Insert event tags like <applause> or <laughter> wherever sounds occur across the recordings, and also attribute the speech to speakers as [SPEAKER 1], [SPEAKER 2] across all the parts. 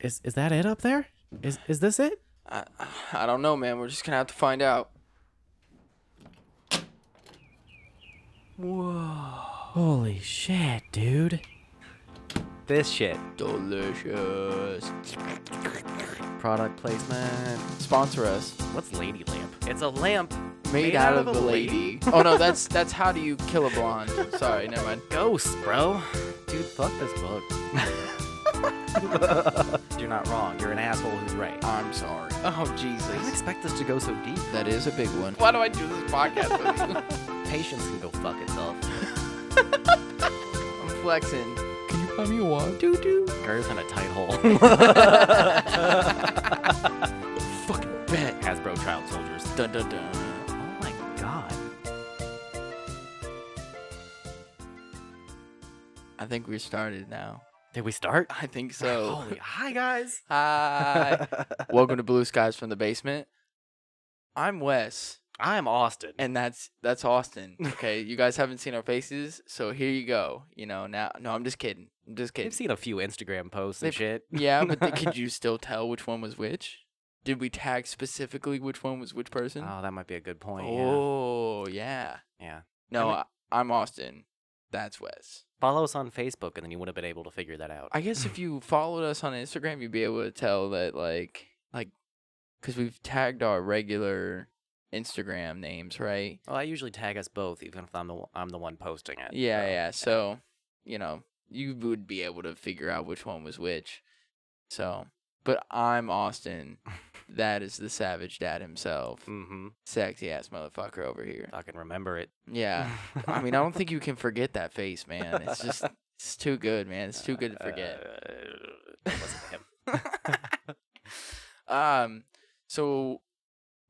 [SPEAKER 1] Is is that it up there? Is is this it?
[SPEAKER 2] I, I don't know, man. We're just gonna have to find out.
[SPEAKER 1] Holy shit, dude.
[SPEAKER 3] This shit.
[SPEAKER 2] Delicious.
[SPEAKER 3] Product placement.
[SPEAKER 2] Sponsor us.
[SPEAKER 3] What's Lady Lamp? It's a lamp
[SPEAKER 2] Made, out, of, a lady. oh <laughs> no, that's that's how do you kill a blonde? Sorry, never mind.
[SPEAKER 3] Ghosts, bro. Dude, fuck this book. <laughs> You're not wrong. You're an asshole who's right. I
[SPEAKER 2] I'm sorry. Oh
[SPEAKER 3] didn't
[SPEAKER 2] Jesus,
[SPEAKER 3] expect this to go so deep.
[SPEAKER 2] that is a big one. Why do I do this podcast with you?
[SPEAKER 3] Patience can go fuck itself.
[SPEAKER 2] <laughs> I'm flexing.
[SPEAKER 3] Doo doo. Girth in a tight hole. <laughs> Fucking bet. Hasbro Child Soldiers.
[SPEAKER 2] Dun dun dun.
[SPEAKER 3] Oh my god.
[SPEAKER 2] I think we started now.
[SPEAKER 3] Did we start?
[SPEAKER 2] I think so.
[SPEAKER 3] <laughs>
[SPEAKER 2] uh,
[SPEAKER 3] Holy, hi guys.
[SPEAKER 2] Hi. <laughs> Welcome to Blue Skies from the Basement. I'm Wes,
[SPEAKER 3] <laughs> I'm Austin.
[SPEAKER 2] and that's that's Austin. Okay, you guys haven't seen our faces, so here you go. You know now. No, I'm just kidding. I'm just kidding.
[SPEAKER 3] They've seen a few Instagram posts and
[SPEAKER 2] They've-
[SPEAKER 3] shit. <laughs>
[SPEAKER 2] yeah, but th- could you still tell which one was which? Did we tag specifically which one was which person?
[SPEAKER 3] Oh, that might be a good point. yeah.
[SPEAKER 2] oh yeah.
[SPEAKER 3] Yeah.
[SPEAKER 2] No,
[SPEAKER 3] mean-
[SPEAKER 2] I I'm Austin. That's Wes.
[SPEAKER 3] Follow us on Facebook, and then you would have been able to figure that out.
[SPEAKER 2] I
[SPEAKER 3] <clears throat>
[SPEAKER 2] guess if you followed us on Instagram, you'd be able to tell that, like, like, because we've tagged our regular Instagram names, right?
[SPEAKER 3] well, I usually tag us both, even if I'm the I'm the one posting it.
[SPEAKER 2] Yeah,
[SPEAKER 3] so.
[SPEAKER 2] yeah. So, you know, you would be able to figure out which one was which. So, but
[SPEAKER 3] <laughs>
[SPEAKER 2] I'm Austin. that is the savage dad himself,
[SPEAKER 3] Mm-hmm.
[SPEAKER 2] sexy ass motherfucker over here.
[SPEAKER 3] Fucking remember it.
[SPEAKER 2] Yeah,
[SPEAKER 3] <laughs>
[SPEAKER 2] I mean, I don't think you can forget that face, man. It's just, it's too good, man. It's too good to forget.
[SPEAKER 3] Uh, it wasn't him.
[SPEAKER 2] <laughs> um, so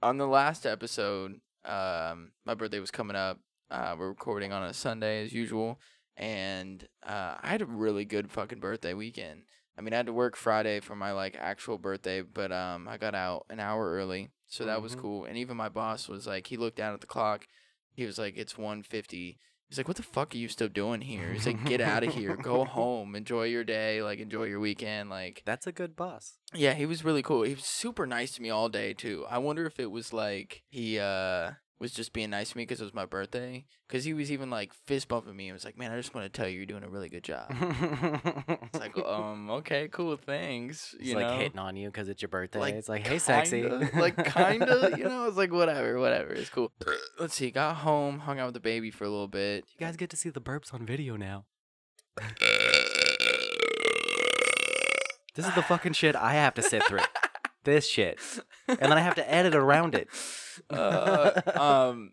[SPEAKER 2] on the last episode, um, my birthday was coming up. Uh, we're recording on a Sunday as usual, and uh, I had a really good fucking birthday weekend. I mean, I had to work Friday for my like actual birthday, but um, I got out an hour early, so that was
[SPEAKER 3] Mhm.
[SPEAKER 2] cool. And even my boss was like, he looked down at the clock. He was like, "It's 1.50. He's like, "What the fuck are you still doing here?" He's like, "Get out of here. Go home. Enjoy your day. Like, enjoy your weekend. Like,
[SPEAKER 3] That's a good
[SPEAKER 2] <laughs>
[SPEAKER 3] boss.
[SPEAKER 2] yeah, he was really cool. He was super nice to me all day too. I wonder if it was like he uh was just being nice to me because it was my birthday. Because he was even like fist bumping me and was like, "Man, I just want to tell you, you're doing a really good job."
[SPEAKER 3] it's <laughs>
[SPEAKER 2] it's like, um, okay, cool, thanks. You
[SPEAKER 3] like
[SPEAKER 2] know,
[SPEAKER 3] hitting on you because it's your birthday.
[SPEAKER 2] Like,
[SPEAKER 3] it's <laughs> like, hey, sexy.
[SPEAKER 2] Kinda, like
[SPEAKER 3] <laughs>
[SPEAKER 2] kinda, you know. It's like whatever, whatever. It's cool. Let's see. Got home, hung out with the baby for a
[SPEAKER 3] <laughs>
[SPEAKER 2] little bit.
[SPEAKER 3] You guys get to see the burps on video now. This is the fucking shit I have to sit
[SPEAKER 2] <laughs>
[SPEAKER 3] through. this shit. And then I have to edit around it. <laughs>
[SPEAKER 2] uh, um,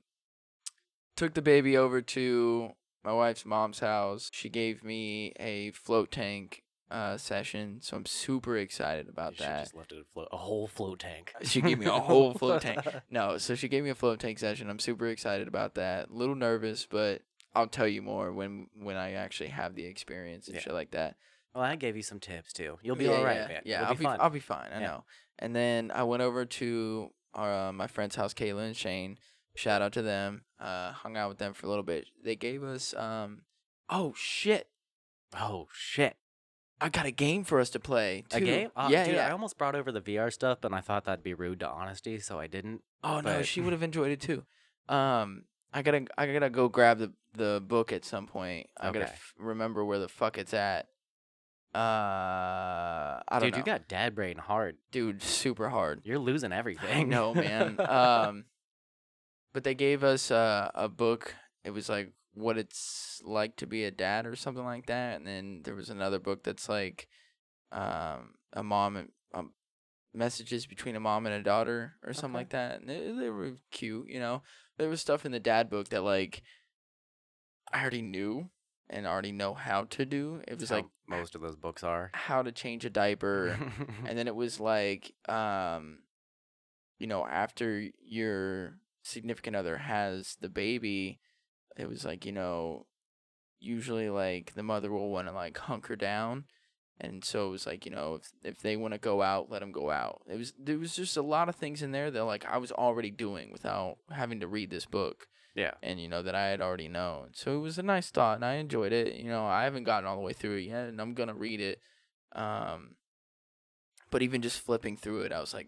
[SPEAKER 2] took the baby over to my wife's mom's house. She gave me a float tank uh, session, so I'm super excited about
[SPEAKER 3] You should
[SPEAKER 2] that.
[SPEAKER 3] just left it a, float, a whole float tank.
[SPEAKER 2] She gave me a whole
[SPEAKER 3] <laughs>
[SPEAKER 2] float tank. No, so she gave me a float tank session. I'm super excited about that. A little nervous, but I'll tell you more when when I actually have the experience and
[SPEAKER 3] Yeah.
[SPEAKER 2] shit like that.
[SPEAKER 3] Well, Oh, I gave you some tips too. You'll be
[SPEAKER 2] Yeah,
[SPEAKER 3] all right,
[SPEAKER 2] yeah,
[SPEAKER 3] man.
[SPEAKER 2] Yeah,
[SPEAKER 3] It'll
[SPEAKER 2] I'll
[SPEAKER 3] be fun.
[SPEAKER 2] I'll be fine. I
[SPEAKER 3] Yeah.
[SPEAKER 2] know. And then I went over to our, uh, my friend's house, Kayla and Shane. Shout out to them. Uh, hung out with them for a little bit. They gave us. Um, oh shit!
[SPEAKER 3] oh shit!
[SPEAKER 2] I got a game for us to play.
[SPEAKER 3] A
[SPEAKER 2] too.
[SPEAKER 3] game? Uh,
[SPEAKER 2] yeah,
[SPEAKER 3] dude, I
[SPEAKER 2] yeah.
[SPEAKER 3] almost brought over the VR stuff, and I thought that'd be rude to honesty, so I didn't.
[SPEAKER 2] oh no,
[SPEAKER 3] but-
[SPEAKER 2] she would have enjoyed it too. Um, I gotta, I gotta go grab the the book at some point. I gotta
[SPEAKER 3] Okay.
[SPEAKER 2] f- remember where the fuck it's at. Uh, I don't
[SPEAKER 3] dude,
[SPEAKER 2] know,
[SPEAKER 3] you got dad brain hard.
[SPEAKER 2] dude. Super hard.
[SPEAKER 3] You're losing everything.
[SPEAKER 2] I
[SPEAKER 3] <laughs>
[SPEAKER 2] know, man. um, but they gave us uh, a book. It was like what it's like to be a dad or something like that. And then there was another book that's like um, a mom and um, messages between a mom and a daughter or something
[SPEAKER 3] Okay.
[SPEAKER 2] like that. And they, they were cute, you know. There was stuff in the dad book that like I already knew and already know how to do. It
[SPEAKER 3] That's
[SPEAKER 2] was
[SPEAKER 3] how
[SPEAKER 2] like
[SPEAKER 3] most of those books are.
[SPEAKER 2] how to change a diaper
[SPEAKER 3] <laughs> Mm-hmm.
[SPEAKER 2] and then it was like um you know after your significant other has the baby it was like you know usually like the mother will want to like hunker down and so it was like you know if if they want to go out let them go out it was there was just a lot of things in there that like I was already doing without having to read this book
[SPEAKER 3] yeah.
[SPEAKER 2] and you know that I had already known. So it was a nice thought, and I enjoyed it. You know, I haven't gotten all the way through it yet, and I'm gonna read it. Um, But even just flipping through it, I was like,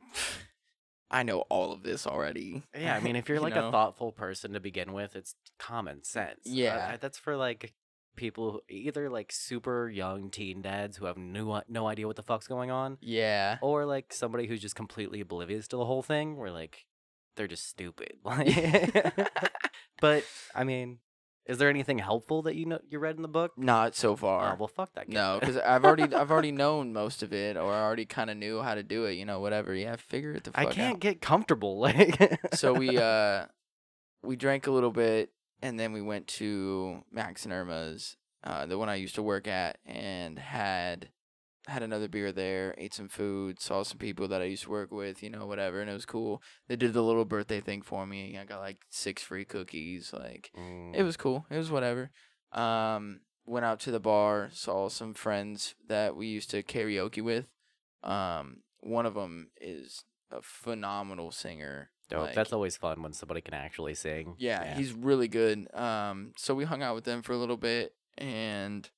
[SPEAKER 2] <sighs> I know all of this already.
[SPEAKER 3] Yeah, I mean,
[SPEAKER 2] <laughs>
[SPEAKER 3] if you're
[SPEAKER 2] You
[SPEAKER 3] like
[SPEAKER 2] know?
[SPEAKER 3] a thoughtful person to begin with, it's common sense. Uh,
[SPEAKER 2] Yeah.
[SPEAKER 3] that's for like people who- either like super young teen dads who have no no idea what the fuck's going on,
[SPEAKER 2] Yeah.
[SPEAKER 3] or like somebody who's just completely oblivious to the whole thing, where like they're just
[SPEAKER 2] <laughs>
[SPEAKER 3] stupid. <laughs> Like, but I mean, is there anything helpful that you know you read in the book?
[SPEAKER 2] Not so
[SPEAKER 3] Oh,
[SPEAKER 2] far.
[SPEAKER 3] well, fuck that. kid then.
[SPEAKER 2] No, because I've already I've already known most of it, or I already kind of knew how to do it. You know, whatever. Yeah, figure it the
[SPEAKER 3] <laughs> I
[SPEAKER 2] fuck
[SPEAKER 3] can't get comfortable. <laughs> Like,
[SPEAKER 2] out. So we uh, we drank a little bit, and then we went to Max and Irma's, uh, the one I used to work at, and had had another beer there, ate some food, saw some people that I used to work with, you know, whatever, and it was cool. They did the little birthday thing for me. I got like six free cookies, like
[SPEAKER 3] Mm.
[SPEAKER 2] it was cool. It was whatever. Um, went out to the bar, saw some friends that we used to karaoke with. Um, one of them is a phenomenal singer.
[SPEAKER 3] Dope.
[SPEAKER 2] like-
[SPEAKER 3] That's always fun when somebody can actually sing.
[SPEAKER 2] yeah, he's really good. Um, so we hung out with them for a little bit and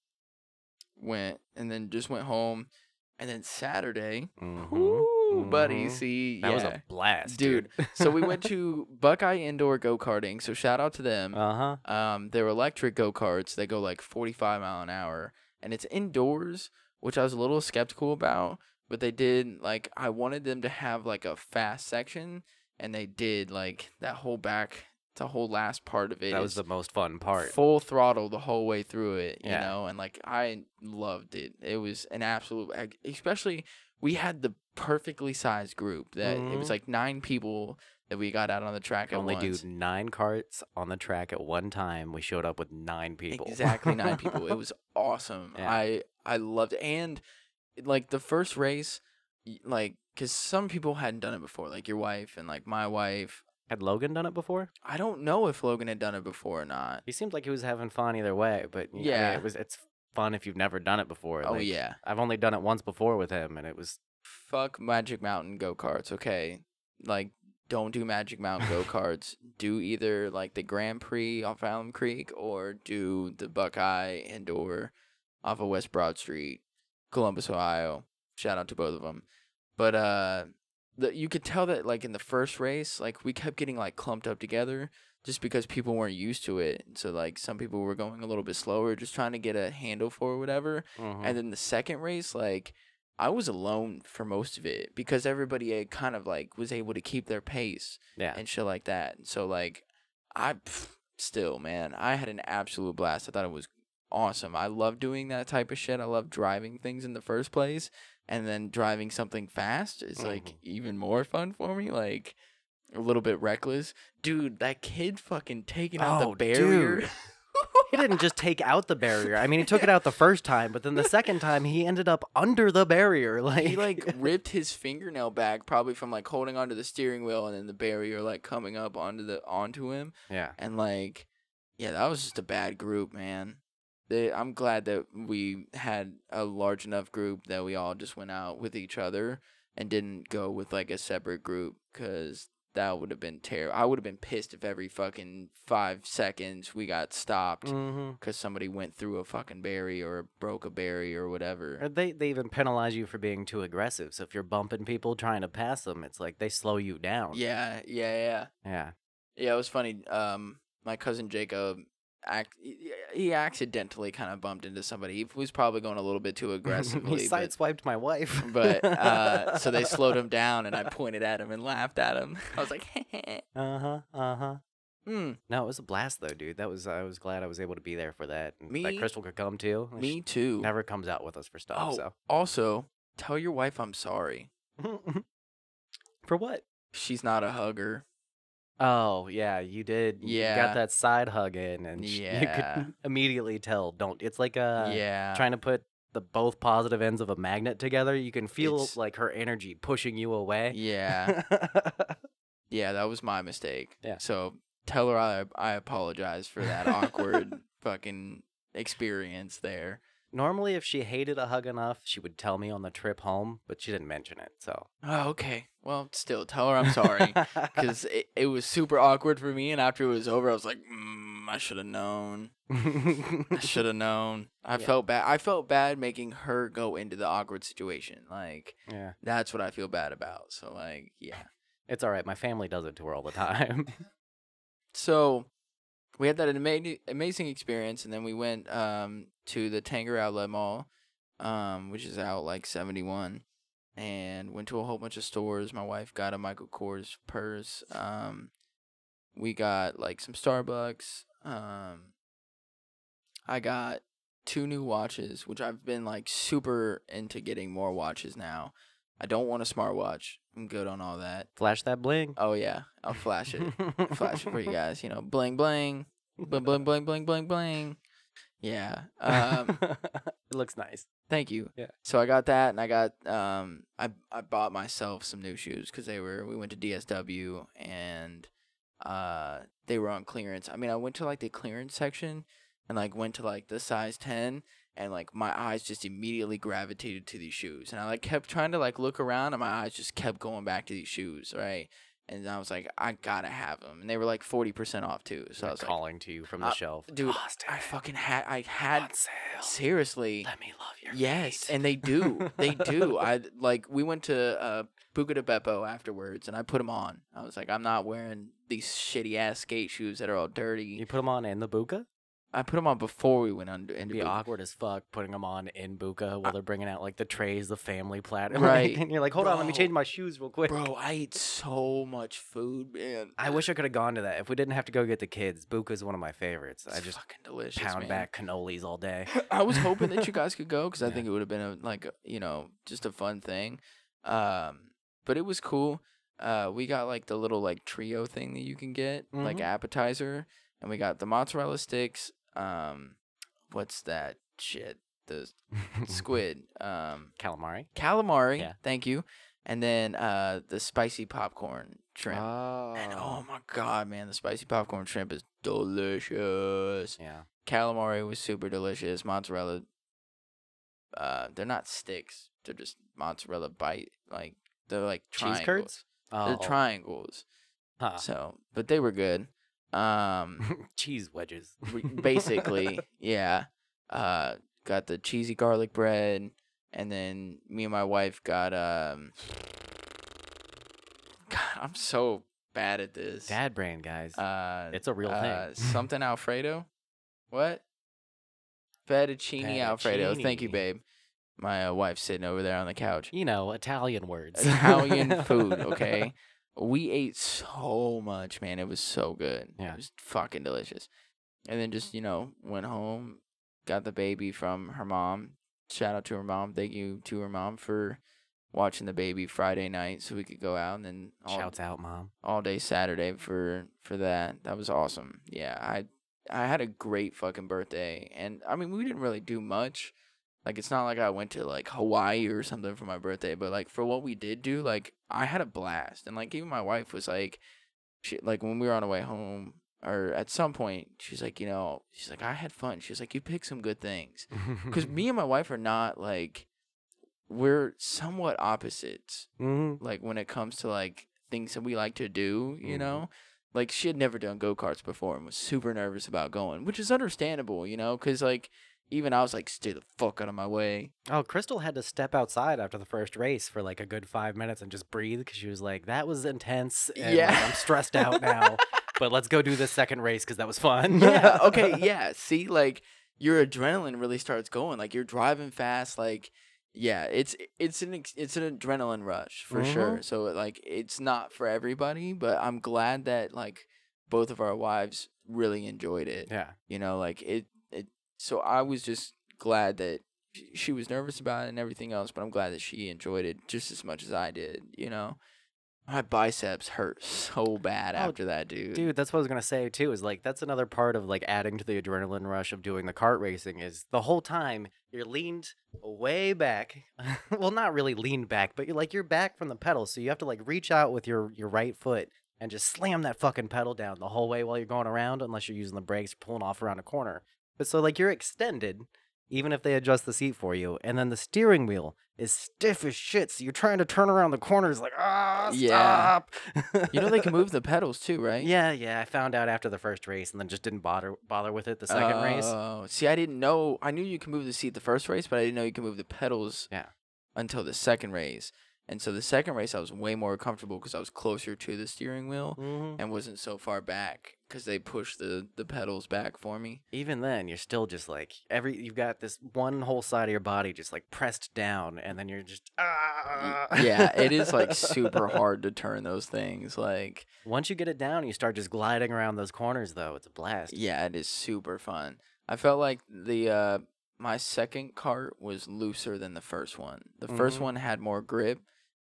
[SPEAKER 2] went, and then just went home. And then Saturday,
[SPEAKER 3] Mhm,
[SPEAKER 2] ooh, buddy,
[SPEAKER 3] mhm.
[SPEAKER 2] see,
[SPEAKER 3] That was
[SPEAKER 2] yeah.
[SPEAKER 3] a blast,
[SPEAKER 2] Dude,
[SPEAKER 3] dude.
[SPEAKER 2] so we
[SPEAKER 3] <laughs>
[SPEAKER 2] went to Buckeye Indoor Go Karting. So shout out to them.
[SPEAKER 3] Uh huh.
[SPEAKER 2] Um, they're electric go karts. They go like 45 mile an hour, and it's indoors, which I was a little skeptical about. But they did like I wanted them to have like a fast section, and they did like that whole back, the whole last part of it.
[SPEAKER 3] That was
[SPEAKER 2] is
[SPEAKER 3] the most fun part.
[SPEAKER 2] Full throttle the whole way through it, you
[SPEAKER 3] Yeah.
[SPEAKER 2] know, and like I loved it. It was an absolute, ec- especially we had the perfectly sized group that it was
[SPEAKER 3] Mhm.
[SPEAKER 2] like nine people that we got out on the track
[SPEAKER 3] Could
[SPEAKER 2] at
[SPEAKER 3] only
[SPEAKER 2] once.
[SPEAKER 3] do nine carts on the track at one time. We showed up with nine people. <laughs>
[SPEAKER 2] Exactly nine people. It was awesome.
[SPEAKER 3] Yeah.
[SPEAKER 2] I I loved it. and like the first race, y- like because some people hadn't done it before, like your wife and like my wife.
[SPEAKER 3] Had Logan done it before?
[SPEAKER 2] I don't know if Logan had done it before or not.
[SPEAKER 3] He seemed like he was having fun either way. But y- I mean,
[SPEAKER 2] Yeah.
[SPEAKER 3] it was. It's fun if you've never done it before.
[SPEAKER 2] Oh
[SPEAKER 3] like,
[SPEAKER 2] yeah,
[SPEAKER 3] I've only done it once before with him, and it was
[SPEAKER 2] fuck Magic Mountain go karts. Okay, like don't do Magic Mountain go karts. do either like the Grand Prix off Allen Creek or do the Buckeye Indoor off of West Broad Street, Columbus, Ohio. Shout out to both of them. But uh, the, you could tell that like in the first race, like we kept getting like clumped up together just because people weren't used to it. So like some people were going a little bit slower, just trying to get a handle for it, whatever.
[SPEAKER 3] Mm-hmm.
[SPEAKER 2] And then the second race, like I was alone for most of it because everybody had kind of like was able to keep their pace
[SPEAKER 3] yeah.
[SPEAKER 2] and shit like that. And so like I pff, still, man, I had an absolute blast. I thought it was awesome. I love doing that type of shit. I love driving things in the first place and then driving something fast is like
[SPEAKER 3] Mhm.
[SPEAKER 2] even more fun for me. Like a little bit reckless. Dude, that kid fucking taking out the
[SPEAKER 3] Oh,
[SPEAKER 2] barrier.
[SPEAKER 3] dude. he didn't just take out the barrier. I mean, he took it out the first time, but then the second time he ended up under the barrier. <laughs> Like
[SPEAKER 2] he like ripped his fingernail back probably from like holding onto the steering wheel and then the barrier like coming up onto the onto him
[SPEAKER 3] yeah.
[SPEAKER 2] and like yeah that was just a bad group man they, i'm glad that we had a large enough group that we all just went out with each other and didn't go with like a separate group because that would have been terrible i would have been pissed if every fucking five seconds we got stopped
[SPEAKER 3] hmm
[SPEAKER 2] because somebody went through a fucking barrier or broke a barrier or whatever
[SPEAKER 3] Or they they even penalize you for being too aggressive. So if you're bumping people trying to pass them, it's like they slow you down.
[SPEAKER 2] yeah yeah yeah
[SPEAKER 3] Yeah. <laughs>
[SPEAKER 2] Yeah, it was funny. Um, my cousin Jacob, act, he- he accidentally kind of bumped into somebody. He was probably going a little bit too
[SPEAKER 3] <laughs>
[SPEAKER 2] aggressively.
[SPEAKER 3] he <laughs>
[SPEAKER 2] but,
[SPEAKER 3] sideswiped my wife.
[SPEAKER 2] but uh, so they slowed
[SPEAKER 3] <laughs>
[SPEAKER 2] him down, and I pointed at him and laughed at him. <laughs> I was like,
[SPEAKER 3] Uh huh. Uh huh.
[SPEAKER 2] Hmm,
[SPEAKER 3] No, it was a blast though, dude. That was I was glad I was able to be there for that. and
[SPEAKER 2] Me-
[SPEAKER 3] that Crystal could come too. and
[SPEAKER 2] me
[SPEAKER 3] she
[SPEAKER 2] too.
[SPEAKER 3] never comes out with us for stuff.
[SPEAKER 2] Oh. Also, tell your wife I'm sorry.
[SPEAKER 3] So <laughs> for what?
[SPEAKER 2] She's not a hugger.
[SPEAKER 3] Oh yeah, you did. you
[SPEAKER 2] Yeah.
[SPEAKER 3] got that side hug in, and sh- you
[SPEAKER 2] Yeah.
[SPEAKER 3] could <laughs> immediately tell. Don't. It's like uh
[SPEAKER 2] yeah.
[SPEAKER 3] trying to put the both positive ends of a magnet together. You can feel
[SPEAKER 2] It's-
[SPEAKER 3] like her energy pushing you away. <laughs>
[SPEAKER 2] yeah. <laughs> Yeah, that was my mistake.
[SPEAKER 3] Yeah.
[SPEAKER 2] So tell her I I apologize for
[SPEAKER 3] <laughs>
[SPEAKER 2] that awkward fucking experience there.
[SPEAKER 3] Normally, if she hated a hug enough, she would tell me on the trip home, but she didn't mention it. So
[SPEAKER 2] Oh, okay. Well,
[SPEAKER 3] <laughs>
[SPEAKER 2] still, tell her I'm sorry. Because it, it was super awkward for me. And after it was over, I was like, mm, damn, I should have known.
[SPEAKER 3] <laughs>
[SPEAKER 2] I
[SPEAKER 3] yeah.
[SPEAKER 2] should have known. I
[SPEAKER 3] Yeah.
[SPEAKER 2] felt bad. I felt bad making her go into the awkward situation. Like that's what I feel bad about. So like, yeah.
[SPEAKER 3] It's all right. My family does it to her all the
[SPEAKER 2] <laughs>
[SPEAKER 3] time.
[SPEAKER 2] So we had that ama- amazing experience, and then we went um, to the Tanger Outlet Mall, um, which is out like 71, and went to a whole bunch of stores. My wife got a Michael Kors purse. Um, we got like some Starbucks. Um, I got two new watches, which I've been like super into getting more watches now. I don't want a smartwatch. I'm good on all that.
[SPEAKER 3] Flash that bling.
[SPEAKER 2] Oh yeah, I'll flash it flash for
[SPEAKER 3] <laughs>
[SPEAKER 2] you guys. You know, bling bling, bling bling bling bling bling bling. Yeah. Um,
[SPEAKER 3] it looks nice.
[SPEAKER 2] thank you.
[SPEAKER 3] Yeah.
[SPEAKER 2] So I got that, and I got um, I I bought myself some new shoes because they were we went to DSW and uh they were on clearance. I mean, I went to like the clearance section and like went to like the size ten. And like my eyes just immediately gravitated to these shoes, and I like kept trying to like look around, and my eyes just kept going back to these shoes, right? And I was like, I gotta have them, and they were like forty percent off too. So I was like,
[SPEAKER 3] calling to you from the
[SPEAKER 2] uh,
[SPEAKER 3] shelf.
[SPEAKER 2] dude,
[SPEAKER 3] Austin,
[SPEAKER 2] I fucking had I
[SPEAKER 3] on
[SPEAKER 2] had
[SPEAKER 3] sale.
[SPEAKER 2] seriously
[SPEAKER 3] Let me love your
[SPEAKER 2] yes,
[SPEAKER 3] feet.
[SPEAKER 2] and they do they
[SPEAKER 3] <laughs>
[SPEAKER 2] do. I like we went to uh, Buca de Beppo afterwards, and I put them on. I was like, I'm not wearing these shitty ass skate shoes that are all dirty.
[SPEAKER 3] you put them on in the buka.
[SPEAKER 2] I put them on before we went under
[SPEAKER 3] It'd
[SPEAKER 2] into
[SPEAKER 3] be
[SPEAKER 2] Buca.
[SPEAKER 3] awkward as fuck putting them on in buka while they're bringing out like the trays, the family platter, <laughs>
[SPEAKER 2] Right.
[SPEAKER 3] and you're like, hold on, let me
[SPEAKER 2] Bro.
[SPEAKER 3] change my shoes real quick.
[SPEAKER 2] Bro, I ate so much food, man.
[SPEAKER 3] I wish I could have gone to that. If we didn't have to go get the kids, buka's one of my favorites.
[SPEAKER 2] It's
[SPEAKER 3] I just
[SPEAKER 2] fucking delicious.
[SPEAKER 3] pound
[SPEAKER 2] man.
[SPEAKER 3] back cannolis all
[SPEAKER 2] <laughs>
[SPEAKER 3] day.
[SPEAKER 2] I was hoping
[SPEAKER 3] <laughs>
[SPEAKER 2] that you guys could go because I
[SPEAKER 3] Yeah.
[SPEAKER 2] think it would have been a, like a- you know just a fun thing, um, but it was cool. Uh, we got like the little like trio thing that you can get like
[SPEAKER 3] Mhm.
[SPEAKER 2] appetizer, and we got the mozzarella sticks. Um, what's that shit?
[SPEAKER 3] <laughs>
[SPEAKER 2] The squid, um,
[SPEAKER 3] calamari.
[SPEAKER 2] calamari.
[SPEAKER 3] Yeah.
[SPEAKER 2] Thank you, and then uh, the spicy popcorn shrimp.
[SPEAKER 3] Oh.
[SPEAKER 2] and oh my god, man, the spicy popcorn shrimp is delicious
[SPEAKER 3] Yeah.
[SPEAKER 2] calamari was super delicious. Mozzarella, uh, they're not sticks. They're just mozzarella bite. Like they're like triangles.
[SPEAKER 3] Cheese curds.
[SPEAKER 2] They're
[SPEAKER 3] Oh. Ah.
[SPEAKER 2] triangles.
[SPEAKER 3] huh.
[SPEAKER 2] So, but they were good. Um,
[SPEAKER 3] <laughs> cheese wedges.
[SPEAKER 2] we- basically, yeah. Uh, got the cheesy garlic bread, and then me and my wife got um. God, I'm so bad at this.
[SPEAKER 3] dad brain, guys.
[SPEAKER 2] uh,
[SPEAKER 3] it's a real
[SPEAKER 2] uh,
[SPEAKER 3] thing.
[SPEAKER 2] something Alfredo. What? Fettuccine Alfredo. Thank you,
[SPEAKER 3] Fettuccine.
[SPEAKER 2] babe. My uh, wife's sitting over there on
[SPEAKER 3] <laughs>
[SPEAKER 2] the couch.
[SPEAKER 3] <laughs> You know, Italian words. <laughs>
[SPEAKER 2] Italian food, okay? We ate so much, man. It was so good.
[SPEAKER 3] Yeah.
[SPEAKER 2] It was fucking delicious. And then just, you know, went home, got the baby from her mom. Shout out to her mom. Thank you to her mom for watching the baby Friday night so we could go out and then all
[SPEAKER 3] Shouts out, mom.
[SPEAKER 2] all day Saturday for for that. That was awesome. Yeah, I I had a great fucking birthday, and I mean we didn't really do much. Like it's not like I went to like Hawaii or something for my birthday, but like for what we did do, like I had a blast, and like even my wife was like, she like when we were on our way home or at some point, she's like, you know, she's like I had fun. She's like you picked some good things
[SPEAKER 3] <laughs>
[SPEAKER 2] because Oh, me and my wife are not like we're somewhat opposites
[SPEAKER 3] Mhm.
[SPEAKER 2] like when it comes to like things that we like to do, you
[SPEAKER 3] Mhm.
[SPEAKER 2] know? Like she had never done go-karts before and was super nervous about going, which is understandable, you know, cuz like even I was like stay the fuck out of my way.
[SPEAKER 3] Oh, Crystal had to step outside after the first race for like a good five minutes and just breathe because she was like, "That was intense. And, yeah,
[SPEAKER 2] Yeah.
[SPEAKER 3] I'm stressed out
[SPEAKER 2] <laughs>
[SPEAKER 3] now, but let's go do this second race because that was fun." <laughs>
[SPEAKER 2] yeah, okay, yeah. See like your adrenaline really starts going. Like you're driving fast like yeah, it's it's an ex- it's an adrenaline rush for
[SPEAKER 3] Mhm.
[SPEAKER 2] sure. So like it's not for everybody, but I'm glad that like both of our wives really enjoyed it.
[SPEAKER 3] Yeah.
[SPEAKER 2] you know like it it so i was just glad that sh- she was nervous about it and everything else but i'm glad that she enjoyed it just as much as i did you know my biceps hurt so bad
[SPEAKER 3] Oh,
[SPEAKER 2] after that dude,
[SPEAKER 3] Dude, that's what I was gonna say too. Is like that's another part of like adding to the adrenaline rush of doing the kart racing is the whole time you're leaned way back. <laughs> well, not really leaned back, but you're like you're back from the pedal, so you have to like reach out with your your right foot and just slam that fucking pedal down the whole way while you're going around, unless you're using the brakes, pulling off around a corner. But so like you're extended, even if they adjust the seat for you. And then the steering wheel is stiff as shit. So you're trying to turn around the corners like, ah,
[SPEAKER 2] Yeah.
[SPEAKER 3] stop.
[SPEAKER 2] You know they
[SPEAKER 3] <laughs>
[SPEAKER 2] can move the pedals too, right?
[SPEAKER 3] Yeah, yeah. I found out after the first race and then just didn't bother bother with it the second race.
[SPEAKER 2] Oh, see, I didn't know. I knew you could move the seat the first race, but I didn't know you could move the pedals.
[SPEAKER 3] Yeah.
[SPEAKER 2] Until the second race, and so the second race, I was way more comfortable because I was closer to the steering wheel
[SPEAKER 3] Mhm.
[SPEAKER 2] and wasn't so far back because they pushed the the pedals back for me.
[SPEAKER 3] Even then, you're still just like every you've got this one whole side of your body just like pressed down, and then you're just
[SPEAKER 2] Y-
[SPEAKER 3] ah.
[SPEAKER 2] yeah, it
[SPEAKER 3] <laughs>
[SPEAKER 2] is like super hard to turn those things. Like,
[SPEAKER 3] Once you get it down, you start just gliding around those corners, though. It's a blast.
[SPEAKER 2] yeah, it is super fun. I felt like the uh my second cart was looser than the first one. The first
[SPEAKER 3] Mhm.
[SPEAKER 2] one had more grip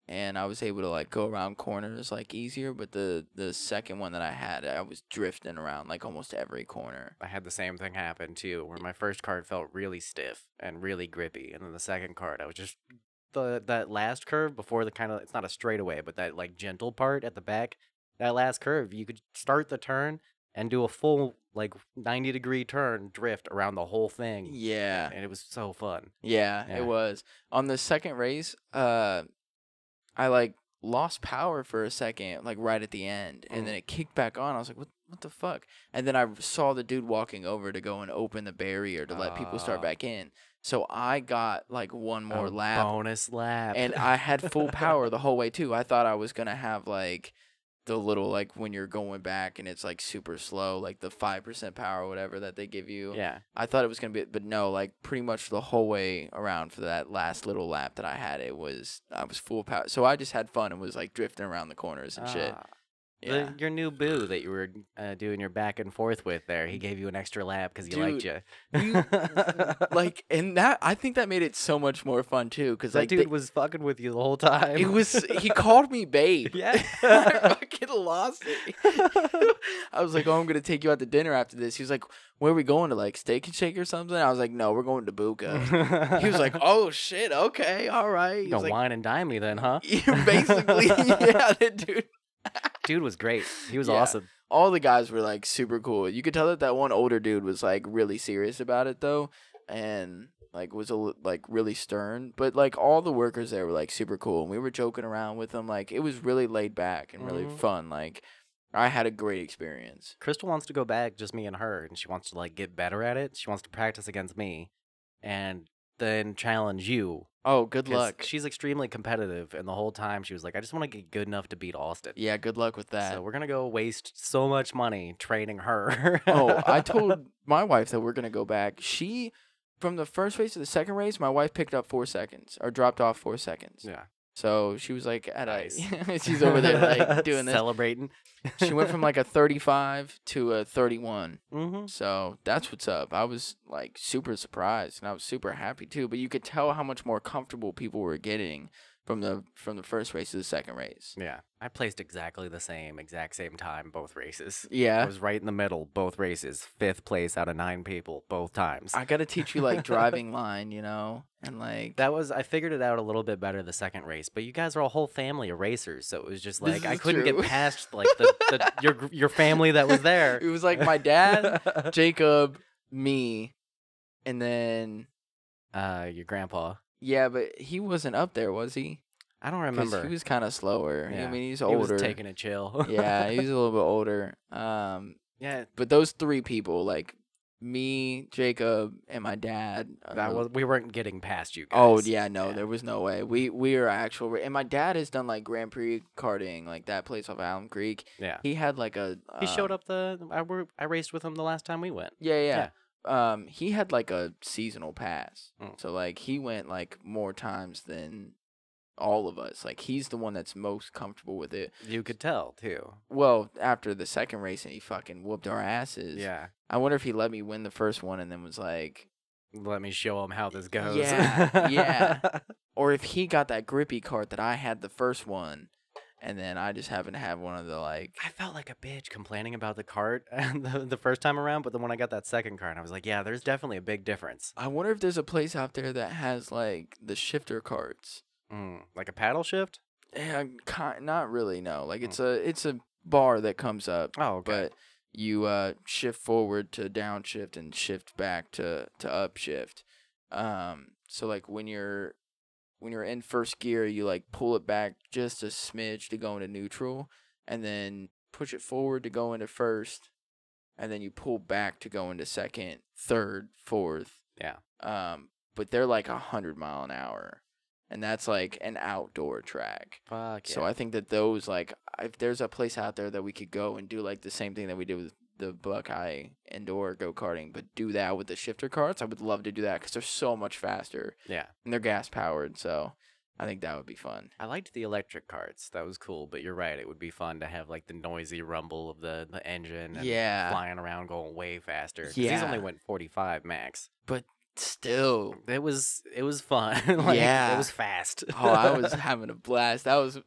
[SPEAKER 2] and I was able to like go around corners like easier, but the the second one that I had, I was drifting around like almost every corner.
[SPEAKER 3] I had the same thing happen too, where my first card felt really stiff and really grippy, and then the second card, I was just the that last curve before the kind of it's not a straightaway, but that like gentle part at the back, that last curve, you could start the turn and do a full like ninety degree turn drift around the whole thing,
[SPEAKER 2] Yeah.
[SPEAKER 3] and it was so fun.
[SPEAKER 2] Yeah,
[SPEAKER 3] Yeah.
[SPEAKER 2] it was. On the second race, uh I like lost power for a second, like right at the end,
[SPEAKER 3] Mm.
[SPEAKER 2] and then it kicked back on. I was like, What what the fuck? And then I saw the dude walking over to go and open the barrier to let people start
[SPEAKER 3] Ah.
[SPEAKER 2] back in. So I got like one more
[SPEAKER 3] A
[SPEAKER 2] lap
[SPEAKER 3] Um, bonus lap, <laughs>
[SPEAKER 2] and I had full power the whole way too. I thought I was gonna have like the little like when you're going back and it's like super slow, like the five percent power or whatever that they give you.
[SPEAKER 3] yeah,
[SPEAKER 2] I thought it was gonna be, but no, like pretty much the whole way around for that last little lap that I had, it was I was full power. So I just had fun and was like drifting around the corners and shit.
[SPEAKER 3] Ah. The-
[SPEAKER 2] Yeah,
[SPEAKER 3] your new boo that you were uh, doing your back and forth with there, he gave you an extra lap because he liked <laughs> you.
[SPEAKER 2] we- like and that I think that made it so much more fun too, because
[SPEAKER 3] that
[SPEAKER 2] like
[SPEAKER 3] dude
[SPEAKER 2] the-
[SPEAKER 3] was fucking with you the whole time.
[SPEAKER 2] it was he called me
[SPEAKER 3] <laughs>
[SPEAKER 2] babe.
[SPEAKER 3] yeah.
[SPEAKER 2] <laughs> I fucking lost it. <laughs> I was like, "Oh, I'm gonna take you out to dinner after this." He was like, "Where are we going to like Steak and Shake or something?" I was like, "No, we're going to Buka." he was
[SPEAKER 3] <laughs>
[SPEAKER 2] like, "Oh shit, okay, all right."
[SPEAKER 3] "You
[SPEAKER 2] He was
[SPEAKER 3] gonna
[SPEAKER 2] like,
[SPEAKER 3] wine and dine me then, huh?"
[SPEAKER 2] Yeah, <laughs> basically, <laughs> yeah, that dude.
[SPEAKER 3] Dude was great. He was
[SPEAKER 2] Yeah.
[SPEAKER 3] awesome.
[SPEAKER 2] All the guys were like super cool. You could tell that that one older dude was like really serious about it though, and like was a li- like really stern. But like all the workers there were like super cool, and we were joking around with them. Like it was really laid back and really
[SPEAKER 3] Mhm.
[SPEAKER 2] fun. Like I had a great experience.
[SPEAKER 3] Crystal wants to go back, just me and her, and she wants to like get better at it. She wants to practice against me, and then challenge you.
[SPEAKER 2] Oh, good
[SPEAKER 3] 'cause
[SPEAKER 2] luck.
[SPEAKER 3] She's extremely competitive, and the whole time she was like, "I just want to get good enough to beat Austin."
[SPEAKER 2] Yeah, good luck with that. <laughs>
[SPEAKER 3] So we're gonna go waste so much money training her.
[SPEAKER 2] oh,
[SPEAKER 3] <laughs>
[SPEAKER 2] I told my wife that we're gonna go back. She, from the first race to the second race, my wife picked up four seconds or dropped off four seconds.
[SPEAKER 3] Yeah.
[SPEAKER 2] So she was like at
[SPEAKER 3] Nice.
[SPEAKER 2] a <laughs> she's over there like doing
[SPEAKER 3] <laughs>
[SPEAKER 2] this.
[SPEAKER 3] celebrating.
[SPEAKER 2] She went from like <laughs> a 35 to a 31.
[SPEAKER 3] Mm-hmm.
[SPEAKER 2] So that's what's up. I was like super surprised and I was super happy too, but you could tell how much more comfortable people were getting from the from the first race to the second race.
[SPEAKER 3] Yeah, I placed exactly the same, exact same time both races. I
[SPEAKER 2] Yeah.
[SPEAKER 3] was right in the middle both races, fifth place out of nine people both times.
[SPEAKER 2] I got to teach you like driving line, you know, and like
[SPEAKER 3] that was I figured it out a little bit better the second race, but you guys are a whole family of racers, so it was just
[SPEAKER 2] This
[SPEAKER 3] like I
[SPEAKER 2] is
[SPEAKER 3] couldn't
[SPEAKER 2] true.
[SPEAKER 3] get past like the,
[SPEAKER 2] <laughs>
[SPEAKER 3] the your gr- your family that was <laughs>
[SPEAKER 2] It
[SPEAKER 3] there.
[SPEAKER 2] was like
[SPEAKER 3] <laughs>
[SPEAKER 2] my <laughs> dad, Jacob, me, and then
[SPEAKER 3] uh, your grandpa.
[SPEAKER 2] yeah, but he wasn't up there, was he?
[SPEAKER 3] I don't
[SPEAKER 2] 'Cause
[SPEAKER 3] remember.
[SPEAKER 2] he was kind of slower.
[SPEAKER 3] Yeah.
[SPEAKER 2] I mean, he's
[SPEAKER 3] He
[SPEAKER 2] older.
[SPEAKER 3] was taking a chill.
[SPEAKER 2] <laughs> yeah, he was a little bit older. Um,
[SPEAKER 3] <laughs> yeah.
[SPEAKER 2] but those three people, like me, Jacob, and my dad,
[SPEAKER 3] That
[SPEAKER 2] uh,
[SPEAKER 3] was we weren't getting past you guys.
[SPEAKER 2] Oh yeah, no,
[SPEAKER 3] Yeah.
[SPEAKER 2] there was no way. We we are actual, ra- and my dad has done like Grand Prix karting, like that place off Allen Creek.
[SPEAKER 3] yeah.
[SPEAKER 2] He had like a
[SPEAKER 3] He
[SPEAKER 2] um,
[SPEAKER 3] showed up the I were I raced with him the last time we went.
[SPEAKER 2] Yeah, yeah. Um, he had like a seasonal pass,
[SPEAKER 3] Mm.
[SPEAKER 2] so like he went like more times than all of us. Like he's the one that's most comfortable with it.
[SPEAKER 3] You could tell too.
[SPEAKER 2] Well, after the second race, and he fucking whooped our asses.
[SPEAKER 3] Yeah.
[SPEAKER 2] I wonder if he let me win the first one, and then was like,
[SPEAKER 3] Let me show him how this goes.
[SPEAKER 2] Yeah, yeah. or if he got that grippy cart that I had the first one, and then I just happened to have one of the like.
[SPEAKER 3] <laughs> I felt like a bitch complaining about the cart <laughs> the, the first time around, but then when I got that second cart, I was like, yeah, there's definitely a big difference.
[SPEAKER 2] I wonder if there's a place out there that has like the shifter carts.
[SPEAKER 3] Mm, like a paddle shift?
[SPEAKER 2] Yeah, ki- not really. No, like it's a it's a bar that comes up,
[SPEAKER 3] Oh, okay.
[SPEAKER 2] but you uh shift forward to downshift and shift back to to upshift, Um, so like when you're when you're in first gear, you like pull it back just a smidge to go into neutral, and then push it forward to go into first, and then you pull back to go into second, third, fourth.
[SPEAKER 3] Yeah.
[SPEAKER 2] Um, but they're like a hundred mile an hour, and that's like an outdoor track.
[SPEAKER 3] Fuck yeah.
[SPEAKER 2] So I think that those like if there's a place out there that we could go and do like the same thing that we did with the Buckeye indoor go karting, but do that with the shifter carts. I would love to do that because they're so much faster
[SPEAKER 3] yeah.
[SPEAKER 2] and they're gas powered. So I think that would be fun.
[SPEAKER 3] I liked the electric carts. That was cool, but you're right. It would be fun to have like the noisy rumble of the, the engine and
[SPEAKER 2] Yeah.
[SPEAKER 3] flying around going way faster. 'cause These only
[SPEAKER 2] Yeah.
[SPEAKER 3] went 45 max.
[SPEAKER 2] Still,
[SPEAKER 3] <laughs> It was it was fun. <laughs> like,
[SPEAKER 2] Yeah.
[SPEAKER 3] It was fast.
[SPEAKER 2] oh, I was having a blast. That was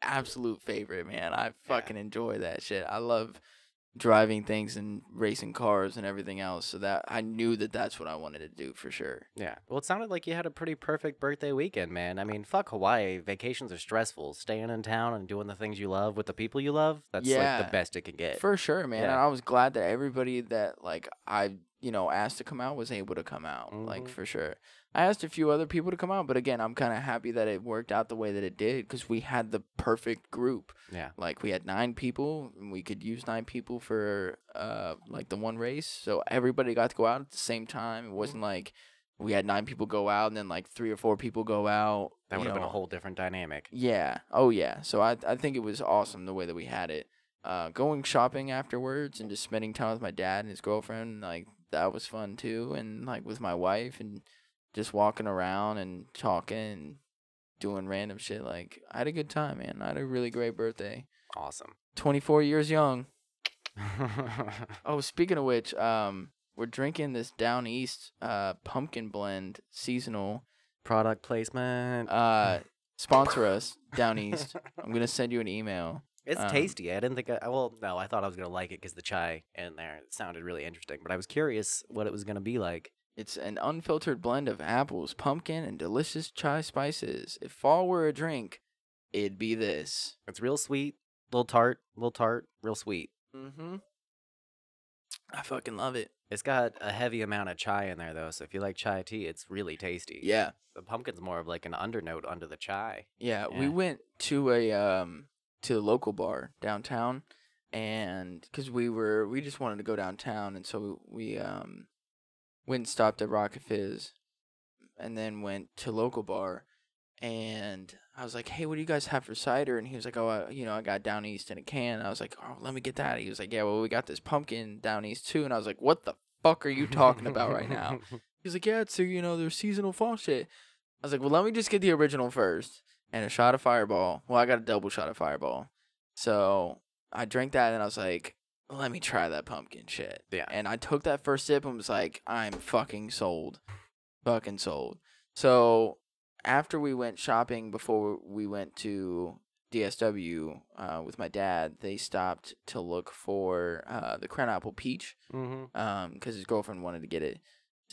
[SPEAKER 2] absolute favorite, man. I fucking enjoy that shit. I love driving things and racing cars and everything else. So that I knew that that's what I wanted to do for sure.
[SPEAKER 3] Yeah. Well, it sounded like you had a pretty perfect birthday weekend, man. I mean, fuck Hawaii. Vacations are stressful. Staying in town and doing the things you love with the people you love, that's like
[SPEAKER 2] Yeah.
[SPEAKER 3] the best it can get.
[SPEAKER 2] For sure, man. And
[SPEAKER 3] Yeah.
[SPEAKER 2] I was glad that everybody that like I, you know, asked to come out was able to come out.
[SPEAKER 3] Mhm.
[SPEAKER 2] Like for sure. I asked a few other people to come out, but again, I'm kind of happy that it worked out the way that it did cuz we had the perfect group.
[SPEAKER 3] yeah.
[SPEAKER 2] Like we had 9 people and we could use 9 people for uh like the one race. So everybody got to go out at the same time. It wasn't like we had 9 people go out and then like 3 or 4 people go out.
[SPEAKER 3] That
[SPEAKER 2] you
[SPEAKER 3] would have been a
[SPEAKER 2] know.
[SPEAKER 3] whole different dynamic.
[SPEAKER 2] Yeah. Oh yeah. So I I think it was awesome the way that we had it. Uh, going shopping afterwards and just spending time with my dad and his girlfriend, like that was fun too, and like with my wife and just walking around and talking and doing random shit. Like I had a good time, man. I had a really great birthday.
[SPEAKER 3] Awesome. <laughs>
[SPEAKER 2] Twenty four years young. Oh, speaking of which, um, we're drinking this down east uh pumpkin blend seasonal.
[SPEAKER 3] Product placement.
[SPEAKER 2] Uh, sponsor us
[SPEAKER 3] <laughs>
[SPEAKER 2] down east. I'm gonna send you an email.
[SPEAKER 3] It's
[SPEAKER 2] Um,
[SPEAKER 3] tasty. I didn't think I well, no, I thought I was gonna like it because the chai in there sounded really interesting, but I was curious what it was gonna be like.
[SPEAKER 2] It's an unfiltered blend of apples, pumpkin, and delicious chai spices. If fall were a drink, it'd be this.
[SPEAKER 3] It's real sweet, little tart, little tart, real sweet.
[SPEAKER 2] Mm-hmm. I fucking love it.
[SPEAKER 3] It's got a heavy amount of chai in there though, so if you like chai tea, it's really tasty.
[SPEAKER 2] Yeah.
[SPEAKER 3] The pumpkin's more of like an undernote under the chai.
[SPEAKER 2] Yeah. We
[SPEAKER 3] Yeah.
[SPEAKER 2] went to a um to the local bar downtown and because we were we just wanted to go downtown and so we um went and stopped at Rocket Fizz and then went to local bar and I was like, "Hey, what do you guys have for cider?" And he was like, "Oh, I, you know, I got down east in a can." I was like, "Oh, let me get that." He was like, "Yeah, well, we got this pumpkin down east too." And I was like, "What the fuck are you talking
[SPEAKER 3] <laughs>
[SPEAKER 2] about right now?" He's like, "Yeah, it's uh, you know, their seasonal fall shit." I was like, "Well, let me just get the original first and a shot of Fireball." Well, I got a double shot of Fireball, so I drank that and I was like, "Let me try that pumpkin shit."
[SPEAKER 3] Yeah.
[SPEAKER 2] And I took that first sip and was like, "I'm fucking sold, fucking sold." So after we went shopping before we went to DSW uh, with my dad, they stopped to look for uh, the Crown Apple Peach
[SPEAKER 3] mm-hmm.
[SPEAKER 2] um because his girlfriend wanted to get it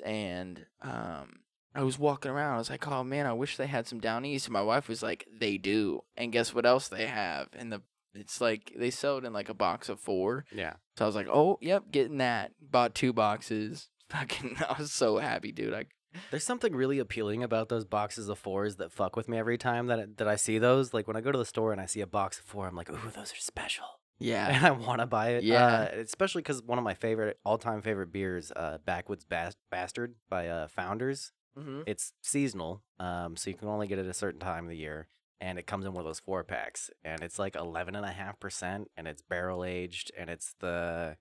[SPEAKER 2] and um i was walking around i was like oh man i wish they had some down east and my wife was like they do and guess what else they have and the it's like they sell it in like a box of four
[SPEAKER 3] Yeah.
[SPEAKER 2] so i was like oh yep getting that bought two boxes <laughs> fucking i was so happy dude i
[SPEAKER 3] There's something really appealing about those boxes of fours that fuck with me every time that I, that I see those. Like when I go to the store and I see a box of four, I'm like, ooh, those are special. <laughs>
[SPEAKER 2] yeah
[SPEAKER 3] and I want to buy it.
[SPEAKER 2] Yeah.
[SPEAKER 3] uh, especially because one of my favorite, all-time favorite beers, uh, Backwoods Bas- Bastard by uh, Founders.
[SPEAKER 2] <laughs> mm-hmm.
[SPEAKER 3] It's seasonal, um, so you can only get it a certain time of the year, and it comes in one of those four packs, and it's like eleven and a half percent, and it's barrel aged, and it's the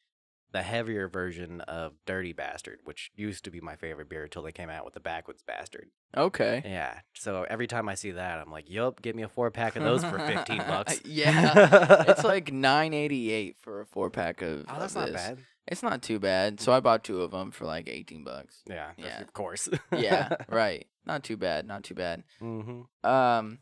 [SPEAKER 3] the heavier version of Dirty Bastard, which used to be my favorite beer until they came out with the Backwoods
[SPEAKER 2] <laughs>
[SPEAKER 3] Bastard. <laughs>
[SPEAKER 2] okay
[SPEAKER 3] Yeah. So every time I see that, I'm like, "Yup, get me a four pack of those for fifteen bucks."
[SPEAKER 2] <laughs> Yeah.
[SPEAKER 3] <laughs>
[SPEAKER 2] it's like 988 for a four pack of
[SPEAKER 3] oh, that's
[SPEAKER 2] of
[SPEAKER 3] not
[SPEAKER 2] this.
[SPEAKER 3] bad. Mm.
[SPEAKER 2] it's not too bad so i bought two of them for like
[SPEAKER 3] <laughs>
[SPEAKER 2] 18 bucks
[SPEAKER 3] Yeah, of-
[SPEAKER 2] Yeah.
[SPEAKER 3] of course. <laughs>
[SPEAKER 2] yeah right not too bad not too bad
[SPEAKER 3] mm-hmm.
[SPEAKER 2] Um.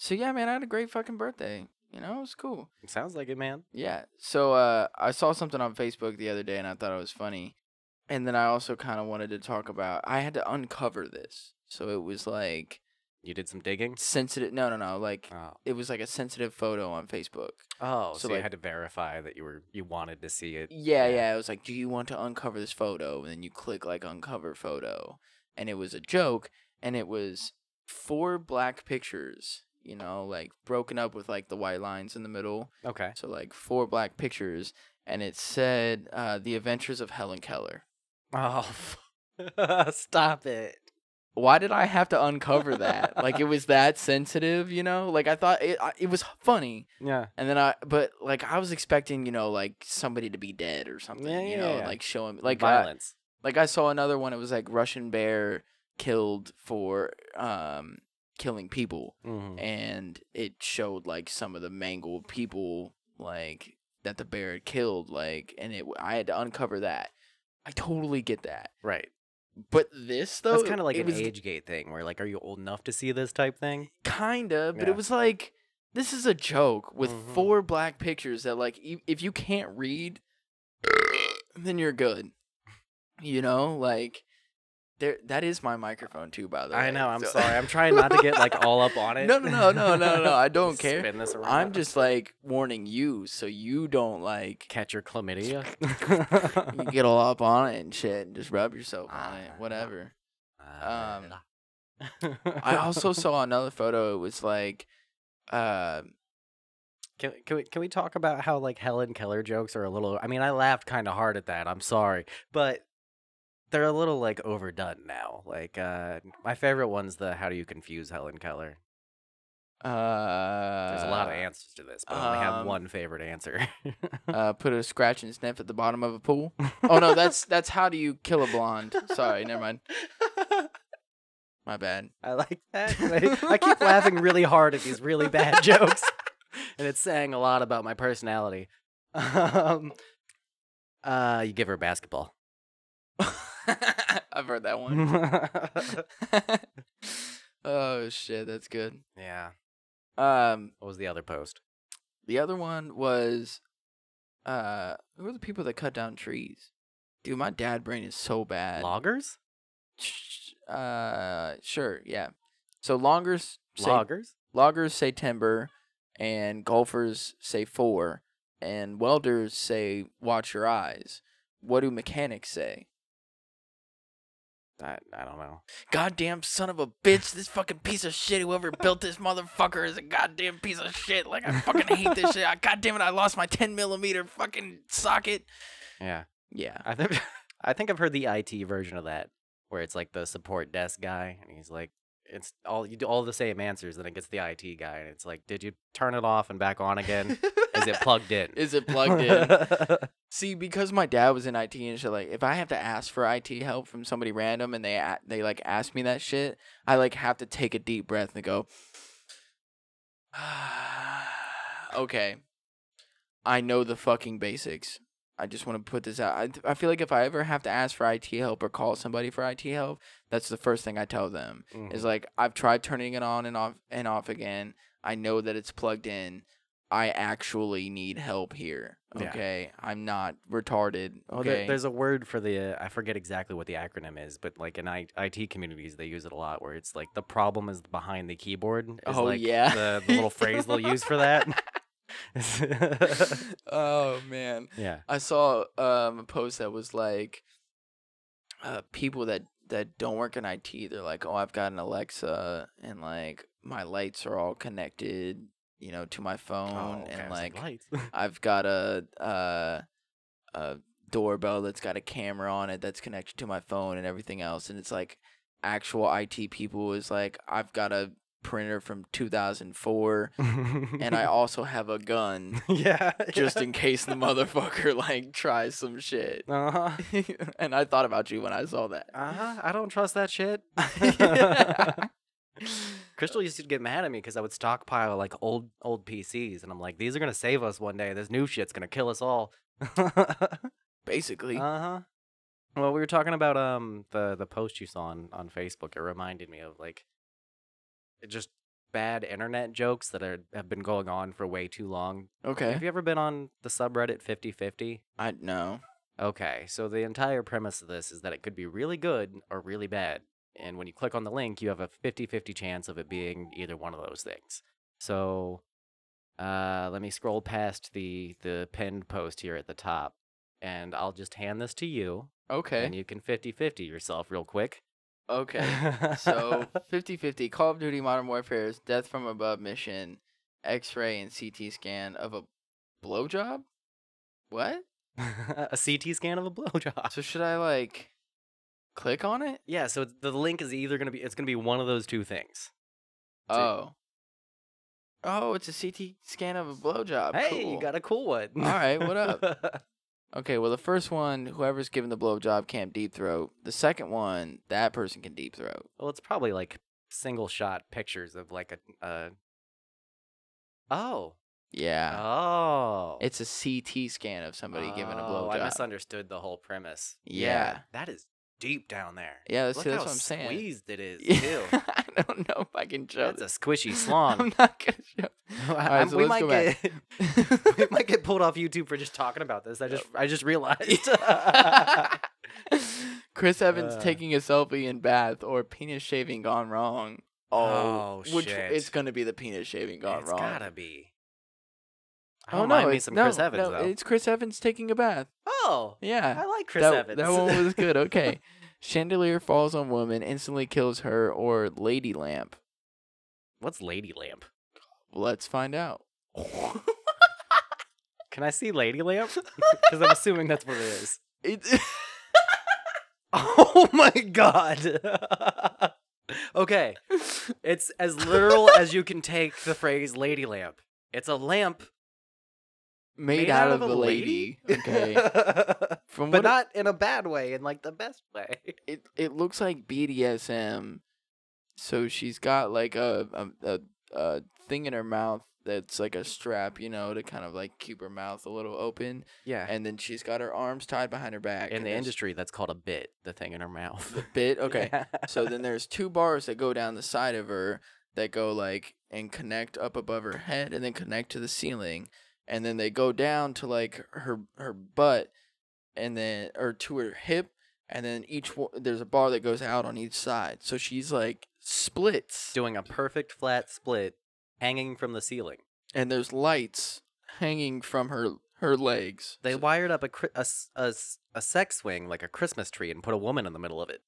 [SPEAKER 2] So yeah, man, I had a great fucking birthday. You know, it was cool.
[SPEAKER 3] Sounds like it, man.
[SPEAKER 2] Yeah. So uh, I saw something on Facebook the other day, and I thought it was funny. And then I also kind of wanted to talk about. I had to uncover this, so it was like
[SPEAKER 3] You did some digging.
[SPEAKER 2] sensitive. No, no, no. Like
[SPEAKER 3] Oh,
[SPEAKER 2] it was like a sensitive photo on Facebook.
[SPEAKER 3] oh, so,
[SPEAKER 2] So,
[SPEAKER 3] you
[SPEAKER 2] like-
[SPEAKER 3] had to verify that you were you wanted to see it.
[SPEAKER 2] Yeah,
[SPEAKER 3] Yeah.
[SPEAKER 2] yeah. It was like, do you want to uncover this photo? And then you click like uncover photo, and it was a joke and it was four black pictures, you know, like broken up with like the white lines in the middle. <laughs>
[SPEAKER 3] Okay.
[SPEAKER 2] So like four black pictures and it said uh, The Adventures of Helen Keller.
[SPEAKER 3] Oh,
[SPEAKER 2] <laughs>
[SPEAKER 3] stop it.
[SPEAKER 2] Why did I have to uncover that? like it was that sensitive, you know? Like I thought it I- it was funny.
[SPEAKER 3] Yeah.
[SPEAKER 2] And then I, but like I was expecting, you know, like somebody to be dead or something,
[SPEAKER 3] Yeah,
[SPEAKER 2] you
[SPEAKER 3] yeah,
[SPEAKER 2] know,
[SPEAKER 3] yeah.
[SPEAKER 2] like showing like uh,
[SPEAKER 3] violence.
[SPEAKER 2] like I saw another one. It was like Russian bear killed for um killing people,
[SPEAKER 3] Mhm.
[SPEAKER 2] and it showed like some of the mangled people like that the bear had killed, like, and it I had to uncover that. I totally get that,
[SPEAKER 3] Right.
[SPEAKER 2] but this though
[SPEAKER 3] That's kind of like
[SPEAKER 2] it
[SPEAKER 3] an
[SPEAKER 2] was
[SPEAKER 3] age gate thing where, like, are you old enough to see this type
[SPEAKER 2] <laughs>
[SPEAKER 3] thing?
[SPEAKER 2] kinda, but
[SPEAKER 3] Yeah.
[SPEAKER 2] it was like this is a joke with
[SPEAKER 3] Mhm.
[SPEAKER 2] four black pictures that like e- if you can't read, then you're good. You know, like there that is my microphone too. By the way,
[SPEAKER 3] I know. I'm
[SPEAKER 2] so-
[SPEAKER 3] sorry. I'm trying not to get,
[SPEAKER 2] <laughs>
[SPEAKER 3] like, all up on it.
[SPEAKER 2] No, no, no, no, no, no.
[SPEAKER 3] <laughs>
[SPEAKER 2] I don't care.
[SPEAKER 3] Spin this around.
[SPEAKER 2] <laughs> I'm just like warning you so you don't like
[SPEAKER 3] Catch your
[SPEAKER 2] <laughs>
[SPEAKER 3] chlamydia.
[SPEAKER 2] you
[SPEAKER 3] <laughs>
[SPEAKER 2] get all up on it and shit and just rub yourself on it,
[SPEAKER 3] Ah.
[SPEAKER 2] whatever. Um, I also saw another photo. It was like, uh,
[SPEAKER 3] Can, can we can we talk about how like Helen Keller jokes are a little? I mean, I laughed kind of hard at that. I'm sorry, but they're a little like overdone now. Like uh, my favorite one's the "How do you confuse Helen Keller?"
[SPEAKER 2] uh,
[SPEAKER 3] There's a lot of answers to this, but I only have
[SPEAKER 2] um,
[SPEAKER 3] one favorite answer.
[SPEAKER 2] uh, put a scratch and sniff at the bottom of a pool. Oh no, that's that's how do you kill a blonde? Sorry, never mind. My bad.
[SPEAKER 3] <laughs>
[SPEAKER 2] <laughs>
[SPEAKER 3] I like that. I, I keep laughing really hard at these really bad jokes, and it's saying a lot about my personality. Um, uh, you give her a basketball.
[SPEAKER 2] I've heard that one. <laughs> oh shit, that's good.
[SPEAKER 3] <laughs> yeah.
[SPEAKER 2] Um,
[SPEAKER 3] What was the other post?
[SPEAKER 2] the other one was, uh, who are the people that cut down trees? Dude, my dad brain is so
[SPEAKER 3] Uh,
[SPEAKER 2] bad.
[SPEAKER 3] Loggers?
[SPEAKER 2] Sh- uh, sure, yeah. So loggers say
[SPEAKER 3] Loggers?
[SPEAKER 2] loggers say timber, and golfers say four, and welders say watch your eyes. What do mechanics say?
[SPEAKER 3] I, I don't know.
[SPEAKER 2] Goddamn son of a bitch! This fucking piece of shit. Whoever built this motherfucker is a goddamn piece of shit. Like I fucking hate this shit. I, goddamn it! I lost my ten millimeter fucking socket.
[SPEAKER 3] Yeah.
[SPEAKER 2] Yeah.
[SPEAKER 3] <laughs> I think I think I've heard the IT version of that where it's like the support desk guy and he's like it's all you do all the same answers then it gets the IT guy and it's like did you turn it off and back on <laughs>
[SPEAKER 2] <laughs>
[SPEAKER 3] again? Is it plugged in?
[SPEAKER 2] Is
[SPEAKER 3] <laughs>
[SPEAKER 2] it plugged in? See, because my dad was in IT and shit, like if I have to ask for IT help from somebody random and they a- they like ask me that shit, I like have to take a deep breath and go, <sighs> okay, I know the fucking basics. I just want to put this out. I I feel like if I ever have to ask for IT help or call somebody for IT help, that's the first thing I tell them
[SPEAKER 3] Mhm.
[SPEAKER 2] is like I've tried turning it on and off and off again. I know that it's plugged in. I actually need help here.
[SPEAKER 3] Yeah.
[SPEAKER 2] Okay, I'm not retarded.
[SPEAKER 3] Oh, there-
[SPEAKER 2] Okay,
[SPEAKER 3] there's <laughs> a word for the uh, I forget exactly what the acronym is, but like in I- IT communities they use it a lot where it's like the problem is behind the keyboard. Is
[SPEAKER 2] Oh,
[SPEAKER 3] like
[SPEAKER 2] yeah.
[SPEAKER 3] the, the little phrase they'll use for <laughs> that.
[SPEAKER 2] <laughs> oh man,
[SPEAKER 3] <laughs> yeah.
[SPEAKER 2] I saw um, a post that was like, uh, people that that don't work in IT, they're like, oh, I've got an Alexa, and like my lights are all connected, you know, to my
[SPEAKER 3] Oh,
[SPEAKER 2] phone, and like I've got a uh, a doorbell that's got a camera on it that's connected to my phone and everything else, and it's like actual IT people is like I've got a printer from 2004,
[SPEAKER 3] <laughs>
[SPEAKER 2] and I also have a gun
[SPEAKER 3] yeah
[SPEAKER 2] <laughs> just
[SPEAKER 3] <laughs>
[SPEAKER 2] in case the motherfucker like tries some shit. <laughs>
[SPEAKER 3] uh huh
[SPEAKER 2] and I thought about you when Uh-huh, I saw that.
[SPEAKER 3] <laughs> uh huh I don't trust that shit. <laughs> Crystal used to get mad at me because I would stockpile like old old PCs, and I'm like, these are gonna save us one day. This new shit's gonna kill us
[SPEAKER 2] <laughs>
[SPEAKER 3] all.
[SPEAKER 2] <laughs> Basically,
[SPEAKER 3] Uh huh. Well, we were talking about um the the post you saw on on Facebook. It reminded me of like just bad internet jokes that are have been going on for way too long.
[SPEAKER 2] okay.
[SPEAKER 3] Have you ever been on the subreddit 5050?
[SPEAKER 2] I know.
[SPEAKER 3] Okay, so the entire premise of this is that it could be really good or really bad. And when you click on the link, you have a 50 50 chance of it being either one of those things. So uh, let me scroll past the, the pinned post here at the top, and I'll just hand this to you,
[SPEAKER 2] Okay.
[SPEAKER 3] and you can 50 50 yourself real quick.
[SPEAKER 2] Okay. So 50-50 Call of Duty Modern Warfare's Death from Above mission, X-ray and CT scan of a blowjob.
[SPEAKER 3] <laughs>
[SPEAKER 2] What?
[SPEAKER 3] <laughs> a CT scan of a blowjob.
[SPEAKER 2] So should I like click on it?
[SPEAKER 3] Yeah, so it's- the link is either gonna be it's gonna be one of those two things. That's it.
[SPEAKER 2] Oh. Oh, it's a CT scan of a blowjob.
[SPEAKER 3] hey,
[SPEAKER 2] Oh, cool.
[SPEAKER 3] you got a cool one.
[SPEAKER 2] All right,
[SPEAKER 3] <laughs>
[SPEAKER 2] what up? Okay, well the first one, whoever's given the blowjob can't deep throat. The second one, that person can deep throat.
[SPEAKER 3] well, it's probably like single shot pictures of like a. Uh... Oh.
[SPEAKER 2] Yeah.
[SPEAKER 3] Oh.
[SPEAKER 2] It's a CT scan of somebody giving a
[SPEAKER 3] Oh, I
[SPEAKER 2] blowjob.
[SPEAKER 3] misunderstood the whole premise.
[SPEAKER 2] Yeah.
[SPEAKER 3] That is deep down there.
[SPEAKER 2] yeah,
[SPEAKER 3] Look
[SPEAKER 2] see, that's
[SPEAKER 3] how
[SPEAKER 2] what I'm saying. <laughs>
[SPEAKER 3] squeezed it is, too.
[SPEAKER 2] I don't know if I can show
[SPEAKER 3] That's a
[SPEAKER 2] this.
[SPEAKER 3] squishy <laughs>
[SPEAKER 2] I'm
[SPEAKER 3] slong.
[SPEAKER 2] not gonna show.
[SPEAKER 3] I'm-
[SPEAKER 2] so
[SPEAKER 3] we might
[SPEAKER 2] let's go
[SPEAKER 3] get <laughs>
[SPEAKER 2] back. <laughs>
[SPEAKER 3] we might get pulled off YouTube for just talking about this. I just I just
[SPEAKER 2] <laughs>
[SPEAKER 3] realized. <laughs>
[SPEAKER 2] Chris Evans
[SPEAKER 3] Uh.
[SPEAKER 2] taking a selfie in bath or penis shaving gone wrong.
[SPEAKER 3] Oh,
[SPEAKER 2] which
[SPEAKER 3] shit.
[SPEAKER 2] it's gonna be the penis shaving gone
[SPEAKER 3] it's
[SPEAKER 2] wrong.
[SPEAKER 3] gotta be. I
[SPEAKER 2] Oh
[SPEAKER 3] don't
[SPEAKER 2] no,
[SPEAKER 3] mind me
[SPEAKER 2] it's-
[SPEAKER 3] some
[SPEAKER 2] no,
[SPEAKER 3] Chris Evans
[SPEAKER 2] no,
[SPEAKER 3] though.
[SPEAKER 2] It's Chris Evans taking a bath.
[SPEAKER 3] Oh,
[SPEAKER 2] Yeah,
[SPEAKER 3] I like Chris
[SPEAKER 2] that,
[SPEAKER 3] Evans.
[SPEAKER 2] that
[SPEAKER 3] <laughs>
[SPEAKER 2] one was good. Okay, <laughs> chandelier falls on woman, instantly kills her, or lady lamp.
[SPEAKER 3] What's Lady Lamp?
[SPEAKER 2] Let's
[SPEAKER 3] <laughs>
[SPEAKER 2] find out. <laughs>
[SPEAKER 3] Can I see Lady <laughs> Lamp? Because I'm assuming that's what it is.
[SPEAKER 2] It,
[SPEAKER 3] <laughs>
[SPEAKER 2] <laughs>
[SPEAKER 3] Oh my god. <laughs> okay, it's as literal as you can take the phrase Lady Lamp. It's a lamp
[SPEAKER 2] made, out, of, a lady.
[SPEAKER 3] <laughs>
[SPEAKER 2] Okay, from
[SPEAKER 3] but
[SPEAKER 2] what
[SPEAKER 3] not in a bad way, in like the best way.
[SPEAKER 2] it it looks like BDSM. So she's got like a a, a a thing in her mouth that's like a strap, you know, to kind of like keep her mouth a little open,
[SPEAKER 3] <laughs> Yeah.
[SPEAKER 2] and then she's got her arms tied behind her back.
[SPEAKER 3] in the
[SPEAKER 2] there's
[SPEAKER 3] industry that's called a bit the thing in her mouth <laughs>
[SPEAKER 2] the bit. Okay, so then there's two bars that go down the side of her that go like and connect up above her head and then connect to the ceiling, and then they go down to like her her butt, and then or to her hip, and then each one, there's a bar that goes out on each side. So she's like splits,
[SPEAKER 3] doing a perfect flat split hanging from the ceiling
[SPEAKER 2] and there's lights hanging from her her legs.
[SPEAKER 3] they
[SPEAKER 2] So-
[SPEAKER 3] wired up a, cri- a s- a s- a sex swing like a christmas tree and put a woman in the middle of it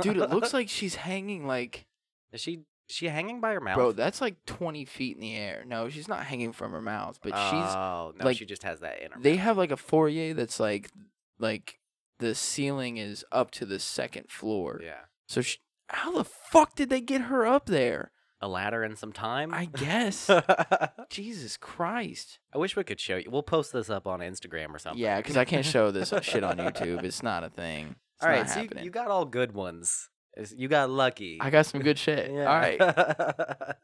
[SPEAKER 2] dude, it looks like she's hanging like
[SPEAKER 3] <laughs> is she she hanging by her mouth
[SPEAKER 2] bro. That's like twenty feet in the air. No, she's not hanging from her mouth, but she's
[SPEAKER 3] oh no
[SPEAKER 2] like,
[SPEAKER 3] she just has that in her
[SPEAKER 2] they
[SPEAKER 3] mouth.
[SPEAKER 2] have like a foyer that's like like the ceiling is up to the second floor.
[SPEAKER 3] yeah
[SPEAKER 2] So sh how the fuck did they get her up there?
[SPEAKER 3] a ladder and some time <laughs>
[SPEAKER 2] I guess.
[SPEAKER 3] I
[SPEAKER 2] Jesus Christ.
[SPEAKER 3] wish we could show you. We'll post this up on Instagram or something.
[SPEAKER 2] Yeah, because
[SPEAKER 3] <laughs>
[SPEAKER 2] I can't show this shit on YouTube. It's not a thing. It's
[SPEAKER 3] all right,
[SPEAKER 2] not
[SPEAKER 3] so you,
[SPEAKER 2] happening.
[SPEAKER 3] you got all good ones. Is- You got lucky.
[SPEAKER 2] I got some
[SPEAKER 3] <laughs>
[SPEAKER 2] good shit. All right.
[SPEAKER 3] right. <laughs>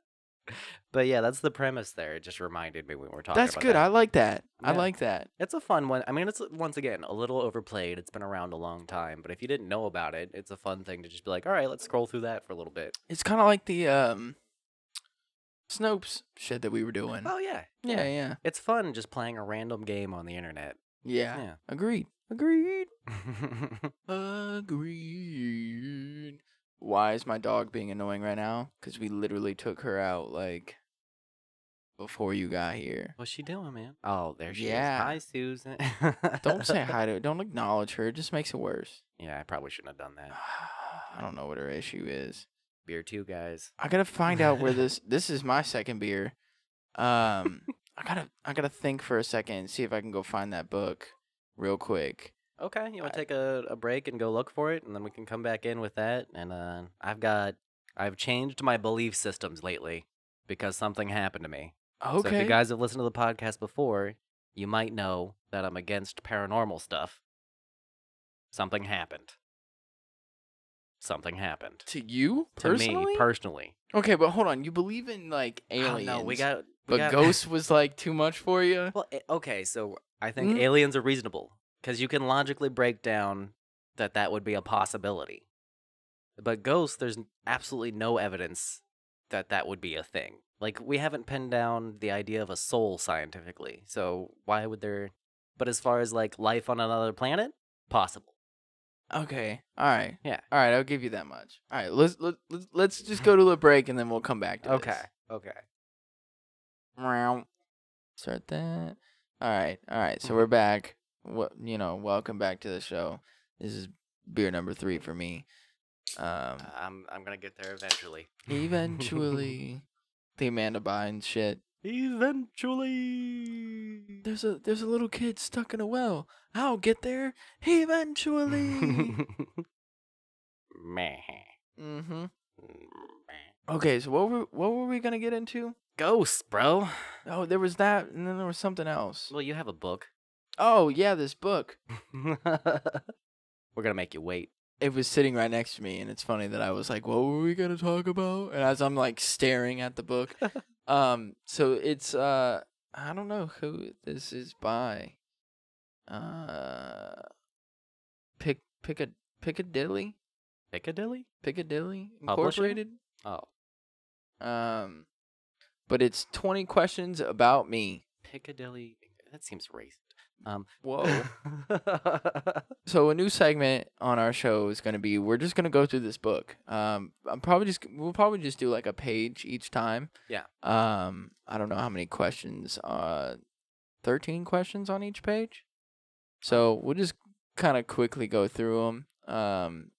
[SPEAKER 3] but yeah, that's the premise there. It just reminded me when we were talking
[SPEAKER 2] That's
[SPEAKER 3] about
[SPEAKER 2] good. I
[SPEAKER 3] that.
[SPEAKER 2] like that. I
[SPEAKER 3] Yeah.
[SPEAKER 2] like that.
[SPEAKER 3] It's a fun one. I mean, it's once again a little overplayed. It's been around a long time, but if you didn't know about it, it's a fun thing to just be like, all right, let's scroll through that for a little bit.
[SPEAKER 2] It's kind of like the um Snopes shit that we were doing.
[SPEAKER 3] Oh yeah.
[SPEAKER 2] Yeah, yeah.
[SPEAKER 3] It's fun just playing a random game on the internet.
[SPEAKER 2] Yeah.
[SPEAKER 3] Yeah.
[SPEAKER 2] Agreed. Agreed. Agreed. Why is my dog being annoying right now? Because we literally took her out like before you got here.
[SPEAKER 3] <laughs> What's she doing, man? Oh, there she
[SPEAKER 2] Yeah.
[SPEAKER 3] is. Hi, <laughs> Susan. <laughs>
[SPEAKER 2] Don't say hi to her. Don't acknowledge her. It just makes it worse. <sighs>
[SPEAKER 3] Yeah, I probably shouldn't have done that. <sighs>
[SPEAKER 2] I don't know what her issue is.
[SPEAKER 3] Beer too, guys.
[SPEAKER 2] I gotta find out
[SPEAKER 3] <laughs>
[SPEAKER 2] where this. This is my second beer. Um, I gotta. I gotta think for a second and see if I can go find that book real quick.
[SPEAKER 3] Okay, you want to
[SPEAKER 2] I-
[SPEAKER 3] take a, a break and go look for it, and then we can come back in with that. And uh, I've got, I've changed my belief systems lately because something happened to me.
[SPEAKER 2] Okay.
[SPEAKER 3] So if you guys have listened to the podcast before, you might know that I'm against paranormal stuff. Something happened. Something happened
[SPEAKER 2] to you
[SPEAKER 3] to
[SPEAKER 2] personally.
[SPEAKER 3] me personally.
[SPEAKER 2] okay, but hold on. You believe in like aliens?
[SPEAKER 3] I don't know. We got, we
[SPEAKER 2] But
[SPEAKER 3] got- <laughs>
[SPEAKER 2] ghost was like too much for you.
[SPEAKER 3] Well, a- okay, so I think
[SPEAKER 2] Mm.
[SPEAKER 3] aliens are reasonable because you can logically break down that that would be a possibility. But ghosts, there's n- absolutely no evidence that that would be a thing. Like we haven't pinned down the idea of a soul scientifically, so why would there? But as far as like life on another planet, possible.
[SPEAKER 2] Okay. All right.
[SPEAKER 3] Yeah.
[SPEAKER 2] All right. I'll give you that much. All right. Let's let, let's let's just go to a break and then we'll come back to this.
[SPEAKER 3] okay.
[SPEAKER 2] Meow. Start that. All right. All right.
[SPEAKER 3] Mm-hmm.
[SPEAKER 2] So we're back. What you know? Welcome back to the show. This is beer number three for me. Um,
[SPEAKER 3] I'm I'm gonna get there <laughs> eventually. <laughs>
[SPEAKER 2] eventually, the Amanda Bynes shit.
[SPEAKER 3] Eventually.
[SPEAKER 2] There's a there's a little kid stuck in a well. I'll get there
[SPEAKER 3] <laughs>
[SPEAKER 2] eventually.
[SPEAKER 3] Meh.
[SPEAKER 2] mm-hmm. Okay, so what were what were we gonna get into?
[SPEAKER 3] Ghosts, bro.
[SPEAKER 2] Oh, there was that, and then there was something else.
[SPEAKER 3] Well, you have a <laughs> book.
[SPEAKER 2] Oh yeah, this book.
[SPEAKER 3] We're gonna make you wait.
[SPEAKER 2] It was sitting right next to me, and it's funny that I was like, "What were we gonna talk about?" And as I'm like staring at the book, um, so it's uh, I don't know who this is by. Uh, pick pick a Piccadilly
[SPEAKER 3] Piccadilly?
[SPEAKER 2] Piccadilly
[SPEAKER 3] Publisher?
[SPEAKER 2] Incorporated.
[SPEAKER 3] Oh,
[SPEAKER 2] Um, but it's twenty questions about me.
[SPEAKER 3] Piccadilly. That seems racist. Um. <laughs>
[SPEAKER 2] Whoa. so a new segment on our show is going to be we're just going to go through this book um i'm probably just we'll probably just do like a page each time
[SPEAKER 3] Yeah.
[SPEAKER 2] um i don't know how many questions uh 13 questions on each page so we'll just kind of quickly go through them um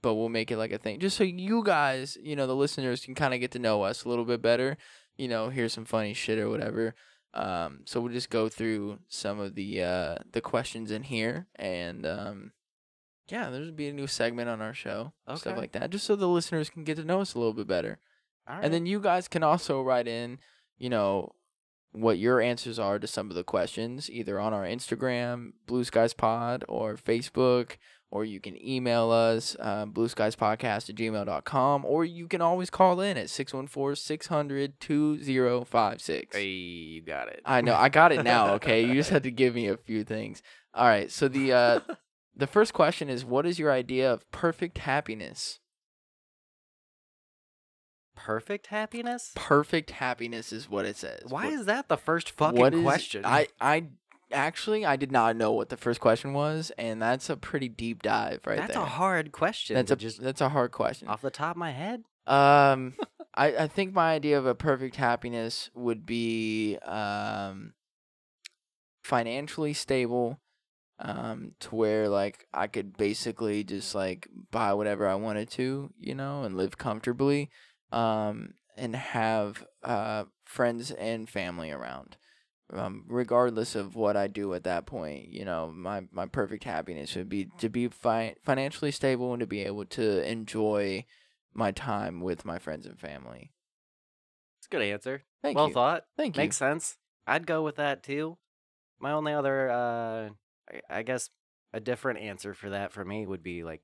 [SPEAKER 2] but we'll make it like a thing just so you guys you know the listeners can kind of get to know us a little bit better you know hear some funny shit or whatever um, so we'll just go through some of the uh, the questions in here, and um, yeah, there'll be a new segment on our show, stuff
[SPEAKER 3] Okay.
[SPEAKER 2] like that, just so the listeners can get to know us a little bit better.
[SPEAKER 3] All
[SPEAKER 2] And then you guys can also write in, you know, what your answers are to some of the questions, either on our Instagram, Blue Skies Pod, or Facebook, or you can email us, uh, Blue Skies Podcast at gmail.com, or you can always call in at 614 600 2056.
[SPEAKER 3] Hey, you got it. <laughs>
[SPEAKER 2] I know. I got it now. Okay, you just had to give me a few things. All right. So the uh, the first question is, what is your idea of perfect happiness?
[SPEAKER 3] perfect happiness.
[SPEAKER 2] Perfect happiness is what it says.
[SPEAKER 3] Why
[SPEAKER 2] What-
[SPEAKER 3] is that the first fucking
[SPEAKER 2] what is-
[SPEAKER 3] question?
[SPEAKER 2] I I actually I did not know what the first question was, and that's a pretty deep dive right
[SPEAKER 3] That's
[SPEAKER 2] there.
[SPEAKER 3] a hard question.
[SPEAKER 2] that's
[SPEAKER 3] to
[SPEAKER 2] a
[SPEAKER 3] just
[SPEAKER 2] that's a hard question.
[SPEAKER 3] off the top of my head.
[SPEAKER 2] Um, I, I think my idea of a perfect happiness would be um, financially stable, um, to where like I could basically just like buy whatever I wanted to, you know, and live comfortably, um, and have uh friends and family around. Um, regardless of what I do at that point, you know, my, my perfect happiness would be to be fi- financially stable and to be able to enjoy my time with my friends and family.
[SPEAKER 3] It's a good answer.
[SPEAKER 2] Thank
[SPEAKER 3] well
[SPEAKER 2] you.
[SPEAKER 3] thought.
[SPEAKER 2] Thank you.
[SPEAKER 3] Makes sense. I'd go with that too. My only other, uh, I, I guess, a different answer for that for me would be like,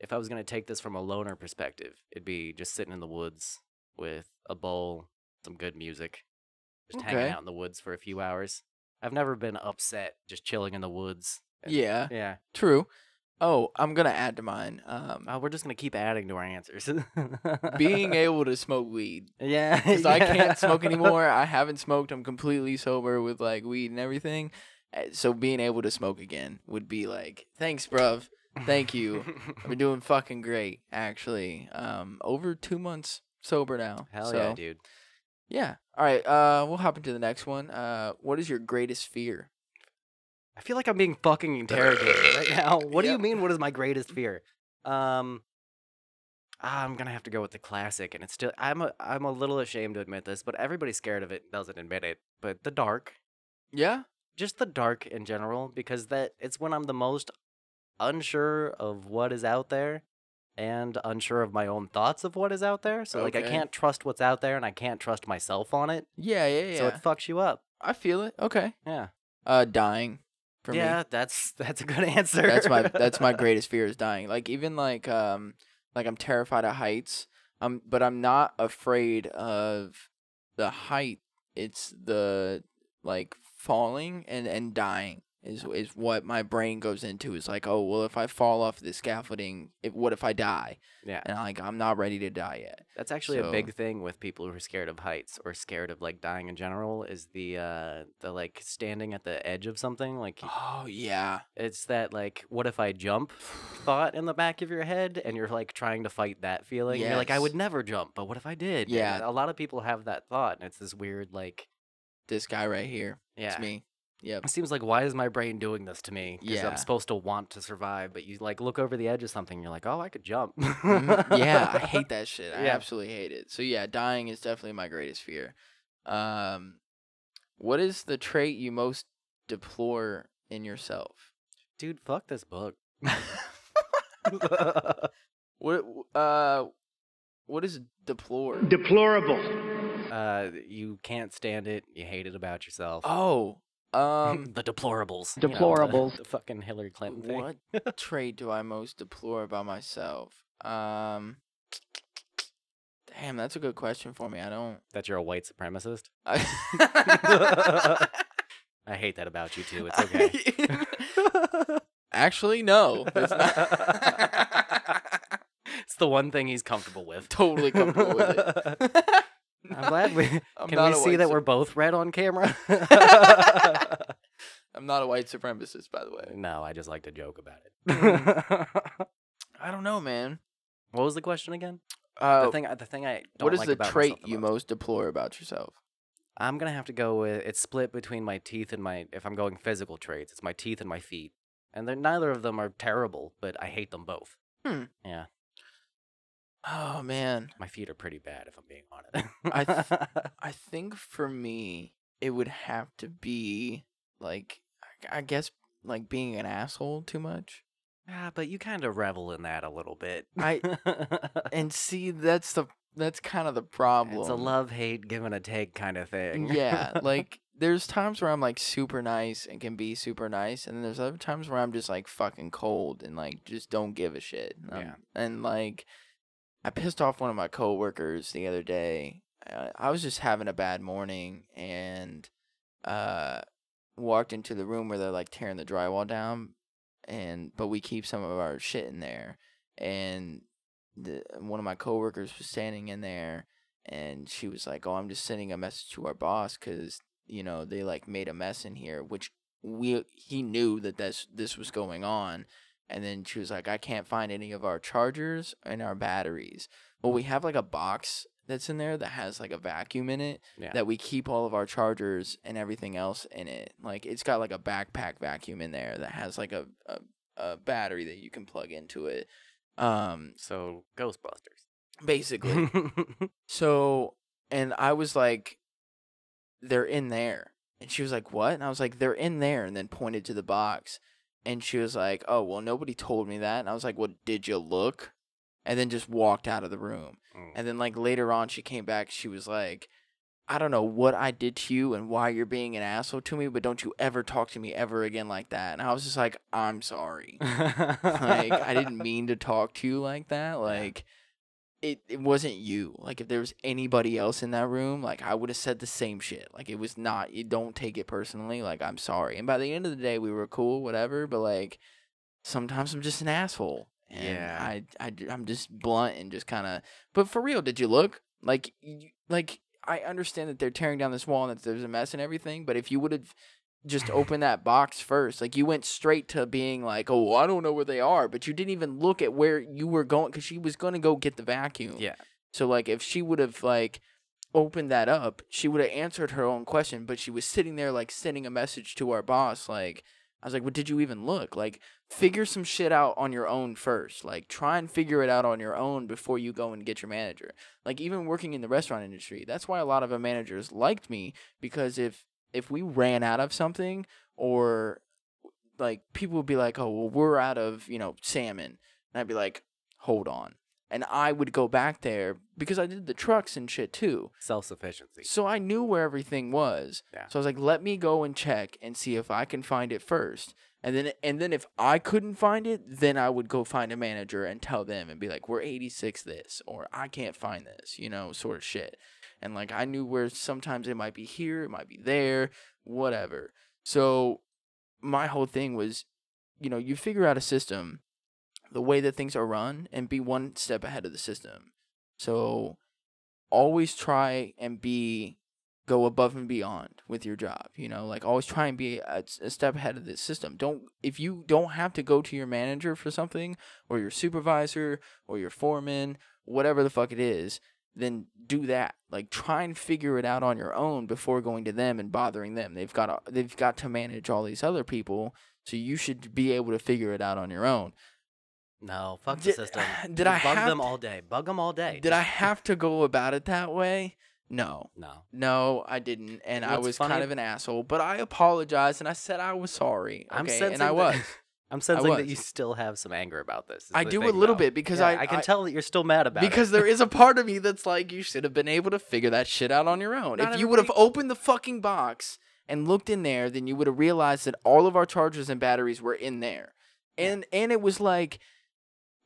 [SPEAKER 3] if I was gonna take this from a loner perspective, it'd be just sitting in the woods with a bowl, some good music, just
[SPEAKER 2] Okay.
[SPEAKER 3] hanging out in the woods for a few hours. I've never been upset just chilling in the woods. and-
[SPEAKER 2] Yeah,
[SPEAKER 3] Yeah.
[SPEAKER 2] true. Oh, I'm gonna add to mine. Um,
[SPEAKER 3] Oh, <laughs> we're just gonna keep adding to our answers. <laughs>
[SPEAKER 2] being able to smoke weed <laughs>
[SPEAKER 3] yeah,
[SPEAKER 2] because I
[SPEAKER 3] yeah. <laughs>
[SPEAKER 2] can't smoke anymore. I haven't smoked. I'm completely sober with like weed and everything. Uh, So being able to smoke again would be like, thanks, bruv. Thank you. I've been doing fucking great, actually. Um, over two months sober now.
[SPEAKER 3] <laughs> Hell
[SPEAKER 2] so,
[SPEAKER 3] yeah, dude.
[SPEAKER 2] Yeah. All right. Uh, we'll hop into the next one. Uh, what is your greatest fear?
[SPEAKER 3] I feel like I'm being fucking interrogated
[SPEAKER 2] <laughs>
[SPEAKER 3] right now. What do you
[SPEAKER 2] Yep.
[SPEAKER 3] mean? What is my greatest fear? Um, ah, I'm gonna have to go with the classic, and it's still I'm a I'm a little ashamed to admit this, but everybody's scared of it, and doesn't admit it. But the dark,
[SPEAKER 2] Yeah.
[SPEAKER 3] just the dark in general, because that it's when I'm the most unsure of what is out there, and unsure of my own thoughts of what is out there. So like
[SPEAKER 2] Okay.
[SPEAKER 3] I can't trust what's out there, and I can't trust myself on it.
[SPEAKER 2] Yeah. Yeah. Yeah.
[SPEAKER 3] So it fucks you up.
[SPEAKER 2] I feel it. Okay.
[SPEAKER 3] Yeah.
[SPEAKER 2] Uh, dying. For me.
[SPEAKER 3] yeah, <laughs> that's that's a good answer.
[SPEAKER 2] that's my
[SPEAKER 3] <laughs>
[SPEAKER 2] that's my greatest fear is dying. Like even like um like I'm terrified of heights. Um, but I'm not afraid of the height. It's the like falling and and dying is is what my brain goes into. Is like oh well if I fall off the scaffolding, if, what if I die?
[SPEAKER 3] Yeah.
[SPEAKER 2] And like I'm not ready to die yet.
[SPEAKER 3] That's actually
[SPEAKER 2] So-
[SPEAKER 3] a big thing with people who are scared of heights or scared of like dying in general is the uh the like standing at the edge of something like
[SPEAKER 2] Oh yeah.
[SPEAKER 3] it's that like what if I jump thought in the back of your head and you're like trying to fight that feeling. You're like I
[SPEAKER 2] Yes.
[SPEAKER 3] would never jump, but what if I did? And
[SPEAKER 2] Yeah.
[SPEAKER 3] a lot of people have that thought and it's this weird like
[SPEAKER 2] This guy right here.
[SPEAKER 3] yeah.
[SPEAKER 2] It's me. Yep.
[SPEAKER 3] It seems like why is my brain doing this to me? Because
[SPEAKER 2] Yeah.
[SPEAKER 3] I'm supposed to want to survive, but you like look over the edge of something, you're like, oh, I could jump.
[SPEAKER 2] <laughs> Mhm. yeah, I hate that shit. I
[SPEAKER 3] Yeah.
[SPEAKER 2] absolutely hate it. So yeah, dying is definitely my greatest fear. Um, what is the trait you most deplore in yourself?
[SPEAKER 3] <laughs> dude. Fuck this
[SPEAKER 2] <laughs>
[SPEAKER 3] book. <laughs>
[SPEAKER 2] What uh, what is deplore?
[SPEAKER 4] Deplorable.
[SPEAKER 3] uh, you can't stand it. You hate it about yourself.
[SPEAKER 2] oh, um,
[SPEAKER 3] <laughs> the deplorables. you know, the-
[SPEAKER 4] Deplorables.
[SPEAKER 3] the fucking Hillary Clinton thing.
[SPEAKER 2] what trait do I most deplore about myself? Um, damn, that's a good question for me. I don't.
[SPEAKER 3] That you're a white supremacist.
[SPEAKER 2] <laughs> I-
[SPEAKER 3] I hate that about you too.
[SPEAKER 2] <laughs>
[SPEAKER 3] It's okay. <laughs>
[SPEAKER 2] Actually, no. That's not...
[SPEAKER 3] it's the one thing he's comfortable with.
[SPEAKER 2] <laughs> totally comfortable with it.
[SPEAKER 3] <laughs> I'm glad we
[SPEAKER 2] <laughs> I'm
[SPEAKER 3] can
[SPEAKER 2] not
[SPEAKER 3] we
[SPEAKER 2] a
[SPEAKER 3] see
[SPEAKER 2] white
[SPEAKER 3] that
[SPEAKER 2] sup-
[SPEAKER 3] we're both red on
[SPEAKER 2] <laughs>
[SPEAKER 3] camera.
[SPEAKER 2] I'm not a white supremacist, by the way.
[SPEAKER 3] no, I just like to joke about
[SPEAKER 2] Mm.
[SPEAKER 3] it.
[SPEAKER 2] I don't know, man.
[SPEAKER 3] <laughs> what was the question again?
[SPEAKER 2] Uh,
[SPEAKER 3] the thing, the thing I don't
[SPEAKER 2] what is
[SPEAKER 3] like
[SPEAKER 2] the
[SPEAKER 3] about
[SPEAKER 2] trait
[SPEAKER 3] myself the
[SPEAKER 2] you
[SPEAKER 3] most?
[SPEAKER 2] most deplore about yourself?
[SPEAKER 3] I'm gonna have to go with it's split between my teeth and my if I'm going physical traits, it's my teeth and my feet. And they're neither of them are terrible, but I hate them both.
[SPEAKER 2] Hmm.
[SPEAKER 3] Yeah.
[SPEAKER 2] Oh man,
[SPEAKER 3] My feet are pretty bad if I'm being honest. <laughs>
[SPEAKER 2] I th- I think for me it would have to be like I- I guess like being an asshole too much.
[SPEAKER 3] ah, but you kind of revel in that a little bit.
[SPEAKER 2] I-
[SPEAKER 3] <laughs> it's
[SPEAKER 2] And see, that's the that's kind of the problem.
[SPEAKER 3] a love hate give and a take kind of thing.
[SPEAKER 2] yeah,
[SPEAKER 3] <laughs>
[SPEAKER 2] like there's times where I'm like super nice and can be super nice, and then there's other times where I'm just like fucking cold and like just don't give a shit. And I'm-
[SPEAKER 3] Yeah.
[SPEAKER 2] and like I pissed off one of my coworkers the other day. Uh, I was just having a bad morning and uh walked into the room where they're like tearing the drywall down, and but we keep some of our shit in there, and the, one of my coworkers was standing in there and she was like, "Oh, I'm just sending a message to our boss because you know they like made a mess in here," which we he knew that this this was going on, and then she was like, "I can't find any of our chargers and our batteries." Well, we have like a box that's in there that has like a vacuum in it
[SPEAKER 3] Yeah.
[SPEAKER 2] that we keep all of our chargers and everything else in it. Like it's got like a backpack vacuum in there that has like a a, a battery that you can plug into it. Um,
[SPEAKER 3] so Ghostbusters. <laughs>
[SPEAKER 2] basically. So, and I was like, they're in there. And she was like, what? And I was like, they're in there. And then pointed to the box. And she was like, oh, well, nobody told me that. And I was like, well, did you look? And then just walked out of the room.
[SPEAKER 3] Mm.
[SPEAKER 2] And then, like, later on, she came back. She was like, I don't know what I did to you and why you're being an asshole to me, but don't you ever talk to me ever again like that. And I was just like, I'm sorry <laughs> like i
[SPEAKER 3] <laughs>
[SPEAKER 2] didn't mean to talk to you like that like it, it wasn't you like if there was anybody else in that room like i would have said the same shit like it was not you don't take it personally like i'm sorry and by the end of the day we were cool whatever but like sometimes i'm just an asshole and
[SPEAKER 3] Yeah.
[SPEAKER 2] I, I i'm just blunt and just kind of but for real did you look like you, like i understand that they're tearing down this wall and that there's a mess and everything but if you would have
[SPEAKER 3] <laughs>
[SPEAKER 2] just open that box first. Like you went straight to being like, "Oh, I don't know where they are," but you didn't even look at where you were going because she was gonna go get the vacuum.
[SPEAKER 3] Yeah.
[SPEAKER 2] So like, if she would have like opened that up, she would have answered her own question. But she was sitting there like sending a message to our boss. Like, I was like, "Well, did you even look? Like, figure some shit out on your own first. Like, try and figure it out on your own before you go and get your manager." Like, even working in the restaurant industry, that's why a lot of our managers liked me because if if we ran out of something or like people would be like, "Oh, well, we're out of, you know, salmon." And I'd be like, "Hold on." And I would go back there because I did the trucks and shit too.
[SPEAKER 3] Self sufficiency.
[SPEAKER 2] So I knew where everything was.
[SPEAKER 3] Yeah.
[SPEAKER 2] So I was like, "Let me go and check and see if I can find it first. And then and then if I couldn't find it, then I would go find a manager and tell them and be like, "We're 86 this or I can't find this," you know, sort of shit. And like I knew where sometimes it might be here, it might be there, whatever. So my whole thing was, you know, you figure out a system, the way that things are run, and be one step ahead of the system. So always try and be go above and beyond with your job you know like always try and be a, a step ahead of the system don't if you don't have to go to your manager for something or your supervisor or your foreman whatever the fuck it is then do that. Like try and figure it out on your own before going to them and bothering them. They've got to, they've got to manage all these other people, so you should be able to figure it out on your own.
[SPEAKER 3] No, fuck
[SPEAKER 2] Did-
[SPEAKER 3] the system.
[SPEAKER 2] <sighs> did
[SPEAKER 3] Just
[SPEAKER 2] I
[SPEAKER 3] bug
[SPEAKER 2] have
[SPEAKER 3] them
[SPEAKER 2] to-
[SPEAKER 3] all day? Bug them all day.
[SPEAKER 2] Did I have to go about it that way? No.
[SPEAKER 3] No.
[SPEAKER 2] No, I didn't, and I
[SPEAKER 3] What's
[SPEAKER 2] was
[SPEAKER 3] funny-
[SPEAKER 2] kind of an asshole. But I apologized, and I said I was sorry.
[SPEAKER 3] I'm
[SPEAKER 2] okay,
[SPEAKER 3] sensing
[SPEAKER 2] and I
[SPEAKER 3] that- <laughs>
[SPEAKER 2] was.
[SPEAKER 3] I'm sensing that
[SPEAKER 2] was.
[SPEAKER 3] you still have some anger about this. is
[SPEAKER 2] I
[SPEAKER 3] the
[SPEAKER 2] do a
[SPEAKER 3] thing,
[SPEAKER 2] little
[SPEAKER 3] though.
[SPEAKER 2] bit because
[SPEAKER 3] Yeah,
[SPEAKER 2] I,
[SPEAKER 3] I can tell that you're still mad about it.
[SPEAKER 2] because there is a part of me that's like you should have been able to figure that shit out on your own.
[SPEAKER 3] Not
[SPEAKER 2] if you would have
[SPEAKER 3] everybody-
[SPEAKER 2] opened the fucking box and looked in there, then you would have realized that all of our chargers and batteries were in there. And and it was like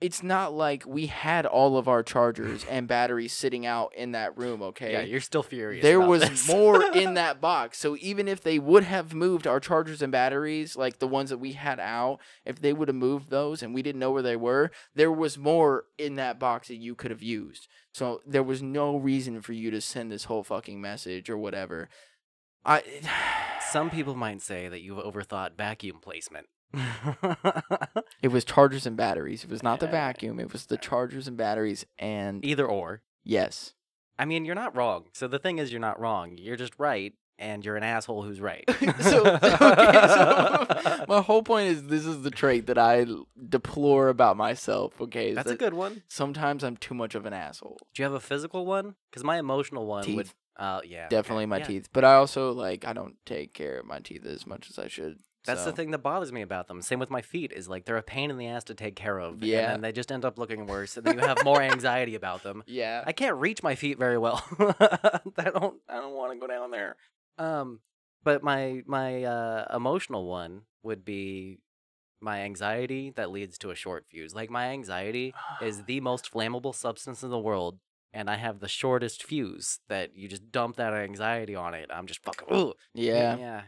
[SPEAKER 2] it's not like we had all of our chargers and batteries sitting out in that room, okay?
[SPEAKER 3] yeah, you're still furious.
[SPEAKER 2] there
[SPEAKER 3] about
[SPEAKER 2] was
[SPEAKER 3] this. <laughs>
[SPEAKER 2] more in that box. So even if they would have moved our chargers and batteries, like the ones that we had out, if they would have moved those and we didn't know where they were, there was more in that box that you could have used. So there was no reason for you to send this whole fucking message or whatever. I <sighs>
[SPEAKER 3] Some people might say that you've overthought vacuum placement. <laughs>
[SPEAKER 2] it was chargers and batteries. It was not the
[SPEAKER 3] Yeah. E
[SPEAKER 2] vacuum. It was the chargers and batteries and
[SPEAKER 3] Either or.
[SPEAKER 2] yes.
[SPEAKER 3] I mean, you're not wrong. So the thing is, you're not wrong. You're just right, and you're an asshole who's right.
[SPEAKER 2] <laughs>
[SPEAKER 3] <laughs>
[SPEAKER 2] so, okay, so <laughs> my whole point is this is the trait that I deplore about myself. Okay, is
[SPEAKER 3] that's a
[SPEAKER 2] that
[SPEAKER 3] good one.
[SPEAKER 2] Sometimes I'm too much of an asshole.
[SPEAKER 3] Do you have a physical one? Because my emotional one would.
[SPEAKER 2] Teeth.
[SPEAKER 3] Uh, yeah. okay,
[SPEAKER 2] Definitely my
[SPEAKER 3] yeah.
[SPEAKER 2] teeth, but I also like I don't take care of my teeth as much as I should.
[SPEAKER 3] That's the
[SPEAKER 2] so-
[SPEAKER 3] thing that bothers me about them. Same with my feet is like they're a pain in the ass to take care of. And
[SPEAKER 2] Yeah.
[SPEAKER 3] then they just end up looking worse, and then you have more anxiety about them.
[SPEAKER 2] Yeah,
[SPEAKER 3] I can't reach my feet very well. <laughs> I don't I don't want to go down there. Um but my my uh emotional one would be my anxiety that leads to a short fuse. Like my anxiety
[SPEAKER 2] <sighs>
[SPEAKER 3] is the most flammable substance in the world and I have the shortest fuse that you just dump that anxiety on it. I'm just fucking ooh.
[SPEAKER 2] yeah.
[SPEAKER 3] Yeah.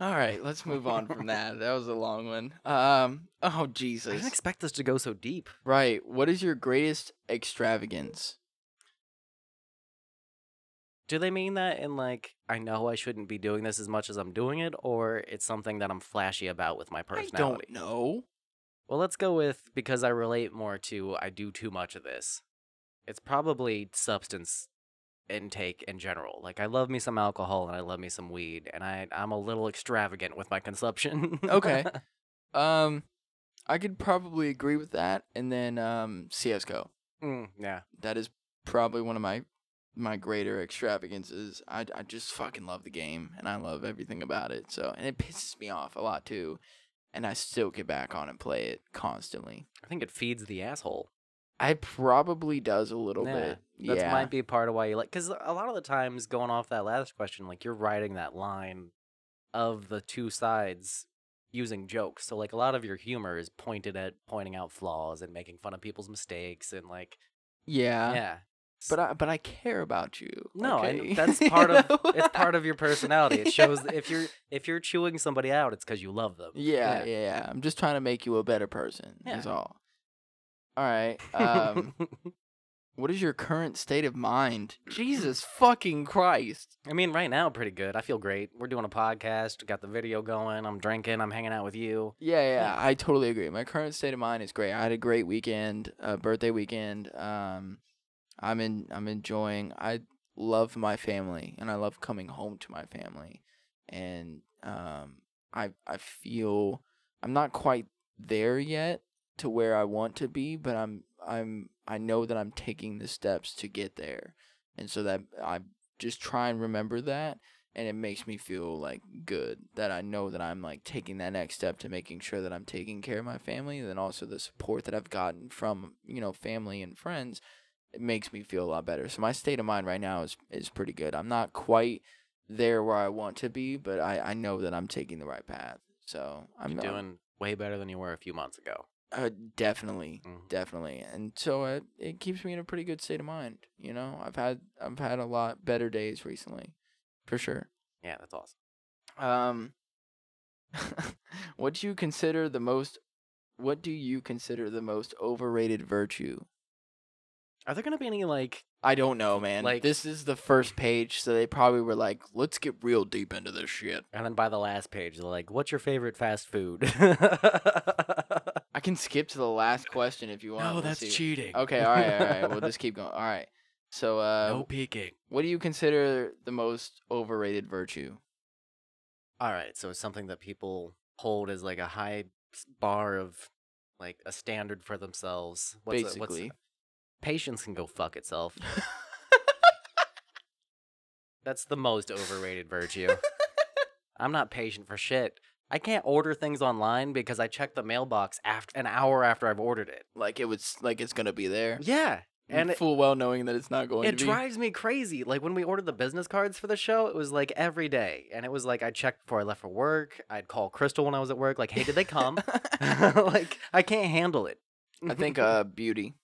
[SPEAKER 2] All right, let's move
[SPEAKER 3] <laughs>
[SPEAKER 2] on from that. That was a long one. Um. Oh
[SPEAKER 3] I didn't
[SPEAKER 2] Jesus.
[SPEAKER 3] expect this to go so deep.
[SPEAKER 2] Right. What is your greatest extravagance?
[SPEAKER 3] Do they mean that in like I know I shouldn't be doing this as much as I'm doing it or it's something that I'm flashy about with my
[SPEAKER 2] I
[SPEAKER 3] personality?
[SPEAKER 2] don't know.
[SPEAKER 3] Well, let's go with because I relate more to I do too much of this. It's probably substance intake in general. Like I love me some alcohol and I love me some weed and I I'm a little extravagant with my consumption.
[SPEAKER 2] Okay. Um, I could probably agree with that. And then um, CS:GO.
[SPEAKER 3] <laughs> Mm, yeah.
[SPEAKER 2] that is probably one of my my greater extravagances. I, I just fucking love the game and I love everything about it. So and it pisses me off a lot too. And I still get back on and play it constantly.
[SPEAKER 3] I think it feeds the asshole.
[SPEAKER 2] I probably does a little
[SPEAKER 3] Yeah,
[SPEAKER 2] bit.
[SPEAKER 3] That
[SPEAKER 2] yeah.
[SPEAKER 3] might be part of why you like cuz a lot of the times going off that last question like you're riding that line of the two sides using jokes. So like a lot of your humor is pointed at pointing out flaws and making fun of people's mistakes and like
[SPEAKER 2] yeah.
[SPEAKER 3] yeah.
[SPEAKER 2] But I but I care about you.
[SPEAKER 3] No, I kn-
[SPEAKER 2] okay? <laughs>
[SPEAKER 3] that's
[SPEAKER 2] You
[SPEAKER 3] part of
[SPEAKER 2] know?
[SPEAKER 3] it's part of your personality. It shows that if you're if you're chewing somebody out, it's because you love them.
[SPEAKER 2] <laughs> yeah, yeah, yeah. I'm just trying to make you a better person. That's
[SPEAKER 3] Yeah.
[SPEAKER 2] all.
[SPEAKER 3] <laughs>
[SPEAKER 2] All right. Um, what is your current state of
[SPEAKER 3] <laughs>
[SPEAKER 2] mind? Jesus fucking Christ.
[SPEAKER 3] I mean, right now, pretty good. I feel great. We're doing a podcast. Got the video going. I'm drinking. I'm hanging out with you.
[SPEAKER 2] Yeah, yeah,
[SPEAKER 3] Yeah.
[SPEAKER 2] I totally agree. My current state of mind is great. I had a great weekend, uh, birthday weekend. Um, I'm in, I'm enjoying. I love my family, and I love coming home to my family. And um, I, I feel I'm not quite there yet to where I want to be, but I'm, I'm, I know that I'm taking the steps to get there, and so that I just try and remember that and it makes me feel like good that I know that I'm like taking that next step to making sure that I'm taking care of my family and then also the support that I've gotten from, you know, family and friends, it makes me feel a lot better. So my state of mind right now is is pretty good. I'm not quite there where I want to be, but I I know that I'm taking the right path. So I'm
[SPEAKER 3] You're
[SPEAKER 2] I'm-
[SPEAKER 3] doing way better than you were a few months ago.
[SPEAKER 2] uh, definitely
[SPEAKER 1] Mm-hmm.
[SPEAKER 3] Mhm.
[SPEAKER 2] definitely and so it, it keeps me in a pretty good state of mind you know i've had i've had a lot better days recently for sure
[SPEAKER 3] Yeah, that's awesome.
[SPEAKER 2] um, <laughs> what do you consider the most? What do you consider the most overrated virtue?
[SPEAKER 3] Are there gonna be any like?
[SPEAKER 2] I don't know, man.
[SPEAKER 3] Like-
[SPEAKER 2] Like this is the first page, so they probably were like, "Let's get real deep into this shit."
[SPEAKER 3] <laughs> And then by the last page, they're like, "What's your favorite fast food?"
[SPEAKER 2] I I can skip to the last question if you want.
[SPEAKER 1] No,
[SPEAKER 2] Let's
[SPEAKER 1] that's
[SPEAKER 2] see.
[SPEAKER 1] cheating.
[SPEAKER 2] Okay, all right, all right.
[SPEAKER 1] <laughs>
[SPEAKER 2] We'll just keep going. All right. So, uh,
[SPEAKER 1] No peeking.
[SPEAKER 2] what do you consider the most overrated virtue?
[SPEAKER 3] All right, so it's something that people hold as like a high s- bar of like a standard for themselves. a-
[SPEAKER 2] Basically,
[SPEAKER 3] patience can go fuck
[SPEAKER 2] <laughs>
[SPEAKER 3] itself. That's the most overrated virtue.
[SPEAKER 2] <laughs>
[SPEAKER 3] I'm not patient for shit. I can't order things online because I check the mailbox after an hour after I've ordered it.
[SPEAKER 2] like it was like it's gonna be there,
[SPEAKER 3] Yeah, and
[SPEAKER 2] and
[SPEAKER 3] it,
[SPEAKER 2] full well knowing that it's not going
[SPEAKER 3] it
[SPEAKER 2] to be.
[SPEAKER 3] drives me crazy. Like when we ordered the business cards for the show, it was like every day, and it was like I checked before I left for work. I'd call Crystal when I was at work, like, "Hey, did they
[SPEAKER 2] <laughs>
[SPEAKER 3] come?" <laughs> like I can't handle it. <laughs>
[SPEAKER 2] I think uh, beauty.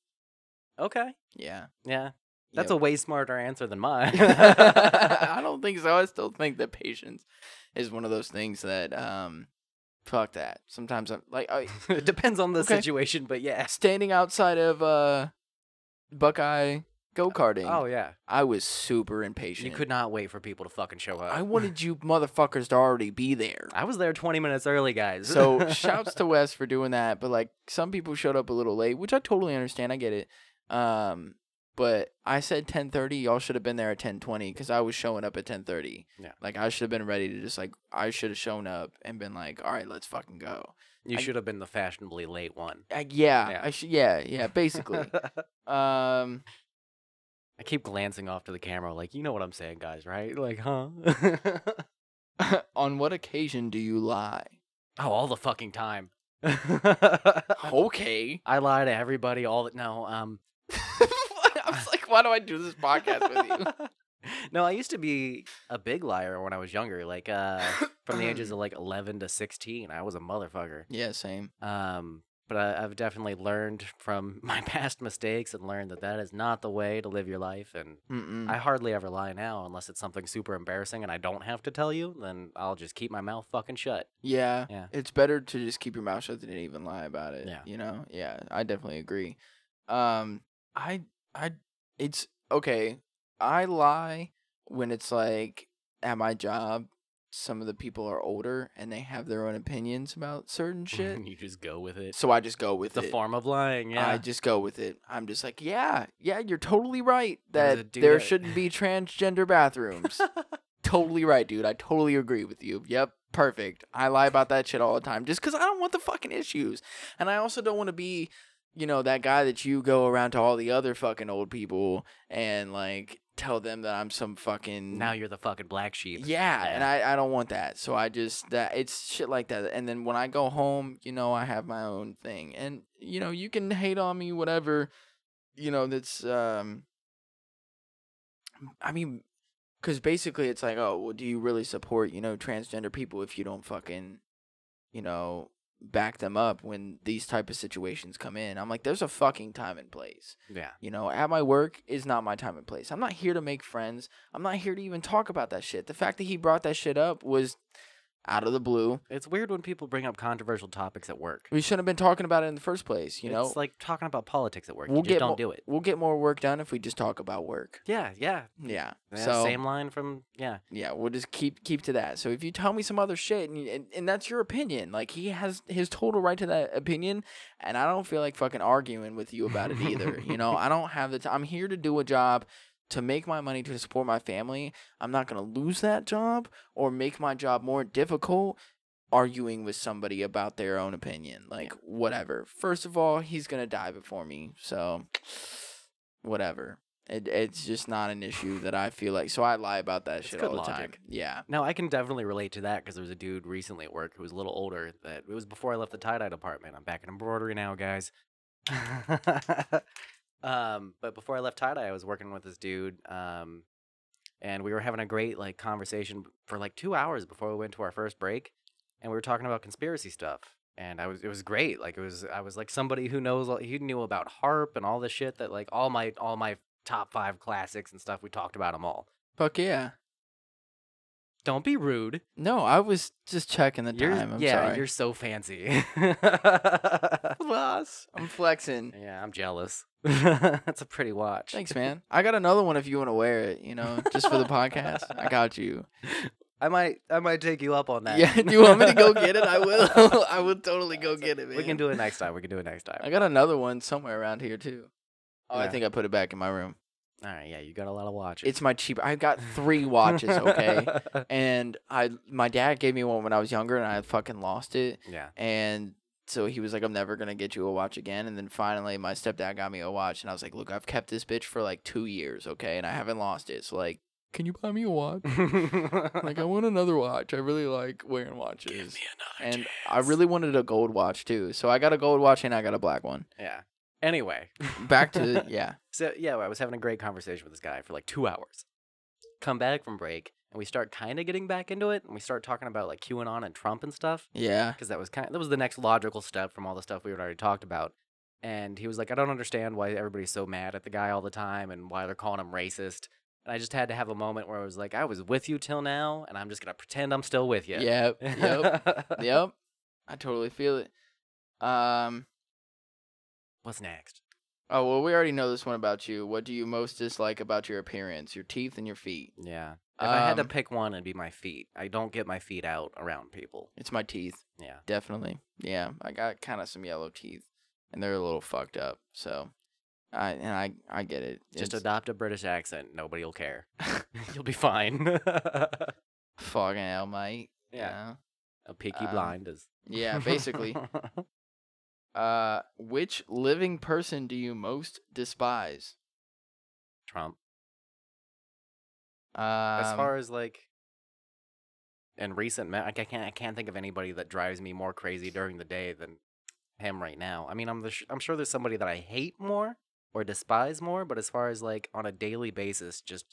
[SPEAKER 3] okay,
[SPEAKER 2] Yeah,
[SPEAKER 3] yeah, that's a
[SPEAKER 2] Yep.
[SPEAKER 3] way smarter answer than
[SPEAKER 2] <laughs>
[SPEAKER 3] mine. <laughs>
[SPEAKER 2] I don't think so. I still think that patience is one of those things that um, fuck that. Sometimes I'm like I,
[SPEAKER 3] it depends on the
[SPEAKER 2] Okay.
[SPEAKER 3] situation, but yeah.
[SPEAKER 2] standing outside of uh, Buckeye go karting.
[SPEAKER 3] Oh yeah,
[SPEAKER 2] I was super impatient.
[SPEAKER 3] you could not wait for people to fucking show up. <laughs>
[SPEAKER 2] I wanted you motherfuckers to already be there.
[SPEAKER 3] I was there 20 minutes early, guys. <laughs>
[SPEAKER 2] <laughs> So shouts to Wes for doing that, but like some people showed up a little late, which I totally understand. I get it. Um, but I said 10:30. Y'all should have been there at 10:20 because I was showing up at 10:30.
[SPEAKER 3] Yeah.
[SPEAKER 2] Like I should have been ready to just like I should have shown up and been like, all right, let's fucking go.
[SPEAKER 3] you
[SPEAKER 2] I-
[SPEAKER 3] should have been the fashionably late one.
[SPEAKER 2] Like, yeah,
[SPEAKER 3] Yeah.
[SPEAKER 2] I should. Yeah, yeah. <laughs> Basically.
[SPEAKER 3] <laughs>
[SPEAKER 2] um,
[SPEAKER 3] I keep glancing off to the camera, like you know what I'm saying, guys, right? <laughs> Like, huh?
[SPEAKER 2] on what occasion do you lie?
[SPEAKER 3] oh, all the fucking time.
[SPEAKER 2] <laughs> Okay.
[SPEAKER 3] <laughs> I lie to everybody all the no. <laughs> Um,
[SPEAKER 2] <laughs> I was like, why do I do this podcast with <laughs> you?
[SPEAKER 3] <laughs> no, I used to be a big liar when I was younger. Like, uh, from the ages <coughs> of like 11 to 16, I was a motherfucker.
[SPEAKER 2] Yeah, same.
[SPEAKER 3] Um, but I, I've definitely learned from <laughs> my past mistakes and learned that that is not the way to live your life. And
[SPEAKER 2] Mm-mm.
[SPEAKER 3] I hardly ever lie now unless it's something super embarrassing and I don't have to tell you. Then I'll just keep my mouth fucking
[SPEAKER 2] <laughs>
[SPEAKER 3] shut.
[SPEAKER 2] Yeah.
[SPEAKER 3] Yeah.
[SPEAKER 2] It's better to just keep your mouth shut than to even lie about it.
[SPEAKER 3] Yeah.
[SPEAKER 2] You know? Yeah. I definitely agree. Um I I it's okay. I lie when it's like at my job some of the people are older and they have their own opinions about
[SPEAKER 3] <laughs>
[SPEAKER 2] certain shit.
[SPEAKER 3] you just go with it.
[SPEAKER 2] so I just go with
[SPEAKER 3] It's a
[SPEAKER 2] it.
[SPEAKER 3] form of lying. Yeah.
[SPEAKER 2] I just go with it. I'm just like, yeah, yeah, you're totally right
[SPEAKER 3] There was a
[SPEAKER 2] that
[SPEAKER 3] dude
[SPEAKER 2] there
[SPEAKER 3] at- <laughs>
[SPEAKER 2] shouldn't be transgender bathrooms. totally right, dude. I totally agree with you. Yep, perfect. I lie about that shit all the time just because I don't want the fucking issues. And I also don't want to be, you know, that guy that you go around to all the other fucking old people and like tell them that I'm some fucking.
[SPEAKER 3] now you're the fucking black sheep.
[SPEAKER 2] Yeah, and
[SPEAKER 3] Yeah.
[SPEAKER 2] I, I don't want that. So I just that it's shit like that. And then when I go home, you know, I have my own thing. And you know, you can hate on me whatever, you know, that's um I mean cuz basically it's like, oh, well do you really support, you know, transgender people if you don't fucking you know, back them up when these type of situations come in. I'm like there's a fucking time and place.
[SPEAKER 3] Yeah.
[SPEAKER 2] You know, at my work is not my time and place. I'm not here to make friends. I'm not here to even talk about that shit. The fact that he brought that shit up was out of the blue.
[SPEAKER 3] It's weird when people bring up controversial topics at work.
[SPEAKER 2] We shouldn't have been talking about it in the first place, Mm, you know?
[SPEAKER 3] it's like talking about politics at work.
[SPEAKER 2] We'll
[SPEAKER 3] you just
[SPEAKER 2] get
[SPEAKER 3] don't
[SPEAKER 2] mo-
[SPEAKER 3] do it.
[SPEAKER 2] we'll get more work done if we just talk about work.
[SPEAKER 3] Yeah, yeah.
[SPEAKER 2] Yeah.
[SPEAKER 3] Yeah,
[SPEAKER 2] so
[SPEAKER 3] same line from yeah.
[SPEAKER 2] yeah, we'll just keep keep to that. So if you tell me some other shit and, you- and and that's your opinion, like he has his total right to that opinion, and I don't feel like fucking arguing with you about it either. you know, I don't have the time. I'm here to do a job to make my money to support my family. I'm not going to lose that job or make my job more difficult arguing with somebody about their own opinion. Like whatever. First of all, he's going to die before me. So whatever. It, it's just not an issue that I feel like. So I lie about that
[SPEAKER 3] It's
[SPEAKER 2] shit
[SPEAKER 3] good
[SPEAKER 2] all the time.
[SPEAKER 3] logic.
[SPEAKER 2] Yeah.
[SPEAKER 3] No, I can definitely relate to that because there was a dude recently at work who was a little older. That it was before I left the tie dye department. I'm back in embroidery now, guys. <laughs> um, but before I left tie dye, I was working with this dude, um, and we were having a great like conversation for like two hours before we went to our first break, and we were talking about conspiracy stuff. And I was it was great. Like it was I was like somebody who knows all- he knew about harp and all this shit that like all my all my top five classics and stuff. We talked about them all.
[SPEAKER 2] Fuck yeah.
[SPEAKER 3] Don't be rude.
[SPEAKER 2] No, I was just checking the
[SPEAKER 3] You're-
[SPEAKER 2] time. I'm
[SPEAKER 3] yeah,
[SPEAKER 2] sorry.
[SPEAKER 3] you're so fancy. yeah,
[SPEAKER 2] boss. I'm <laughs> flexing.
[SPEAKER 3] I'm jealous. <laughs> That's a pretty watch. <laughs>
[SPEAKER 2] Thanks, man. I got another one if you want to wear it, you know, just for the podcast. I got you.
[SPEAKER 3] <laughs> I might I might take you up on that.
[SPEAKER 2] Yeah, <laughs> do you want me to go get
[SPEAKER 3] <laughs>
[SPEAKER 2] it? I will. <laughs> I will totally go get it. Man.
[SPEAKER 3] we can do it next time. We can do it next time.
[SPEAKER 2] I got another one somewhere around here too. Oh, I
[SPEAKER 3] Yeah.
[SPEAKER 2] think I put it back in my room.
[SPEAKER 3] All right, yeah, you got a lot of watches.
[SPEAKER 2] It's my cheap. I've got <laughs> three watches, <laughs> okay? and I, my dad gave me one when I was younger, and I fucking lost it.
[SPEAKER 3] <laughs>
[SPEAKER 2] <laughs>
[SPEAKER 3] yeah. <laughs>
[SPEAKER 2] And so he was like, "I'm never gonna get you a watch again." And then finally, my stepdad got me a watch, and I was like, "Look, I've kept this bitch for like two years, okay, and I haven't lost it. So like, can you buy me a watch? like, I want another watch. I really like wearing watches." and I really wanted a gold watch too. So I got a gold watch and I got a black one.
[SPEAKER 3] yeah. Anyway, <laughs>
[SPEAKER 2] Back <laughs> to yeah.
[SPEAKER 3] So yeah, I was having a great conversation with this guy for like two hours. Come back from break, and we start kind of getting back into it, and we start talking about like QAnon and Trump and stuff,
[SPEAKER 2] Yeah.
[SPEAKER 3] because that was kind that was the next logical step from all the stuff we had already talked about. And he was like, I don't understand why everybody's so mad at the guy all the time, and why they're calling him racist. And I just had to have a moment where I was like, I was with you till now, and I'm just gonna pretend I'm still with you.
[SPEAKER 2] Yep. Yep.
[SPEAKER 3] <laughs>
[SPEAKER 2] yep. I totally feel it. Um
[SPEAKER 3] What's next?
[SPEAKER 2] oh well we already know this one about you. What do you most dislike about your appearance? Your teeth and your feet.
[SPEAKER 3] Yeah. If I had to
[SPEAKER 2] Um,
[SPEAKER 3] pick one, it'd be my feet. I don't get my feet out around people.
[SPEAKER 2] It's my teeth,
[SPEAKER 3] Yeah.
[SPEAKER 2] definitely. Yeah. I got kind of some yellow teeth and they're a little fucked up. So I and I I get it.
[SPEAKER 3] Just
[SPEAKER 2] It's-
[SPEAKER 3] adopt a British accent. Nobody will care. <laughs> You'll be fine. <laughs>
[SPEAKER 2] fucking hell, mate. Yeah.
[SPEAKER 3] A peaky
[SPEAKER 2] Um,
[SPEAKER 3] blind is.
[SPEAKER 2] Yeah, basically. Uh, which living person do you most despise?
[SPEAKER 3] <laughs> Trump.
[SPEAKER 2] Um,
[SPEAKER 3] as far as like. In recent, me- like, I can't, I can't think of anybody that drives me more crazy during the day than him right now. I mean, I'm the, sh- I'm sure there's somebody that I hate more or despise more, but as far as like on a daily basis, just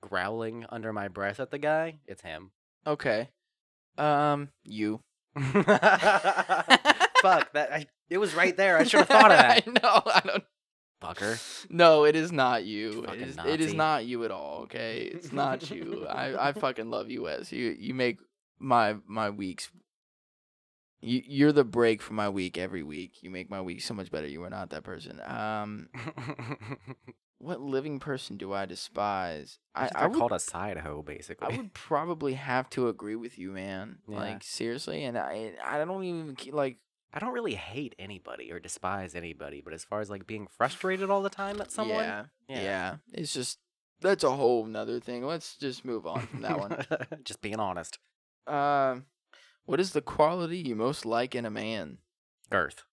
[SPEAKER 3] growling under my breath at the guy, it's him.
[SPEAKER 2] okay, um, you.
[SPEAKER 3] <laughs> Fuck that! I, it was right there.
[SPEAKER 2] <laughs>
[SPEAKER 3] I should have thought of that.
[SPEAKER 2] no, I don't.
[SPEAKER 3] Fucker. <laughs>
[SPEAKER 2] No, it is not you. It
[SPEAKER 3] Fucking
[SPEAKER 2] is, it is
[SPEAKER 3] Nazi.
[SPEAKER 2] not you at all. Okay, it's not you. I, I fucking love you, Wes. You you make my my weeks. You you're the break for my week every week. You make my week so much better. You are not that person. Um, what living person do I despise?
[SPEAKER 3] I,
[SPEAKER 2] I, I would
[SPEAKER 3] called a side hoe, basically. <laughs>
[SPEAKER 2] I would probably have to agree with you, man.
[SPEAKER 3] Yeah.
[SPEAKER 2] Like seriously, and I I don't even ke- like
[SPEAKER 3] I don't really hate anybody or despise anybody, but as far as like being frustrated all the time at someone,
[SPEAKER 2] Yeah, yeah, It's just that's a whole nother thing. Let's just move on from that one.
[SPEAKER 3] <laughs> Just being honest.
[SPEAKER 2] Um, what is the quality you most like in a man?
[SPEAKER 3] Girth.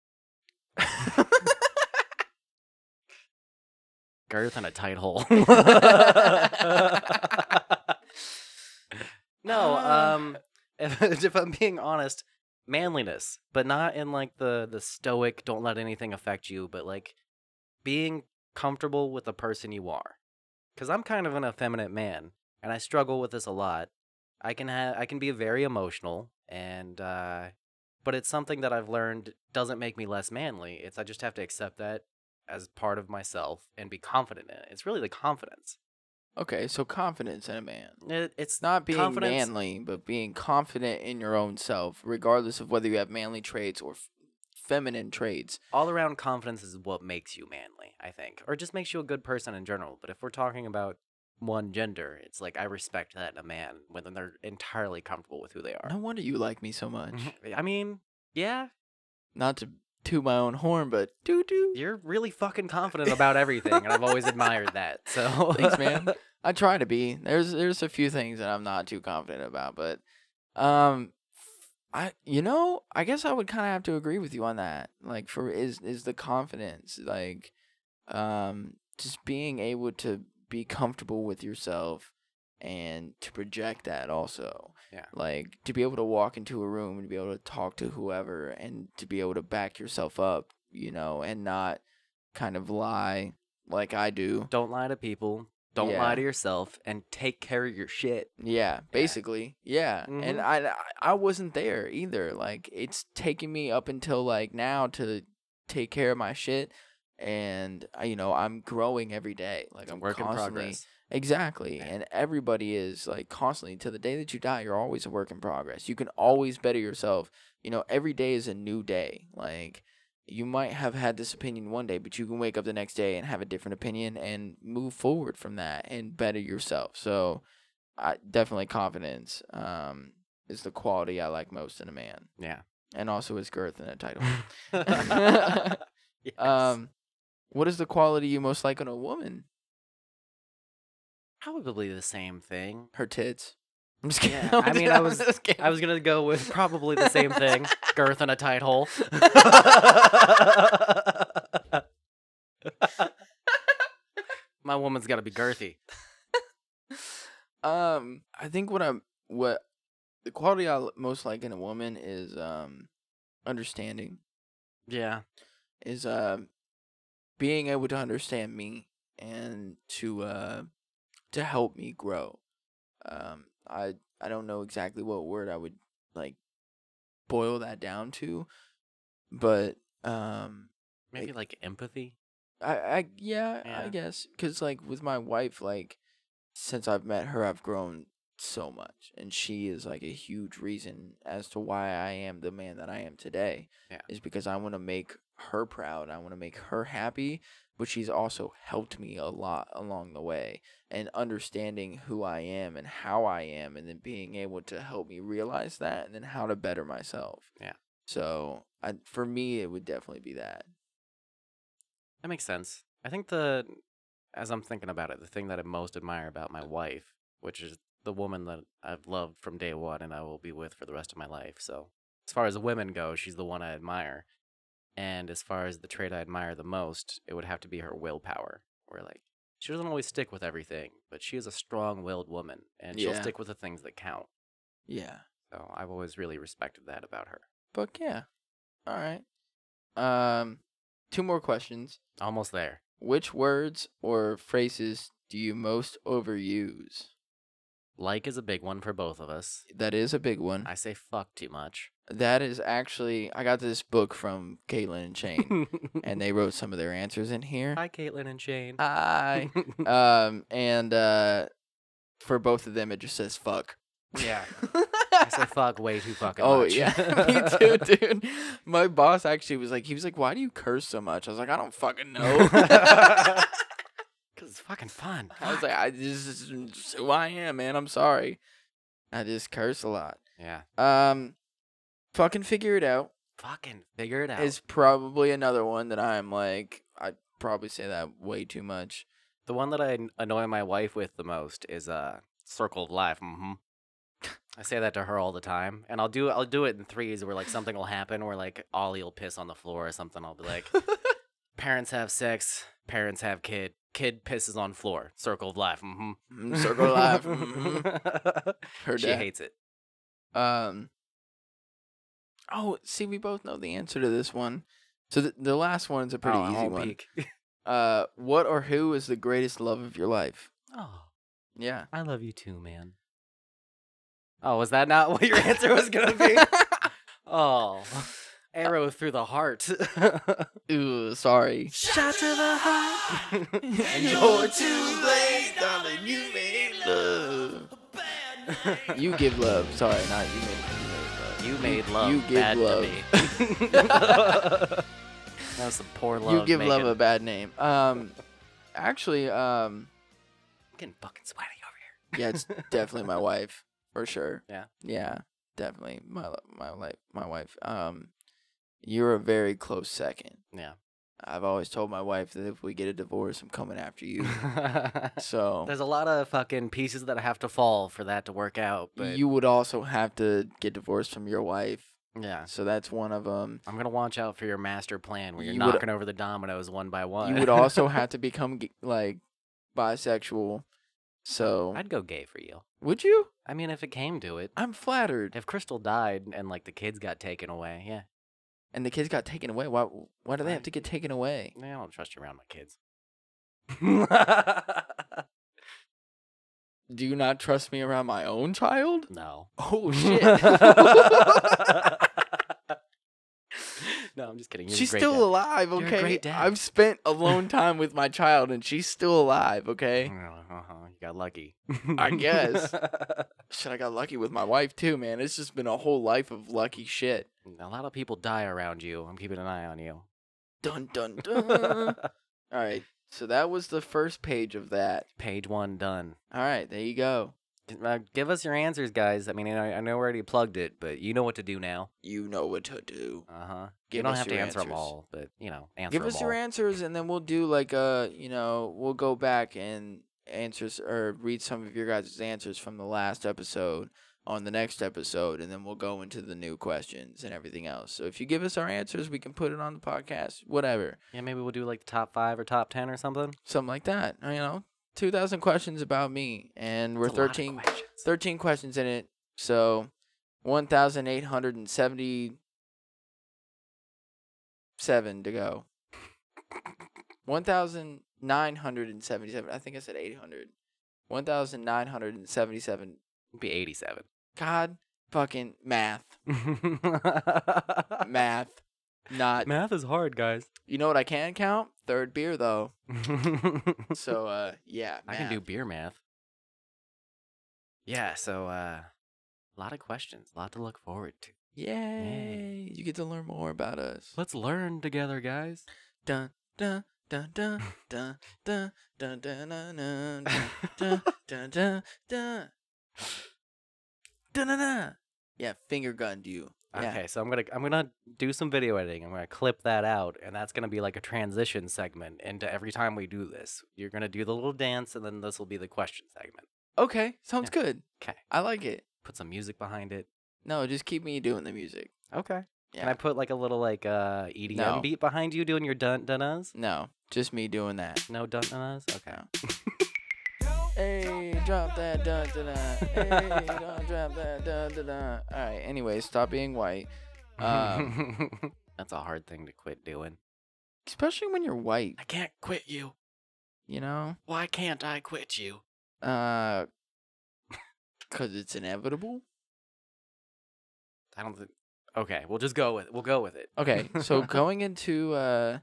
[SPEAKER 3] Girth and a tight hole. <laughs> no,
[SPEAKER 2] Ah.
[SPEAKER 3] um, if, <laughs> if I'm being honest, manliness, but not in like the the stoic, don't let anything affect you, but like being comfortable with the person you are. Cause I'm kind of an effeminate man, and I struggle with this a lot. I can have I can be very emotional, and uh, but it's something that I've learned doesn't make me less manly. It's I just have to accept that as part of myself and be confident in it. It's really the confidence.
[SPEAKER 2] Okay, so confidence in a man.
[SPEAKER 3] It, it's
[SPEAKER 2] It's not being
[SPEAKER 3] Confidence-
[SPEAKER 2] manly, but being confident in your own self, regardless of whether you have manly traits or f- feminine traits.
[SPEAKER 3] all around confidence is what makes you manly, I think, or just makes you a good person in general. But if we're talking about one gender, it's like I respect that in a man when they're entirely comfortable with who they
[SPEAKER 2] No
[SPEAKER 3] are. Mm-hmm,
[SPEAKER 2] wonder you like me so much.
[SPEAKER 3] I mean, yeah,
[SPEAKER 2] Not to toot my own horn, but doo doo.
[SPEAKER 3] you're really fucking
[SPEAKER 2] <laughs>
[SPEAKER 3] confident about everything, and I've always admired that. So
[SPEAKER 2] Thanks, man. I try to be. There's there's a few things that I'm not too confident about, but um I you know, I guess I would kind of have to agree with you on that. Like for is is the confidence like um just being able to be comfortable with yourself and to project that also.
[SPEAKER 3] Yeah.
[SPEAKER 2] Like to be able to walk into a room and be able to talk to whoever and to be able to back yourself up, you know, and not kind of lie like I do.
[SPEAKER 3] <laughs> don't lie to people don't
[SPEAKER 2] Yeah.
[SPEAKER 3] lie to yourself and take care of your shit
[SPEAKER 2] Yeah, basically. Yeah. And
[SPEAKER 3] Mhm.
[SPEAKER 2] I I- I wasn't there either. Like it's taken me up until like now to take care of my shit and I- you know, I'm growing every day. Like
[SPEAKER 3] It's a
[SPEAKER 2] I'm
[SPEAKER 3] work in
[SPEAKER 2] constantly
[SPEAKER 3] progress
[SPEAKER 2] Exactly.
[SPEAKER 3] Yeah.
[SPEAKER 2] And everybody is like constantly to the day that you die, you're always a work in progress. You can always better yourself. You know, every day is a new day. Like you might have had this opinion one day, but you can wake up the next day and have a different opinion and move forward from that and better yourself. So I definitely confidence um is the quality I like most in a man, <laughs>
[SPEAKER 3] Yeah.
[SPEAKER 2] and also his girth and
[SPEAKER 3] <laughs>
[SPEAKER 2] a title.
[SPEAKER 3] Yes.
[SPEAKER 2] um, what is the quality you most like in a woman?
[SPEAKER 3] probably the same thing.
[SPEAKER 2] Her tits. I'm just <laughs> kidding.
[SPEAKER 3] Yeah, I mean, I was-
[SPEAKER 2] just kidding.
[SPEAKER 3] I was gonna go with probably the same thing: girth and a tight
[SPEAKER 2] <laughs>
[SPEAKER 3] hole. <laughs> My woman's got to be girthy.
[SPEAKER 2] Um, I think what I'm what the quality I l- most like in a woman is um understanding
[SPEAKER 3] Yeah.
[SPEAKER 2] is uh being able to understand me and to uh to help me grow. Um, I I don't know exactly what word I would like boil that down to, but um,
[SPEAKER 3] Maybe like empathy.
[SPEAKER 2] I I yeah,
[SPEAKER 3] Yeah.
[SPEAKER 2] I guess cuz like with my wife like since I've met her I've grown so much and she is like a huge reason as to why I am the man that I am today.
[SPEAKER 3] Yeah.
[SPEAKER 2] Is because I want to make her proud. I want to make her happy, but she's also helped me a lot along the way and understanding who I am and how I am and then being able to help me realize that and then how to better myself.
[SPEAKER 3] Yeah.
[SPEAKER 2] So, I for me it would definitely be that.
[SPEAKER 3] That makes sense. I think the, as I'm thinking about it, the thing that I most admire about my wife, which is the woman that I've loved from day one and I will be with for the rest of my life. So, as far as women go, she's the one I admire. And as far as the trait I admire the most, it would have to be her willpower. Where, like, she doesn't always stick with everything, but she is a strong willed woman and she'll
[SPEAKER 2] Yeah.
[SPEAKER 3] stick with the things that count.
[SPEAKER 2] Yeah.
[SPEAKER 3] So, I've always really respected that about her.
[SPEAKER 2] But yeah. All right. Um, two more questions.
[SPEAKER 3] Almost there.
[SPEAKER 2] Which words or phrases do you most overuse?
[SPEAKER 3] Like is a big one for both of us.
[SPEAKER 2] That is a big one.
[SPEAKER 3] I say fuck too much.
[SPEAKER 2] That is actually I got this book from Caitlin
[SPEAKER 3] <laughs>
[SPEAKER 2] and Shane, and they wrote some of their answers in here.
[SPEAKER 3] Hi, Caitlin and Shane. <laughs>
[SPEAKER 2] Hi.
[SPEAKER 3] Uh,
[SPEAKER 2] um, and uh, for both of them, it just says fuck.
[SPEAKER 3] yeah.
[SPEAKER 2] <laughs>
[SPEAKER 3] I say fuck way too fucking
[SPEAKER 2] Oh
[SPEAKER 3] much. <laughs>
[SPEAKER 2] yeah, <laughs> me too, dude. My boss actually was like, he was like, "Why do you curse so much?" I was like, "I don't
[SPEAKER 3] <laughs>
[SPEAKER 2] fucking know."
[SPEAKER 3] Cause it's fucking fun.
[SPEAKER 2] I was like, I this is just who I am, man. I'm sorry. I just curse a lot.
[SPEAKER 3] yeah.
[SPEAKER 2] Um, fucking figure it out
[SPEAKER 3] Fucking figure it out.
[SPEAKER 2] is probably another one that I'm like, I probably say that way too much.
[SPEAKER 3] the one that I an- annoy my wife with the most is uh circle of life. Mm-hmm. I say that to her all the time, and I'll do I'll do it in threes where like something will happen where like Ollie will piss on the floor or something. I'll be like, <laughs> parents have sex, parents have kid, kid pisses on floor, circle of life. Mm-hmm.
[SPEAKER 2] Mm, Circle
[SPEAKER 3] <laughs>
[SPEAKER 2] of life. hmm Heard
[SPEAKER 3] she
[SPEAKER 2] that.
[SPEAKER 3] hates it.
[SPEAKER 2] Um. Oh, see, we both know the answer to this one. So th- the last one's a pretty
[SPEAKER 3] Oh, I
[SPEAKER 2] easy
[SPEAKER 3] won't
[SPEAKER 2] one.
[SPEAKER 3] <laughs> peek.
[SPEAKER 2] Uh, what or who is the greatest love of your life?
[SPEAKER 3] Oh,
[SPEAKER 2] Yeah.
[SPEAKER 3] <laughs> I love you too, man. Oh, was that not <laughs> what your answer was gonna be? <laughs> oh, <laughs> arrow through the heart. <laughs>
[SPEAKER 2] Ooh, sorry.
[SPEAKER 1] Shot to the heart.
[SPEAKER 2] And you're to blame, darling. You made love. You give love. Sorry, not you made, you made
[SPEAKER 3] <laughs> you made
[SPEAKER 2] love.
[SPEAKER 3] love
[SPEAKER 2] you give
[SPEAKER 3] bad
[SPEAKER 2] love. <laughs>
[SPEAKER 3] to me. <laughs> that was some poor love.
[SPEAKER 2] you give love
[SPEAKER 3] making.
[SPEAKER 2] a bad name. Um, actually, um,
[SPEAKER 3] I'm getting fucking sweaty over here.
[SPEAKER 2] yeah,
[SPEAKER 3] <laughs>
[SPEAKER 2] it's definitely my wife for sure.
[SPEAKER 3] Yeah.
[SPEAKER 2] Yeah, definitely my lo- my life my wife. Um, you're a very close second.
[SPEAKER 3] Yeah.
[SPEAKER 2] I've always told my wife that if we get a divorce, I'm coming
[SPEAKER 3] <laughs>
[SPEAKER 2] after you. <laughs> So
[SPEAKER 3] There's a lot of fucking pieces that have to fall for that to work out, but
[SPEAKER 2] you would also have to get divorced from your wife.
[SPEAKER 3] yeah.
[SPEAKER 2] So that's one of them.
[SPEAKER 3] I'm gonna watch out for your master plan where you're
[SPEAKER 2] You would-
[SPEAKER 3] knocking over the dominoes one by one.
[SPEAKER 2] You would also have to become g- like bisexual. So
[SPEAKER 3] <laughs> I'd go gay for you.
[SPEAKER 2] would you?
[SPEAKER 3] I mean, if it came to it,
[SPEAKER 2] I'm flattered.
[SPEAKER 3] if Crystal died and like the kids got taken away, yeah,
[SPEAKER 2] And the kids got taken away. Why? Why do they
[SPEAKER 3] I-
[SPEAKER 2] have to get taken away?
[SPEAKER 3] I don't trust you around my kids. <laughs>
[SPEAKER 2] Do you not trust me around my own child?
[SPEAKER 3] no.
[SPEAKER 2] <laughs>
[SPEAKER 3] <laughs> no,
[SPEAKER 2] Oh <laughs> shit!
[SPEAKER 3] I'm just kidding. You're a
[SPEAKER 2] she's
[SPEAKER 3] great
[SPEAKER 2] still
[SPEAKER 3] dad.
[SPEAKER 2] alive.
[SPEAKER 3] You're a
[SPEAKER 2] Okay,
[SPEAKER 3] great dad.
[SPEAKER 2] I've spent <laughs> alone time with my child, and she's still alive. Okay.
[SPEAKER 3] Uh-huh, you got lucky. <laughs>
[SPEAKER 2] I guess. Shit, I got lucky with my wife too, man. It's just been a whole life of lucky shit.
[SPEAKER 3] a lot of people die around you. I'm keeping an eye on you.
[SPEAKER 2] Dun dun <laughs> dun. All right. So that was the first page of that.
[SPEAKER 3] <laughs> Page one done.
[SPEAKER 2] All right, there you go.
[SPEAKER 3] Uh, give us your answers, guys. I mean, I, I know we already plugged it, but you know what to do now.
[SPEAKER 2] You know what to do.
[SPEAKER 3] Uh huh.
[SPEAKER 2] Give
[SPEAKER 3] You don't
[SPEAKER 2] us
[SPEAKER 3] have to
[SPEAKER 2] your
[SPEAKER 3] answer them
[SPEAKER 2] answers.
[SPEAKER 3] all, but you know, answer
[SPEAKER 2] Give
[SPEAKER 3] them
[SPEAKER 2] us
[SPEAKER 3] all.
[SPEAKER 2] your answers, and then we'll do like a you know we'll go back and answers or read some of your guys' answers from the last episode on the next episode, and then we'll go into the new questions and everything else. So if you give us our answers, we can put it on the podcast, whatever,
[SPEAKER 3] Yeah, maybe we'll do like the top five or top ten or something.
[SPEAKER 2] something like that. You know, two thousand questions about me, and we're
[SPEAKER 3] That's a lot of
[SPEAKER 2] thirteen
[SPEAKER 3] questions.
[SPEAKER 2] 13 questions in it. So 1,877 to go. 1,977. I think I said 800. 1,977.
[SPEAKER 3] It'd be <laughs> eighty-seven.
[SPEAKER 2] God fucking math. Math.
[SPEAKER 3] <laughs>
[SPEAKER 2] Not.
[SPEAKER 3] Math is hard, guys. <laughs>
[SPEAKER 2] You know what I can count? Third beer, though.
[SPEAKER 3] I
[SPEAKER 2] So, uh, yeah.
[SPEAKER 3] can
[SPEAKER 2] math.
[SPEAKER 3] do beer math. Yeah. So, uh, a lot of questions, a lot to look forward to.
[SPEAKER 2] Yay. You get to learn more about us.
[SPEAKER 3] Let's learn together, <laughs> guys.
[SPEAKER 2] dun dun dun dun dun dun dun dun dun dun dun dun dun dun dun dun dun yeah finger gunned you yeah
[SPEAKER 3] Okay, so I'm gonna I'm gonna do some video editing. I'm gonna clip that out, and that's gonna be like a transition segment into every time we do this. You're gonna do the little dance, and then this will be the question segment.
[SPEAKER 2] okay sounds good
[SPEAKER 3] 'Kay.
[SPEAKER 2] i like it
[SPEAKER 3] Put some music behind it.
[SPEAKER 2] no just keep me doing the music
[SPEAKER 3] Okay. Can
[SPEAKER 2] Yeah.
[SPEAKER 3] I put like a little like uh EDM
[SPEAKER 2] No.
[SPEAKER 3] beat behind you doing your dun dunas?
[SPEAKER 2] no just me doing that
[SPEAKER 3] No dun dunas. <laughs> Okay.
[SPEAKER 2] No. hey drop that dun dun dun hey don't drop that dun dun dun all right anyway stop being white <laughs> Um.
[SPEAKER 3] that's a hard thing to quit doing.
[SPEAKER 2] especially when you're white
[SPEAKER 3] I can't quit you.
[SPEAKER 2] you know
[SPEAKER 3] Why can't I quit you?
[SPEAKER 2] uh because it's inevitable
[SPEAKER 3] I don't think. Okay, we'll just go with we'll go with it.
[SPEAKER 2] Okay,
[SPEAKER 3] <laughs>
[SPEAKER 2] so going into uh,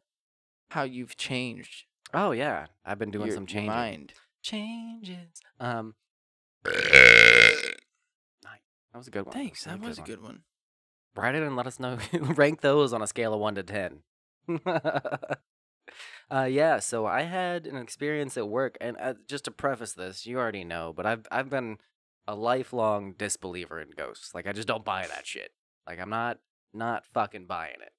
[SPEAKER 2] how you've changed,
[SPEAKER 3] Oh yeah, I've been doing
[SPEAKER 2] your,
[SPEAKER 3] some
[SPEAKER 2] your
[SPEAKER 3] changes.
[SPEAKER 2] mind.
[SPEAKER 3] changes. Um, nice. That was a good one.
[SPEAKER 2] Thanks,
[SPEAKER 3] really
[SPEAKER 2] that was a good one.
[SPEAKER 3] one. Write it and let us know. <laughs> rank those on a scale of one to ten. <laughs> uh, yeah. So I had an experience at work, and uh, just to preface this, you already know, but I've I've been a lifelong disbeliever in ghosts. Like I just don't buy that shit. Like I'm not not fucking buying it.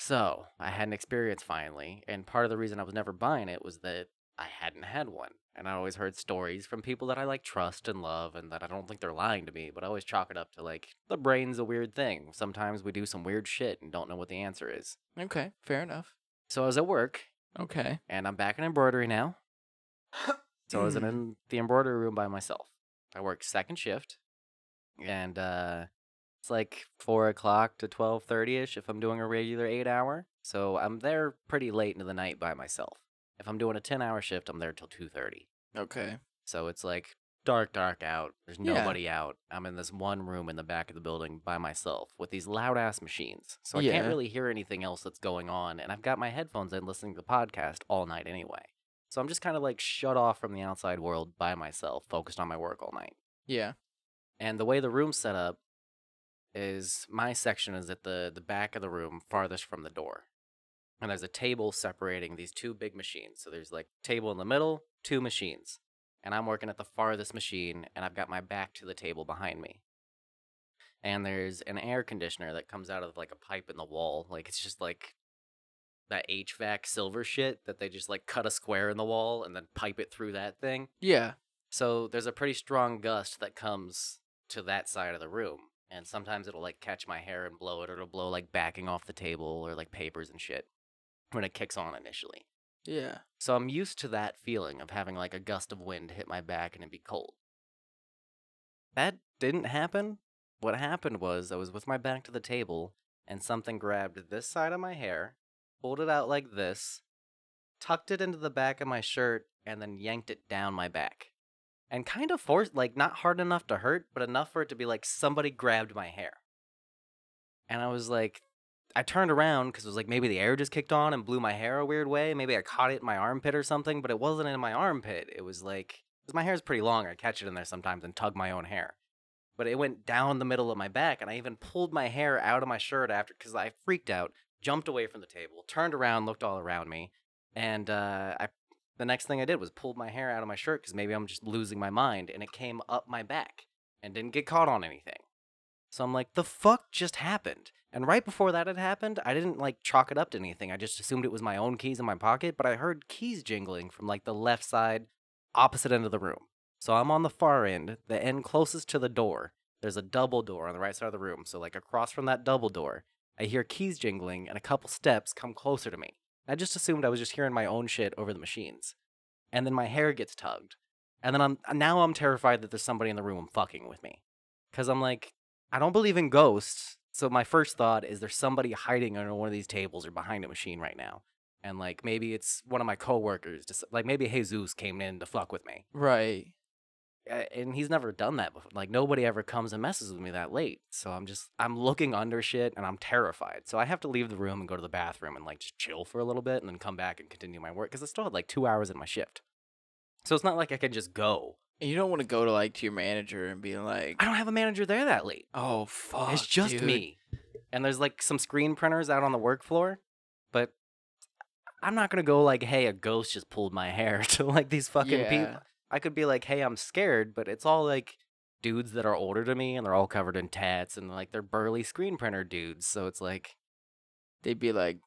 [SPEAKER 3] So I had an experience finally, and part of the reason I was never buying it was that I hadn't had one. And I always heard stories from people that I like trust and love and that I don't think they're lying to me, but I always chalk it up to like the brain's a weird thing. Sometimes we do some weird shit and don't know what the answer is.
[SPEAKER 2] Okay, fair enough.
[SPEAKER 3] So I was at work
[SPEAKER 2] Okay,
[SPEAKER 3] and I'm back in embroidery now. so I was in the embroidery room by myself. I worked second shift, and uh, it's like four o'clock to twelve thirty ish if I'm doing a regular eight hour. So I'm there pretty late into the night by myself. If I'm doing a ten hour shift, I'm there till two thirty.
[SPEAKER 2] okay.
[SPEAKER 3] So it's like dark, dark out. There's
[SPEAKER 2] Yeah.
[SPEAKER 3] nobody out. I'm in this one room in the back of the building by myself with these loud ass machines. So I can't
[SPEAKER 2] Yeah.
[SPEAKER 3] really hear anything else that's going on. And I've got my headphones in listening to the podcast all night anyway. So I'm just kind of like shut off from the outside world by myself, focused on my work all night.
[SPEAKER 2] Yeah.
[SPEAKER 3] And the way the room's set up is my section is at the, the back of the room, farthest from the door. And there's a table separating these two big machines. So there's like table in the middle, two machines. And I'm working at the farthest machine, and I've got my back to the table behind me. And there's an air conditioner that comes out of like a pipe in the wall. Like it's just like that HVAC silver shit that they just like cut a square in the wall and then pipe it through that thing.
[SPEAKER 2] Yeah.
[SPEAKER 3] So there's a pretty strong gust that comes to that side of the room. And sometimes it'll like catch my hair and blow it, or it'll blow like backing off the table or like papers and shit when it kicks on initially.
[SPEAKER 2] Yeah.
[SPEAKER 3] So I'm used to that feeling of having like a gust of wind hit my back and it'd be cold. That didn't happen. What happened was I was with my back to the table and something grabbed this side of my hair, pulled it out like this, tucked it into the back of my shirt, and then yanked it down my back. And kind of forced, like, not hard enough to hurt, but enough for it to be like somebody grabbed my hair. And I was like, I turned around because it was like maybe the air just kicked on and blew my hair a weird way. Maybe I caught it in my armpit or something, but it wasn't in my armpit. It was like, because my hair is pretty long. I catch it in there sometimes and tug my own hair. But it went down the middle of my back, and I even pulled my hair out of my shirt after because I freaked out, jumped away from the table, turned around, looked all around me, and uh, I the next thing I did was pulled my hair out of my shirt because maybe I'm just losing my mind, and it came up my back and didn't get caught on anything. So I'm like, the fuck just happened? And right before that had happened, I didn't like chalk it up to anything. I just assumed it was my own keys in my pocket, but I heard keys jingling from like the left side, opposite end of the room. So I'm on the far end, the end closest to the door. There's a double door on the right side of the room. So, like across from that double door, I hear keys jingling and a couple steps come closer to me. I just assumed I was just hearing my own shit over the machines. And then my hair gets tugged. And then I'm now I'm terrified that there's somebody in the room fucking with me. Cause I'm like, I don't believe in ghosts. So my first thought is there's somebody hiding under one of these tables or behind a machine right now. And like maybe it's one of my coworkers, just like maybe Jesus came in to fuck with me.
[SPEAKER 2] Right.
[SPEAKER 3] Uh, And he's never done that before. Like nobody ever comes and messes with me that late. So I'm just I'm looking under shit and I'm terrified. So I have to leave the room and go to the bathroom and like just chill for a little bit and then come back and continue my work cuz I still had like 2 hours in my shift. So it's not like I can just go.
[SPEAKER 2] And you don't want to go to like to your manager and be like,
[SPEAKER 3] I don't have a manager there that late.
[SPEAKER 2] "Oh fuck,
[SPEAKER 3] it's just
[SPEAKER 2] dude."
[SPEAKER 3] me. And there's like some screen printers out on the work floor, but I'm not gonna go like, hey, a ghost just pulled my hair <laughs> to like these fucking
[SPEAKER 2] Yeah.
[SPEAKER 3] people. I could be like, hey, I'm scared, but it's all like dudes that are older to me and they're all covered in tats and like they're burly screen printer dudes. So it's like
[SPEAKER 2] They'd be like,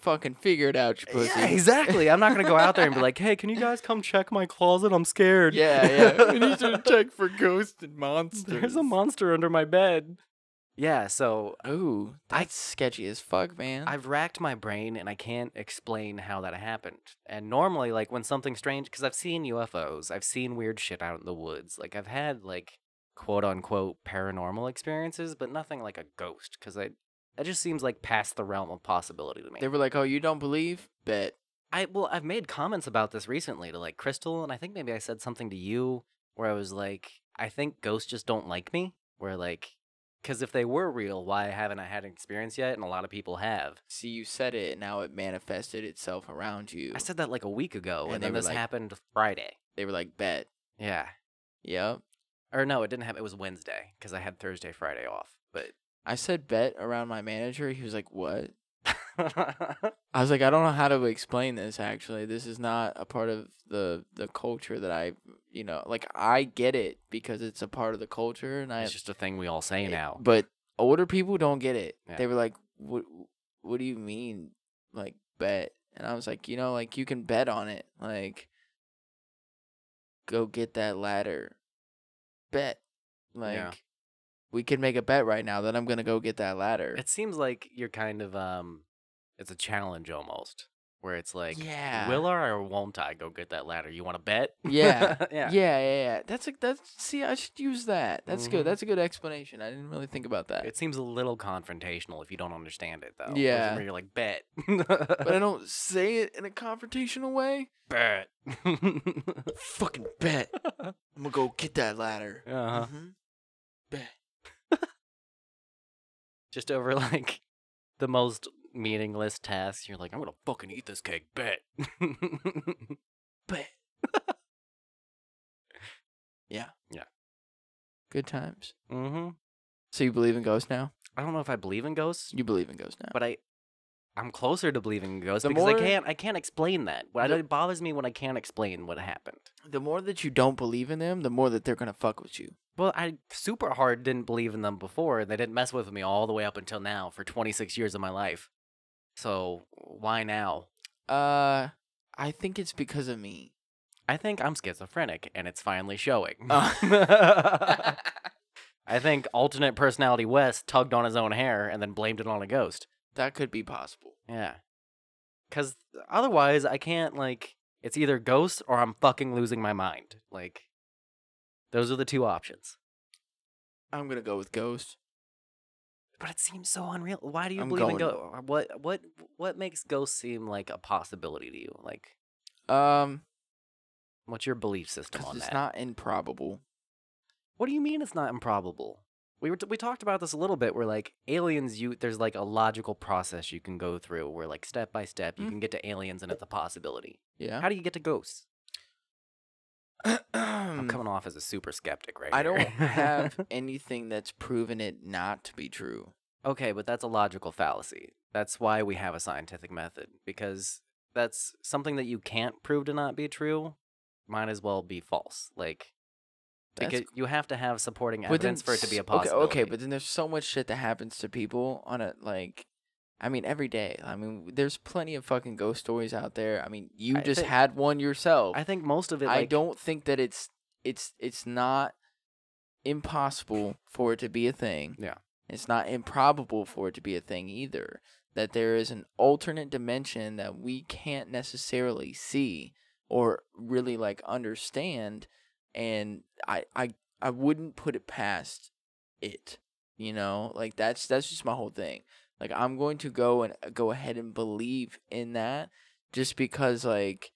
[SPEAKER 2] "Fucking figure it out, you pussy."
[SPEAKER 3] Eh, Yeah, exactly. I'm not gonna go out there and
[SPEAKER 2] <laughs>
[SPEAKER 3] be like, hey, can you guys come check my closet? I'm scared. <laughs>
[SPEAKER 2] Yeah, yeah. We need <laughs> you to check for ghosts and monsters.
[SPEAKER 3] There's a monster under my bed. Yeah, so
[SPEAKER 2] Ooh, that's sketchy as fuck, man.
[SPEAKER 3] I've racked my brain and I can't explain how that happened. And normally, like when something strange, because I've seen UFOs, I've seen weird shit out in the woods. Like I've had like quote unquote paranormal experiences, but nothing like a ghost. Because I, that just seems like past the realm of possibility to me.
[SPEAKER 2] they were like, "Oh, you don't believe? Bet."
[SPEAKER 3] I well, I've made comments about this recently to like Crystal, and I think maybe I said something to you where I was like, I think ghosts just don't like me. Where like, because if they were real, why haven't I had an experience yet? And a lot of people have.
[SPEAKER 2] See, you said it, and now it manifested itself around you.
[SPEAKER 3] I said that like a week ago,
[SPEAKER 2] And
[SPEAKER 3] and,
[SPEAKER 2] they
[SPEAKER 3] then
[SPEAKER 2] were
[SPEAKER 3] this
[SPEAKER 2] like-
[SPEAKER 3] happened Friday.
[SPEAKER 2] they were like, "Bet."
[SPEAKER 3] Yeah.
[SPEAKER 2] Yep.
[SPEAKER 3] Or no, it didn't happen. It was Wednesday because I had Thursday, Friday off. <laughs> But
[SPEAKER 2] I said bet around my manager. He was like, "What?" I was like, "I don't know how to explain this. Actually, this is not a part of the the culture that I, you know, like I get it because it's a part of the culture, and I
[SPEAKER 3] it's just a thing we all say
[SPEAKER 2] it-
[SPEAKER 3] now.
[SPEAKER 2] Eh, But older people don't get it.
[SPEAKER 3] Yeah.
[SPEAKER 2] They were like, "What? What do you mean, like bet?" And I was like, "You know, like you can bet on it. Like, go get that ladder, bet. Like,
[SPEAKER 3] Yeah.
[SPEAKER 2] we can make a bet right now that I'm gonna go get that ladder.
[SPEAKER 3] It seems like you're kind of um, it's a challenge almost, where it's like,
[SPEAKER 2] Yeah.
[SPEAKER 3] will I or won't I go get that ladder? You want to bet?
[SPEAKER 2] Yeah.
[SPEAKER 3] <laughs> yeah.
[SPEAKER 2] yeah, yeah, yeah. That's a that's see. I should use that. That's
[SPEAKER 3] Mhm.
[SPEAKER 2] good. That's a good explanation. I didn't really think about that.
[SPEAKER 3] It seems a little confrontational if you don't understand it though.
[SPEAKER 2] Yeah.
[SPEAKER 3] Where you're like bet,
[SPEAKER 2] but
[SPEAKER 3] <laughs>
[SPEAKER 2] I don't say it in a confrontational way.
[SPEAKER 3] bet. <laughs>
[SPEAKER 2] Fucking bet. I'm gonna go get that ladder.
[SPEAKER 3] uh-huh.
[SPEAKER 2] hmm
[SPEAKER 3] just over <laughs> like the most meaningless tasks. You're like, I'm gonna fucking eat this cake, bet. <laughs> Mm-hmm.
[SPEAKER 2] Bet. yeah.
[SPEAKER 3] Yeah.
[SPEAKER 2] Good times.
[SPEAKER 3] mm-hmm.
[SPEAKER 2] So you believe in ghosts now?
[SPEAKER 3] I don't know if I believe in ghosts,
[SPEAKER 2] You believe in ghosts now?
[SPEAKER 3] but I, I'm closer to believing in ghosts
[SPEAKER 2] The
[SPEAKER 3] because
[SPEAKER 2] more-
[SPEAKER 3] I can't. I can't explain that. Why
[SPEAKER 2] The-
[SPEAKER 3] It bothers me when I can't explain what happened.
[SPEAKER 2] the more that you don't believe in them, the more that they're gonna fuck with you.
[SPEAKER 3] Well, I super hard didn't believe in them before, and they didn't mess with me all the way up until now for 26 years of my life. So why now?
[SPEAKER 2] Uh, I think it's because of me.
[SPEAKER 3] I think I'm schizophrenic, and it's finally
[SPEAKER 2] <laughs>
[SPEAKER 3] showing.
[SPEAKER 2] Uh.
[SPEAKER 3] I think alternate personality West tugged on his own hair and then blamed it on a ghost.
[SPEAKER 2] That could be possible.
[SPEAKER 3] Yeah. Because otherwise, I can't, like, it's either ghosts or I'm fucking losing my mind. Like, those are the two options.
[SPEAKER 2] I'm gonna go with ghosts.
[SPEAKER 3] But it seems so unreal. Why do you
[SPEAKER 2] I'm
[SPEAKER 3] believe in
[SPEAKER 2] going-
[SPEAKER 3] ghosts? Uh, What, what, what makes ghosts seem like a possibility to you? Like,
[SPEAKER 2] Um,
[SPEAKER 3] what's your belief system
[SPEAKER 2] because
[SPEAKER 3] on
[SPEAKER 2] it's
[SPEAKER 3] that?
[SPEAKER 2] not improbable.
[SPEAKER 3] What do you mean it's not improbable? We were t- we talked about this a little bit. Where like aliens, you there's like a logical process you can go through. Where like step by step, you
[SPEAKER 2] Mm.
[SPEAKER 3] can get to aliens and it's a possibility.
[SPEAKER 2] Yeah.
[SPEAKER 3] How do you get to ghosts?
[SPEAKER 2] <clears throat>
[SPEAKER 3] I'm
[SPEAKER 2] i
[SPEAKER 3] coming off as a super skeptic right
[SPEAKER 2] Hmm. I
[SPEAKER 3] here.
[SPEAKER 2] <laughs>
[SPEAKER 3] <laughs>
[SPEAKER 2] don't have anything that's proven it not to be true.
[SPEAKER 3] okay, but that's a logical fallacy. That's why we have a scientific method because that's something that you can't prove to not be true, might as well be false. Like
[SPEAKER 2] That's
[SPEAKER 3] because you have to have supporting
[SPEAKER 2] But then
[SPEAKER 3] evidence for it to be a
[SPEAKER 2] s- okay-
[SPEAKER 3] possibility.
[SPEAKER 2] Okay, but then there's so much shit that happens to people on a like, I mean, every day. I mean, there's plenty of fucking ghost stories out there. I mean, you
[SPEAKER 3] I
[SPEAKER 2] just
[SPEAKER 3] think-
[SPEAKER 2] had one yourself.
[SPEAKER 3] I think most of it.
[SPEAKER 2] I
[SPEAKER 3] like-
[SPEAKER 2] don't think that it's it's it's not impossible for it to be a thing.
[SPEAKER 3] Yeah.
[SPEAKER 2] It's not improbable for it to be a thing either. That there is an alternate dimension that we can't necessarily see or really like understand and I I I wouldn't put it past it. You know? Like that's that's just my whole thing. Like I'm going to go and uh, go ahead and believe in that just because like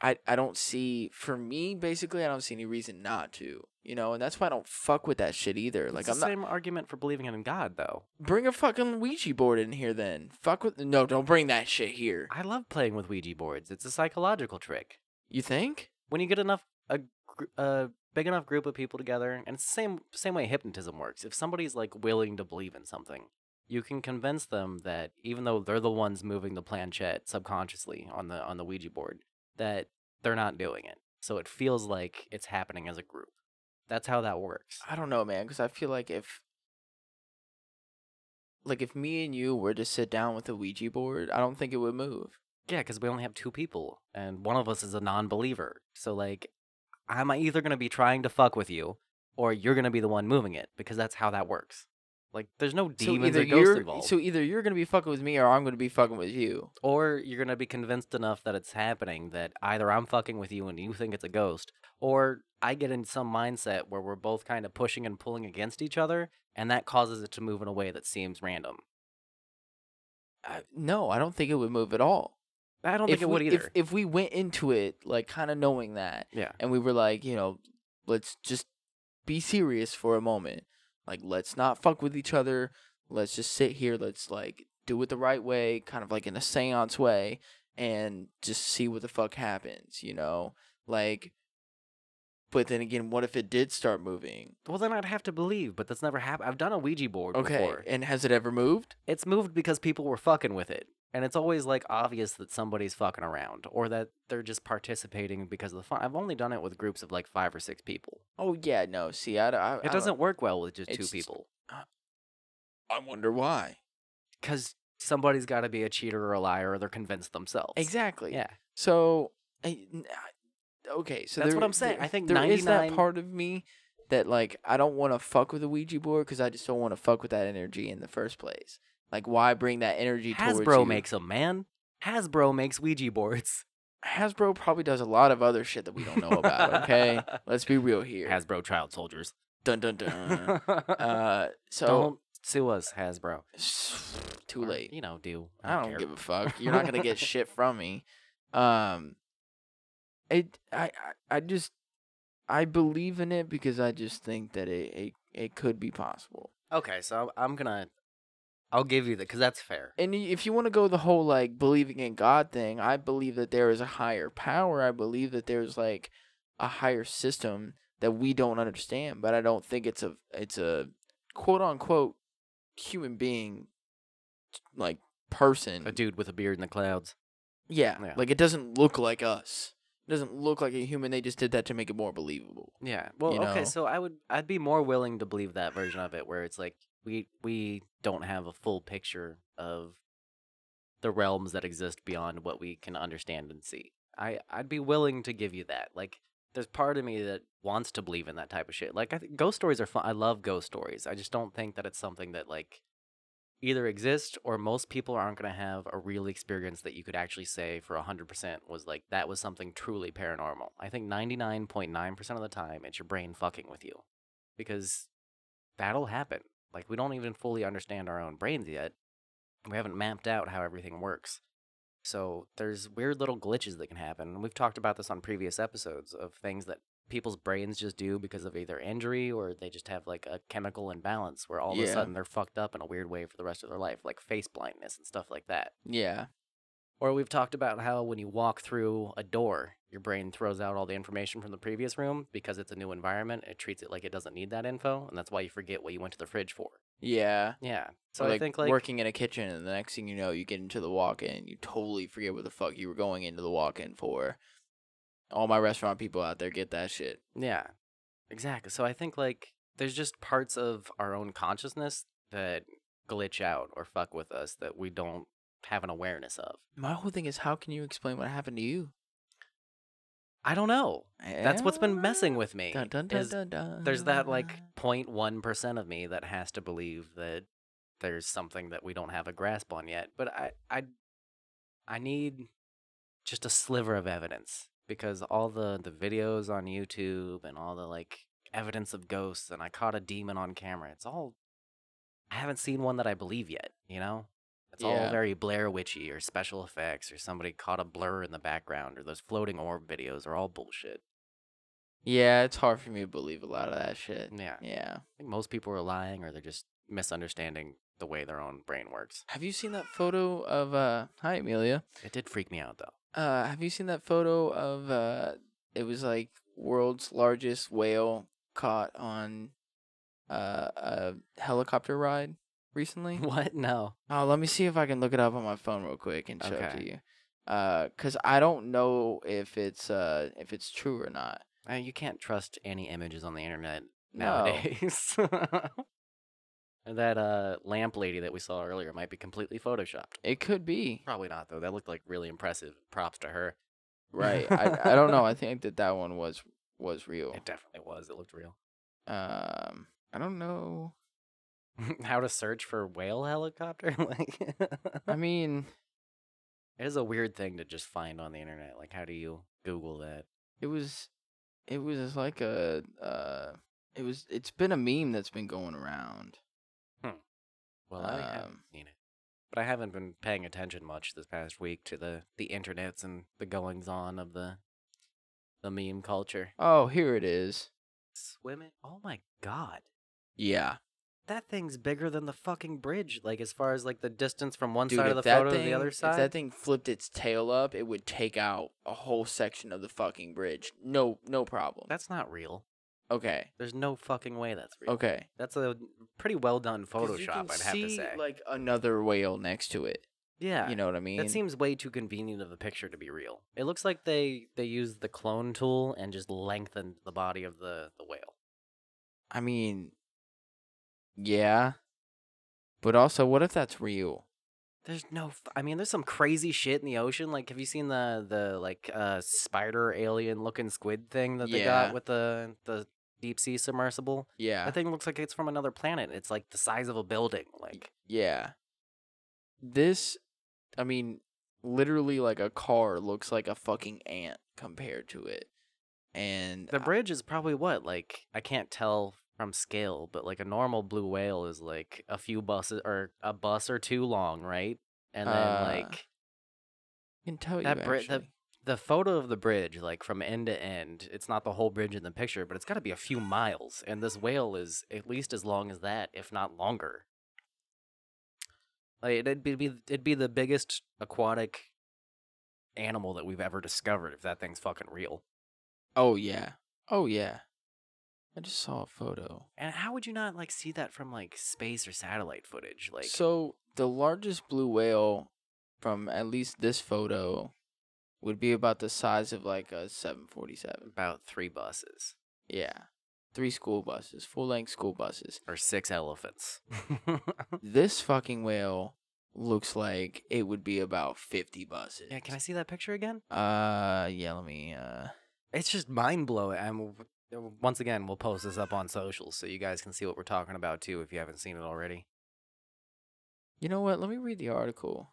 [SPEAKER 2] I I don't see for me basically I don't see any reason not to. You know, and that's why I don't fuck with that shit either.
[SPEAKER 3] it's
[SPEAKER 2] Like
[SPEAKER 3] the
[SPEAKER 2] I'm not
[SPEAKER 3] same argument for believing in God though.
[SPEAKER 2] bring a fucking Ouija board in here then. Fuck with no, don't bring that shit here.
[SPEAKER 3] I love playing with Ouija boards. It's a psychological trick.
[SPEAKER 2] You think?
[SPEAKER 3] When you get enough a gr- a big enough group of people together, and it's the same same way hypnotism works. If somebody's like willing to believe in something, you can convince them that even though they're the ones moving the planchette subconsciously on the on the Ouija board, that they're not doing it. So it feels like it's happening as a group. That's how that works.
[SPEAKER 2] I don't know, man, because I feel like if like if me and you were to sit down with a Ouija board, I don't think it would move.
[SPEAKER 3] Yeah, because we only have two people, and one of us is a non-believer. So like, I'm either gonna be trying to fuck with you, or you're gonna be the one moving it, because that's how that works. Like, there's no demons
[SPEAKER 2] so
[SPEAKER 3] or
[SPEAKER 2] either
[SPEAKER 3] ghosts
[SPEAKER 2] you're
[SPEAKER 3] involved,
[SPEAKER 2] so either you're gonna be fucking with me or I'm gonna be fucking with you.
[SPEAKER 3] or you're gonna be convinced enough that it's happening that either I'm fucking with you and you think it's a ghost, or I get in some mindset where we're both kind of pushing and pulling against each other, and that causes it to move in a way that seems random.
[SPEAKER 2] I, no, I don't think it would move at all.
[SPEAKER 3] I don't
[SPEAKER 2] if
[SPEAKER 3] think it
[SPEAKER 2] we,
[SPEAKER 3] would
[SPEAKER 2] if-
[SPEAKER 3] either.
[SPEAKER 2] If, we went into it like kind of knowing that,
[SPEAKER 3] yeah.
[SPEAKER 2] and we were like, you know, let's just be serious for a moment. Like, let's not fuck with each other. Let's just sit here. Let's like do it the right way, kind of like in a seance way, and just see what the fuck happens. You know, like. But then again, what if it did start moving?
[SPEAKER 3] Well, then I'd have to believe, but that's never happened. I've done a Ouija board
[SPEAKER 2] Okay,
[SPEAKER 3] before.
[SPEAKER 2] and has it ever moved?
[SPEAKER 3] it's moved because people were fucking with it. And it's always like obvious that somebody's fucking around or that they're just participating because of the fun. I've only done it with groups of like five or six people.
[SPEAKER 2] Oh yeah, no. See, I, d- I- I
[SPEAKER 3] It
[SPEAKER 2] don't-
[SPEAKER 3] doesn't work well with just
[SPEAKER 2] Oh, It's-
[SPEAKER 3] two people
[SPEAKER 2] I wonder why.
[SPEAKER 3] because somebody's got to be a cheater or a liar or they're convinced themselves.
[SPEAKER 2] Exactly.
[SPEAKER 3] Yeah.
[SPEAKER 2] So, I, n- I- okay, so
[SPEAKER 3] That's what
[SPEAKER 2] there-
[SPEAKER 3] I'm saying.
[SPEAKER 2] there-
[SPEAKER 3] I think
[SPEAKER 2] there is that
[SPEAKER 3] 99
[SPEAKER 2] part of me that like I don't want to fuck with the Ouija board because I just don't want to fuck with that energy in the first place. Like, why bring that energy towards
[SPEAKER 3] Hasbro
[SPEAKER 2] you?
[SPEAKER 3] makes them, man. Hasbro makes Ouija boards.
[SPEAKER 2] Hasbro probably does a lot of other shit that we don't know
[SPEAKER 3] <laughs>
[SPEAKER 2] about. Okay, let's be real here.
[SPEAKER 3] Hasbro child soldiers.
[SPEAKER 2] dun
[SPEAKER 3] <laughs>
[SPEAKER 2] dun dun. uh, so
[SPEAKER 3] don't sue us, Hasbro.
[SPEAKER 2] too
[SPEAKER 3] Or,
[SPEAKER 2] late.
[SPEAKER 3] You know, do.
[SPEAKER 2] I don't,
[SPEAKER 3] care.
[SPEAKER 2] give a fuck. You're not gonna <laughs> get shit from me. Um, it I I, I just I believe in it because I just think that it it, it could be possible.
[SPEAKER 3] Okay, so I'm gonna, I'll give you that because that's fair.
[SPEAKER 2] And y- if you want to go the whole like believing in God thing, I believe that there is a higher power. I believe that there's like a higher system that we don't understand, but I don't think it's a it's a quote unquote human being like person
[SPEAKER 3] A dude with a beard in the clouds.
[SPEAKER 2] Yeah,
[SPEAKER 3] Yeah.
[SPEAKER 2] Like it doesn't look like us. It doesn't look like a human. They just did that to make it more believable.
[SPEAKER 3] Yeah. Well,
[SPEAKER 2] You know?
[SPEAKER 3] okay, so I would I'd be more willing to believe that version of it where it's like we we don't have a full picture of the realms that exist beyond what we can understand and see. I I'd be willing to give you that. Like there's part of me that wants to believe in that type of shit. Like I think ghost stories are fun. I love ghost stories. I just don't think that it's something that like either exists or most people aren't going to have a real experience that you could actually say for 100% was like that was something truly paranormal. I think 99.9% of the time it's your brain fucking with you because that'll happen. Like we don't even fully understand our own brains yet. We haven't mapped out how everything works. So there's weird little glitches that can happen. And we've talked about this on previous episodes of things that people's brains just do because of either injury or they just have like a chemical imbalance where all of
[SPEAKER 2] Yeah.
[SPEAKER 3] a sudden they're fucked up in a weird way for the rest of their life, like face blindness and stuff like that.
[SPEAKER 2] Yeah.
[SPEAKER 3] Or we've talked about how when you walk through a door, your brain throws out all the information from the previous room because it's a new environment. It treats it like it doesn't need that info, and that's why you forget what you went to the fridge for.
[SPEAKER 2] Yeah.
[SPEAKER 3] Yeah. So
[SPEAKER 2] or,
[SPEAKER 3] I think like
[SPEAKER 2] working in a kitchen, and the next thing you know, you get into the walk-in, you totally forget what the fuck you were going into the walk-in for. All my restaurant people out there get that shit.
[SPEAKER 3] Yeah, exactly. So I think like there's just parts of our own consciousness that glitch out or fuck with us that we don't have an awareness of.
[SPEAKER 2] My whole thing is, how can you explain what happened to you?
[SPEAKER 3] I don't know. That's what's been messing with me.
[SPEAKER 2] Eh, Dun, dun, dun,
[SPEAKER 3] is
[SPEAKER 2] dun, dun.
[SPEAKER 3] There's that like
[SPEAKER 2] Ah.
[SPEAKER 3] 0.1% of me that has to believe that there's something that we don't have a grasp on yet, but I I I need just a sliver of evidence because all the the videos on YouTube and all the like evidence of ghosts and I caught a demon on camera. It's all I haven't seen one that I believe yet, you know? It's all
[SPEAKER 2] Yeah.
[SPEAKER 3] very Blair Witchy or special effects or somebody caught a blur in the background or those floating orb videos are all bullshit.
[SPEAKER 2] Yeah, it's hard for me to believe a lot of that shit.
[SPEAKER 3] Yeah.
[SPEAKER 2] Yeah.
[SPEAKER 3] I think most people are lying or they're just misunderstanding the way their own brain works.
[SPEAKER 2] Have you seen that photo of uh? Hi, Amelia.
[SPEAKER 3] It did freak me out though. <laughs>
[SPEAKER 2] Uh, have you seen that photo of uh? It was like world's largest whale caught on uh a helicopter ride recently.
[SPEAKER 3] What? No.
[SPEAKER 2] Oh, let me see if I can look it up on my phone real quick and show it
[SPEAKER 3] Okay.
[SPEAKER 2] to you. Uh, cause I don't know if it's uh if it's true or not.
[SPEAKER 3] Uh, you can't trust any images on the internet
[SPEAKER 2] No.
[SPEAKER 3] nowadays. <laughs> that uh, lamp lady that we saw earlier might be completely photoshopped.
[SPEAKER 2] It
[SPEAKER 3] <laughs>
[SPEAKER 2] could be
[SPEAKER 3] Probably not though. That looked like really impressive. Props to her.
[SPEAKER 2] right. I I don't know. I think that that one was was real.
[SPEAKER 3] It definitely was. It looked real. <laughs>
[SPEAKER 2] Um, I don't know.
[SPEAKER 3] How to search for whale helicopter? <laughs> like,
[SPEAKER 2] I mean,
[SPEAKER 3] <laughs> it is a weird thing to just find on the internet. Like, how do you Google that?
[SPEAKER 2] it was, it was like a, uh, it was. It's been a meme that's been going around.
[SPEAKER 3] Well, I haven't
[SPEAKER 2] Um,
[SPEAKER 3] seen it, but I haven't been paying attention much this past week to the the internets and the goings on of the the meme culture.
[SPEAKER 2] Oh, here it is.
[SPEAKER 3] Swimming? Oh my god,
[SPEAKER 2] Yeah,
[SPEAKER 3] that thing's bigger than the fucking bridge. Like as far as like the distance from one
[SPEAKER 2] dude.
[SPEAKER 3] side of
[SPEAKER 2] If
[SPEAKER 3] the
[SPEAKER 2] that
[SPEAKER 3] photo
[SPEAKER 2] thing,
[SPEAKER 3] to the other side.
[SPEAKER 2] if that thing flipped its tail up, it would take out a whole section of the fucking bridge. No, no problem.
[SPEAKER 3] that's not real.
[SPEAKER 2] okay.
[SPEAKER 3] There's no fucking way that's real.
[SPEAKER 2] Okay.
[SPEAKER 3] That's a pretty well done
[SPEAKER 2] 'Cause you
[SPEAKER 3] Photoshop.
[SPEAKER 2] can
[SPEAKER 3] I'd have to
[SPEAKER 2] see,
[SPEAKER 3] say.
[SPEAKER 2] like another whale next to it.
[SPEAKER 3] yeah.
[SPEAKER 2] You know what I mean?
[SPEAKER 3] That seems way too convenient of a picture to be real. It looks like they they used the clone tool and just lengthened the body of the the whale.
[SPEAKER 2] I mean, yeah. But also, what if that's real?
[SPEAKER 3] There's no. F- I mean, there's some crazy shit in the ocean. Like, have you seen the the like uh spider alien looking squid thing that they
[SPEAKER 2] Yeah.
[SPEAKER 3] got with the the deep sea submersible?
[SPEAKER 2] Yeah.
[SPEAKER 3] That thing looks like it's from another planet. It's like the size of a building. Like,
[SPEAKER 2] Yeah. This, I mean, literally like a car looks like a fucking ant compared to it. And
[SPEAKER 3] the
[SPEAKER 2] I-
[SPEAKER 3] bridge is probably what like I can't tell from scale, but like a normal blue whale is like a few buses or a bus or two long, right? And then
[SPEAKER 2] Uh,
[SPEAKER 3] like
[SPEAKER 2] I can tell
[SPEAKER 3] that
[SPEAKER 2] you
[SPEAKER 3] bri- the-
[SPEAKER 2] actually.
[SPEAKER 3] the photo of the bridge, like from end to end, it's not the whole bridge in the picture, but it's got to be a few miles. And this whale is at least as long as that, if not longer. Like, it'd be be- it'd be the biggest aquatic animal that we've ever discovered if that thing's fucking real.
[SPEAKER 2] oh yeah, oh yeah. I just saw a photo.
[SPEAKER 3] And how would you not like see that from like space or satellite footage? Like,
[SPEAKER 2] so the largest blue whale, from at least this photo, would be about the size of like a seven forty seven.
[SPEAKER 3] about three buses
[SPEAKER 2] Yeah, three school buses, full length school buses.
[SPEAKER 3] or six elephants.
[SPEAKER 2] this fucking whale looks like it would be about 50 buses.
[SPEAKER 3] yeah, can I see that picture again?
[SPEAKER 2] Uh, yeah, let me, uh...
[SPEAKER 3] it's just mind blowing. I'm once again, we'll post this up on socials so you guys can see what we're talking about too if you haven't seen it already.
[SPEAKER 2] You know what? Let me read the article.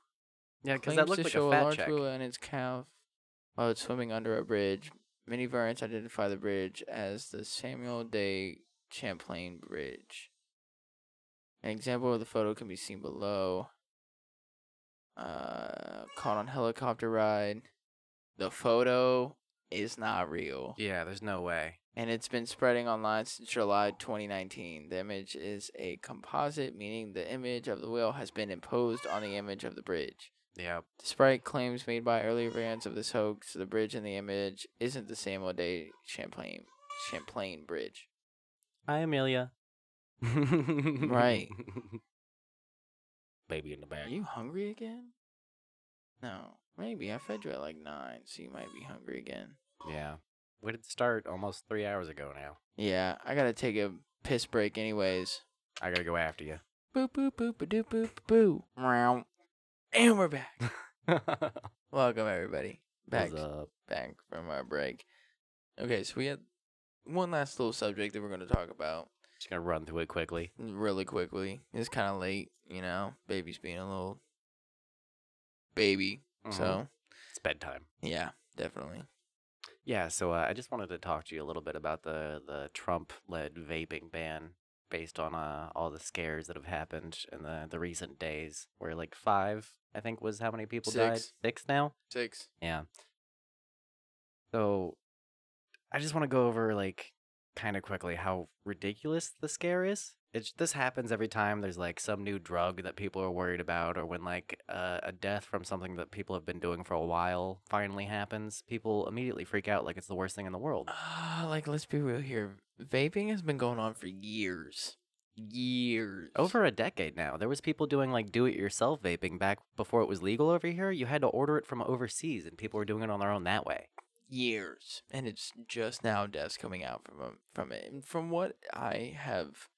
[SPEAKER 3] Yeah, because that
[SPEAKER 2] Claims
[SPEAKER 3] looked
[SPEAKER 2] to
[SPEAKER 3] like
[SPEAKER 2] show
[SPEAKER 3] a
[SPEAKER 2] a,
[SPEAKER 3] fat
[SPEAKER 2] large
[SPEAKER 3] check.
[SPEAKER 2] whale and its calf while it's swimming under a bridge. Many variants identify the bridge as the Samuel Day Champlain Bridge. An example of the photo can be seen below. Uh, caught on helicopter ride. The photo is not real.
[SPEAKER 3] Yeah, there's no way.
[SPEAKER 2] and it's been spreading online since July 2019. The image is a composite, meaning the image of the whale has been imposed on the image of the bridge.
[SPEAKER 3] Yeah,
[SPEAKER 2] Despite claims made by earlier variants of this hoax, the bridge in the image isn't the Samuel Day Champlain Champlain Bridge.
[SPEAKER 3] <laughs> Hi, Amelia. right. Baby in the
[SPEAKER 2] Are
[SPEAKER 3] back.
[SPEAKER 2] you hungry again? No, maybe I fed you at like nine, so you might be hungry again.
[SPEAKER 3] Yeah. We did start almost three hours ago now.
[SPEAKER 2] Yeah, I gotta take a piss break, anyways.
[SPEAKER 3] I gotta go after you.
[SPEAKER 2] Boop boop boop ba doop boop boo. Meow. And
[SPEAKER 3] <laughs>
[SPEAKER 2] we're back. Welcome everybody back
[SPEAKER 3] What's up?
[SPEAKER 2] back from our break. Okay, so we had one last little subject that we're gonna talk about
[SPEAKER 3] Just gonna run through it quickly.
[SPEAKER 2] really quickly. It's kind of late, you know. Baby's being a little baby,
[SPEAKER 3] Mhm.
[SPEAKER 2] so
[SPEAKER 3] it's bedtime.
[SPEAKER 2] yeah, definitely.
[SPEAKER 3] Yeah. So uh, I just wanted to talk to you a little bit about the the Trump-led vaping ban, based on uh, all the scares that have happened in the the recent days, where like five, I think, was how many people died?
[SPEAKER 2] Six.
[SPEAKER 3] Six now.
[SPEAKER 2] Six.
[SPEAKER 3] Yeah. So I just want to go over like kind of quickly how ridiculous the scare is. It's this happens every time there's like some new drug that people are worried about or when like uh, a death from something that people have been doing for a while finally happens, people immediately freak out like it's the worst thing in the world.
[SPEAKER 2] Uh, like let's be real here. Vaping has been going on for years, years.
[SPEAKER 3] Over a decade now, there was people doing like do it yourself vaping back before it was legal over here. You had to order it from overseas and people were doing it on their own that way.
[SPEAKER 2] years, and it's just now deaths coming out from um, from it. And from what I have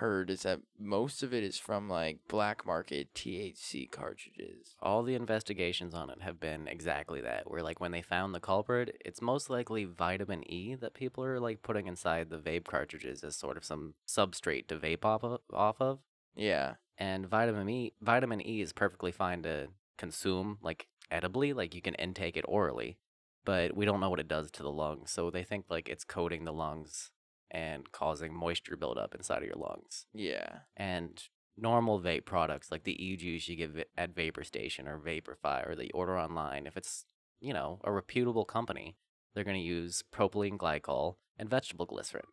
[SPEAKER 2] heard is that most of it is from like black market THC cartridges.
[SPEAKER 3] all the investigations on it have been exactly that where like when they found the culprit it's most likely vitamin e that people are like putting inside the vape cartridges as sort of some substrate to vape off of, off of.
[SPEAKER 2] Yeah,
[SPEAKER 3] and vitamin e vitamin e is perfectly fine to consume like edibly like you can intake it orally but we don't know what it does to the lungs so they think like it's coating the lungs and causing moisture buildup inside of your lungs
[SPEAKER 2] yeah,
[SPEAKER 3] and normal vape products like the e-juice you get va- at Vapor Station or Vaporfy or that you order online, if it's, you know, a reputable company, they're going to use propylene glycol and vegetable glycerin.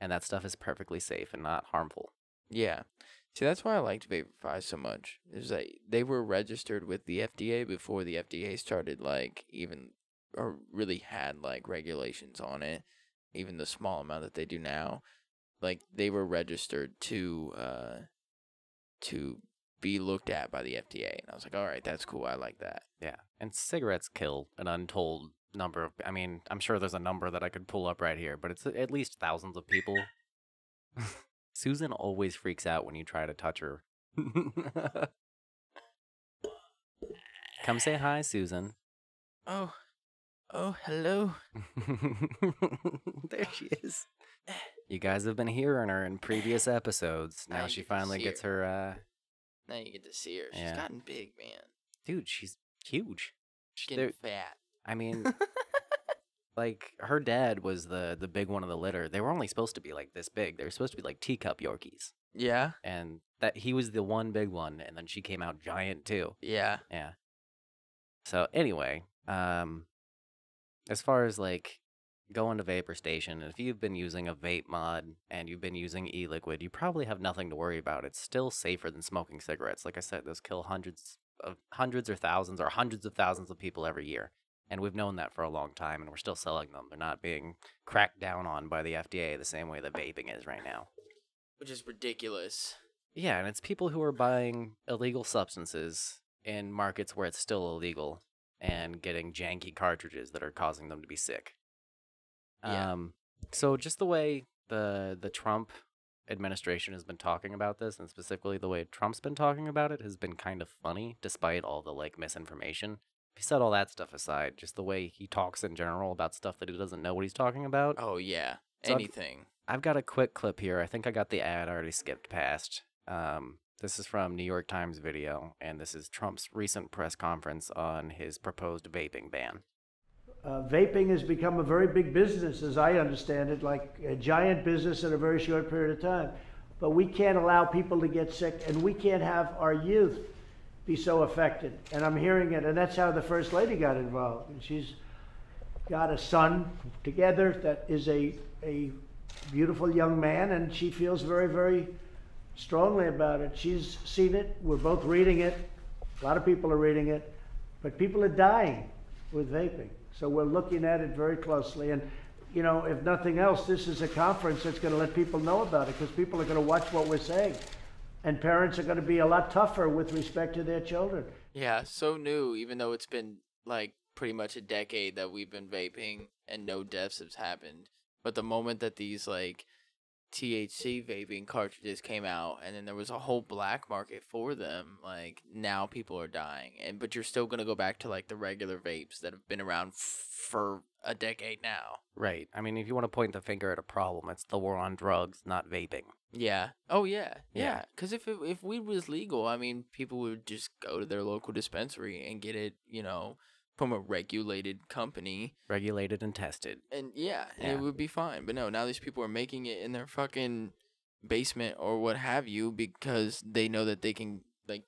[SPEAKER 3] And that stuff is perfectly safe and not harmful.
[SPEAKER 2] yeah. See, that's why I liked Vaporfy so much. Is that they were registered with the FDA before the FDA started like even or really had like regulations on it. Even the small amount that they do now, like they were registered to uh to be looked at by the FDA. And I was like, all right, that's cool. I like that.
[SPEAKER 3] Yeah. And cigarettes kill an untold number of I mean, I'm sure there's a number that I could pull up right here, but it's at least thousands of
[SPEAKER 2] <laughs>
[SPEAKER 3] people. <laughs> Susan always freaks out when you try to touch her. <laughs> Come say hi,
[SPEAKER 2] <laughs>
[SPEAKER 3] Susan.
[SPEAKER 2] Oh, oh, hello.
[SPEAKER 3] there she is. You guys have been hearing her in previous episodes.
[SPEAKER 2] Now
[SPEAKER 3] Now
[SPEAKER 2] you
[SPEAKER 3] she
[SPEAKER 2] get to
[SPEAKER 3] finally
[SPEAKER 2] see
[SPEAKER 3] gets her uh
[SPEAKER 2] Now you get to see her. She's
[SPEAKER 3] Yeah.
[SPEAKER 2] gotten big, man.
[SPEAKER 3] dude, she's huge.
[SPEAKER 2] She's getting
[SPEAKER 3] I mean,
[SPEAKER 2] fat.
[SPEAKER 3] like her dad was the the big one of the litter. They were only supposed to be like this big. They were supposed to be like teacup Yorkies.
[SPEAKER 2] <laughs> yeah,
[SPEAKER 3] And that he was the one big one and then she came out giant too.
[SPEAKER 2] yeah.
[SPEAKER 3] Yeah. So anyway, um as far as like going to vapor station, if you've been using a vape mod and you've been using e-liquid, you probably have nothing to worry about. It's still safer than smoking cigarettes. Like I said, those kill hundreds of hundreds or thousands or hundreds of thousands of people every year. And we've known that for a long time and we're still selling them. They're not being cracked down on by the FDA the same way that vaping is right now.
[SPEAKER 2] Which is ridiculous.
[SPEAKER 3] Yeah, and it's people who are buying illegal substances in markets where it's still illegal and getting janky cartridges that are causing them to be sick.
[SPEAKER 2] Yeah.
[SPEAKER 3] Um so just the way the the Trump administration has been talking about this and specifically the way Trump's been talking about it has been kind of funny despite all the like misinformation. He set all that stuff aside, just the way he talks in general about stuff that he doesn't know what he's talking about.
[SPEAKER 2] Oh yeah.
[SPEAKER 3] So I've-
[SPEAKER 2] Anything.
[SPEAKER 3] I've got a quick clip here. I think I got the ad already skipped past. Um, this is from New York Times video, and this is Trump's recent press conference on his proposed vaping ban.
[SPEAKER 4] Uh, vaping has become a very big business, as I understand it, like a giant business in a very short period of time. But we can't allow people to get sick, and we can't have our youth be so affected. And I'm hearing it, and that's how the First Lady got involved. And she's got a son together that is a, a beautiful young man, and she feels very, very strongly about it. She's seen it. We're both reading it. A lot of people are reading it, but people are dying with vaping. So we're looking at it very closely. And you know, if nothing else, this is a conference that's going to let people know about it because people are going to watch what we're saying. And parents are going to be a lot tougher with respect to their children.
[SPEAKER 2] Yeah, so new, even though it's been like pretty much a decade that we've been vaping and no deaths has happened. But the moment that these like THC vaping cartridges came out and then there was a whole black market for them, like now people are dying. And but you're still going to go back to like the regular vapes that have been around f- for a decade now.
[SPEAKER 3] Right. I mean, if you want to point the finger at a problem, it's the war on drugs, not vaping.
[SPEAKER 2] Yeah. Oh yeah.
[SPEAKER 3] Yeah.
[SPEAKER 2] Yeah. Because if it, if weed was legal, I mean, people would just go to their local dispensary and get it, you know, from a regulated company,
[SPEAKER 3] Regulated and tested.
[SPEAKER 2] and yeah,
[SPEAKER 3] Yeah.
[SPEAKER 2] it would be fine. But no, now these people are making it in their fucking basement or what have you because they know that they can like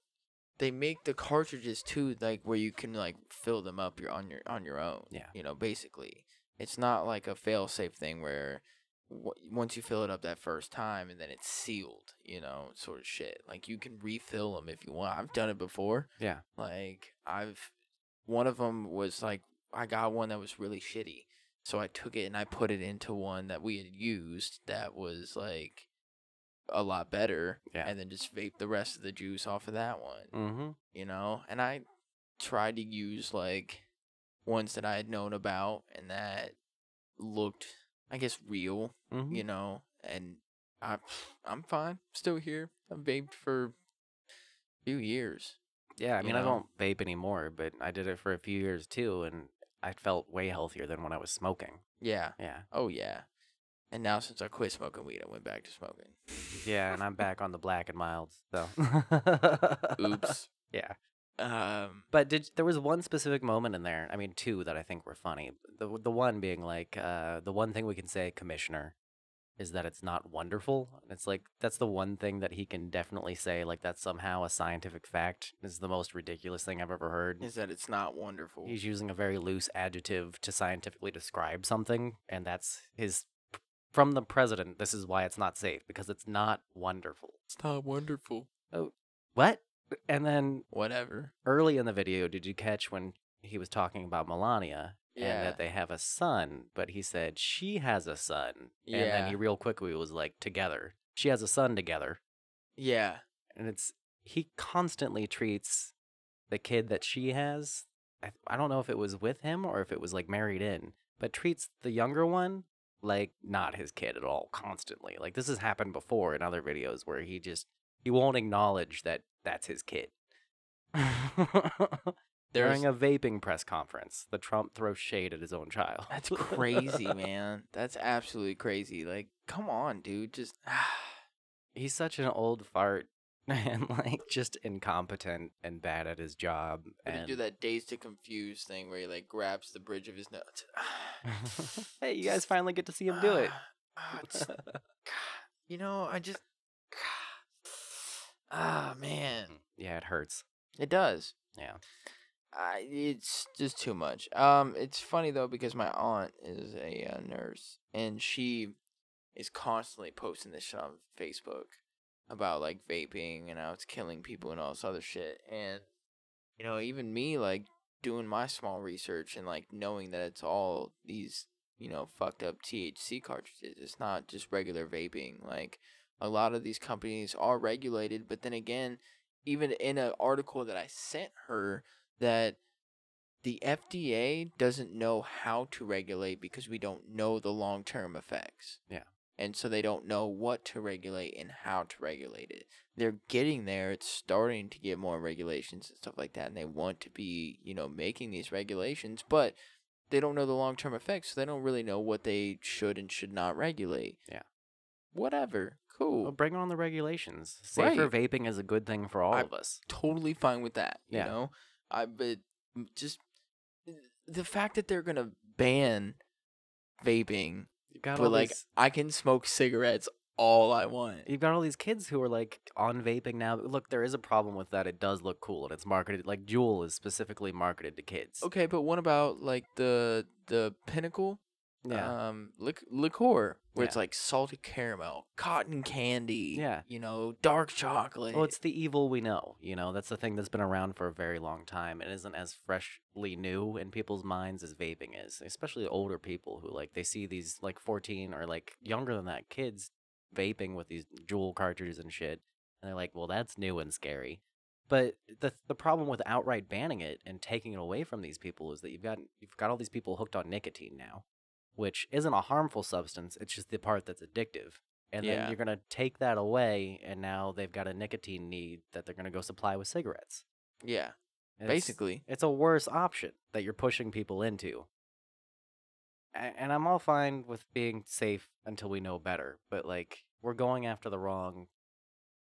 [SPEAKER 2] they make the cartridges too like where you can like fill them up your on your on your own
[SPEAKER 3] Yeah.
[SPEAKER 2] you know basically it's not like a fail safe thing where w- once you fill it up that first time and then it's sealed you know sort of shit like you can refill them if you want i've done it before
[SPEAKER 3] Yeah.
[SPEAKER 2] like I've one of them was like I got one that was really shitty. So I took it and I put it into one that we had used that was like a lot better
[SPEAKER 3] Yeah.
[SPEAKER 2] and then just vape the rest of the juice off of that one,
[SPEAKER 3] Mm-hmm.
[SPEAKER 2] you know? And I tried to use like ones that I had known about and that looked I guess real
[SPEAKER 3] mm-hmm.
[SPEAKER 2] you know, and I, I'm fine, still here. I've vaped for a few years.
[SPEAKER 3] Yeah, I
[SPEAKER 2] you
[SPEAKER 3] mean, I
[SPEAKER 2] know?
[SPEAKER 3] don't vape anymore, but I did it for a few years too, and I felt way healthier than when I was smoking.
[SPEAKER 2] Yeah.
[SPEAKER 3] Yeah.
[SPEAKER 2] Oh yeah. And now since I quit smoking weed, I went back to smoking.
[SPEAKER 3] Yeah, and I'm back on the black and milds, so.
[SPEAKER 2] <laughs> Oops.
[SPEAKER 3] <laughs> Yeah.
[SPEAKER 2] Um.
[SPEAKER 3] But did there was one specific moment in there? I mean, two that I think were funny. The the one being like uh, the one thing we can say, Commissioner, is that it's not wonderful. And it's like that's the one thing that he can definitely say. Like that's somehow a scientific fact. Is the most ridiculous thing I've ever heard.
[SPEAKER 2] Is that it's not wonderful?
[SPEAKER 3] He's using a very loose adjective to scientifically describe something, and that's his from the president. This is why it's not safe because it's not wonderful.
[SPEAKER 2] It's not wonderful.
[SPEAKER 3] What? And then
[SPEAKER 2] Whatever.
[SPEAKER 3] early in the video, did you catch when he was talking about Melania and
[SPEAKER 2] Yeah.
[SPEAKER 3] that they have a son? But he said she has a son, and then
[SPEAKER 2] Yeah.
[SPEAKER 3] he real quickly was like, "Together, she has a son together."
[SPEAKER 2] Yeah.
[SPEAKER 3] And it's he constantly treats the kid that she has. I, I don't know if it was with him or if it was like married in, but treats the younger one like not his kid at all constantly. Like this has happened before in other videos where he just he won't acknowledge that that's his
[SPEAKER 2] <laughs>
[SPEAKER 3] kid. <laughs>
[SPEAKER 2] There's.
[SPEAKER 3] During a vaping press conference, the Trump throws shade at his own child.
[SPEAKER 2] That's <laughs> crazy, man. That's absolutely crazy. Like, come on, dude. Just.
[SPEAKER 3] <laughs>
[SPEAKER 2] <sighs>
[SPEAKER 3] He's such an old fart <laughs> and like just incompetent and bad at his job.
[SPEAKER 2] Let me
[SPEAKER 3] And
[SPEAKER 2] do that dazed to confused thing where he like grabs the bridge of his nose. <sighs>
[SPEAKER 3] <laughs> hey, you guys finally get to see him do it. <laughs> Mm,
[SPEAKER 2] Ah, <sighs> it's- you know, I just <sighs> ah man,
[SPEAKER 3] yeah, it hurts.
[SPEAKER 2] it does.
[SPEAKER 3] Yeah.
[SPEAKER 2] I, it's just too much. Um, it's funny though because my aunt is a uh, nurse and she is constantly posting this shit on Facebook about like vaping and how it's killing people and all this other shit. And you know, even me like doing my small research and like knowing that it's all these you know fucked up THC cartridges. It's not just regular vaping. Like a lot of these companies are regulated, but then again, even in an article that I sent her that the FDA doesn't know how to regulate because we don't know the long term effects.
[SPEAKER 3] Yeah.
[SPEAKER 2] And so they don't know what to regulate and how to regulate it. They're getting there. It's starting to get more regulations and stuff like that. And they want to be, you know, making these regulations, but they don't know the long term effects. So they don't really know what they should and should not regulate.
[SPEAKER 3] Yeah.
[SPEAKER 2] Whatever.
[SPEAKER 3] Well,
[SPEAKER 2] Cool.
[SPEAKER 3] bring on the regulations. Safer vaping is a good thing for all
[SPEAKER 2] I-
[SPEAKER 3] of us.
[SPEAKER 2] totally fine with that. You
[SPEAKER 3] Yeah.
[SPEAKER 2] know, I but m- just the fact that they're gonna ban vaping,
[SPEAKER 3] You've got
[SPEAKER 2] but
[SPEAKER 3] all
[SPEAKER 2] like
[SPEAKER 3] these-
[SPEAKER 2] I can smoke cigarettes all I want.
[SPEAKER 3] You've got all these kids who are like on vaping now. Look, there is a problem with that. It does look cool and it's marketed like Juul is specifically marketed to kids.
[SPEAKER 2] Okay, but what about like the the pinnacle?
[SPEAKER 3] Yeah.
[SPEAKER 2] um lic- liqueur where it's
[SPEAKER 3] Yeah.
[SPEAKER 2] like salted caramel, cotton candy,
[SPEAKER 3] Yeah.
[SPEAKER 2] you know, dark chocolate.
[SPEAKER 3] well, it's the evil we know. You know, that's the thing that's been around for a very long time and isn't as freshly new in people's minds as vaping is, especially older people who like they see these like 14 or like younger than that kids vaping with these jewel cartridges and shit. And they're like, well, that's new and scary. But the the problem with outright banning it and taking it away from these people is that you've got you've got all these people hooked on nicotine now, which isn't a harmful substance. It's just the part that's addictive. And
[SPEAKER 2] Yeah.
[SPEAKER 3] then you're gonna take that away, and now they've got a nicotine need that they're gonna go supply with cigarettes.
[SPEAKER 2] yeah,
[SPEAKER 3] And it's-
[SPEAKER 2] basically.
[SPEAKER 3] it's a worse option that you're pushing people into. A- And I'm all fine with being safe until we know better, but like we're going after the wrong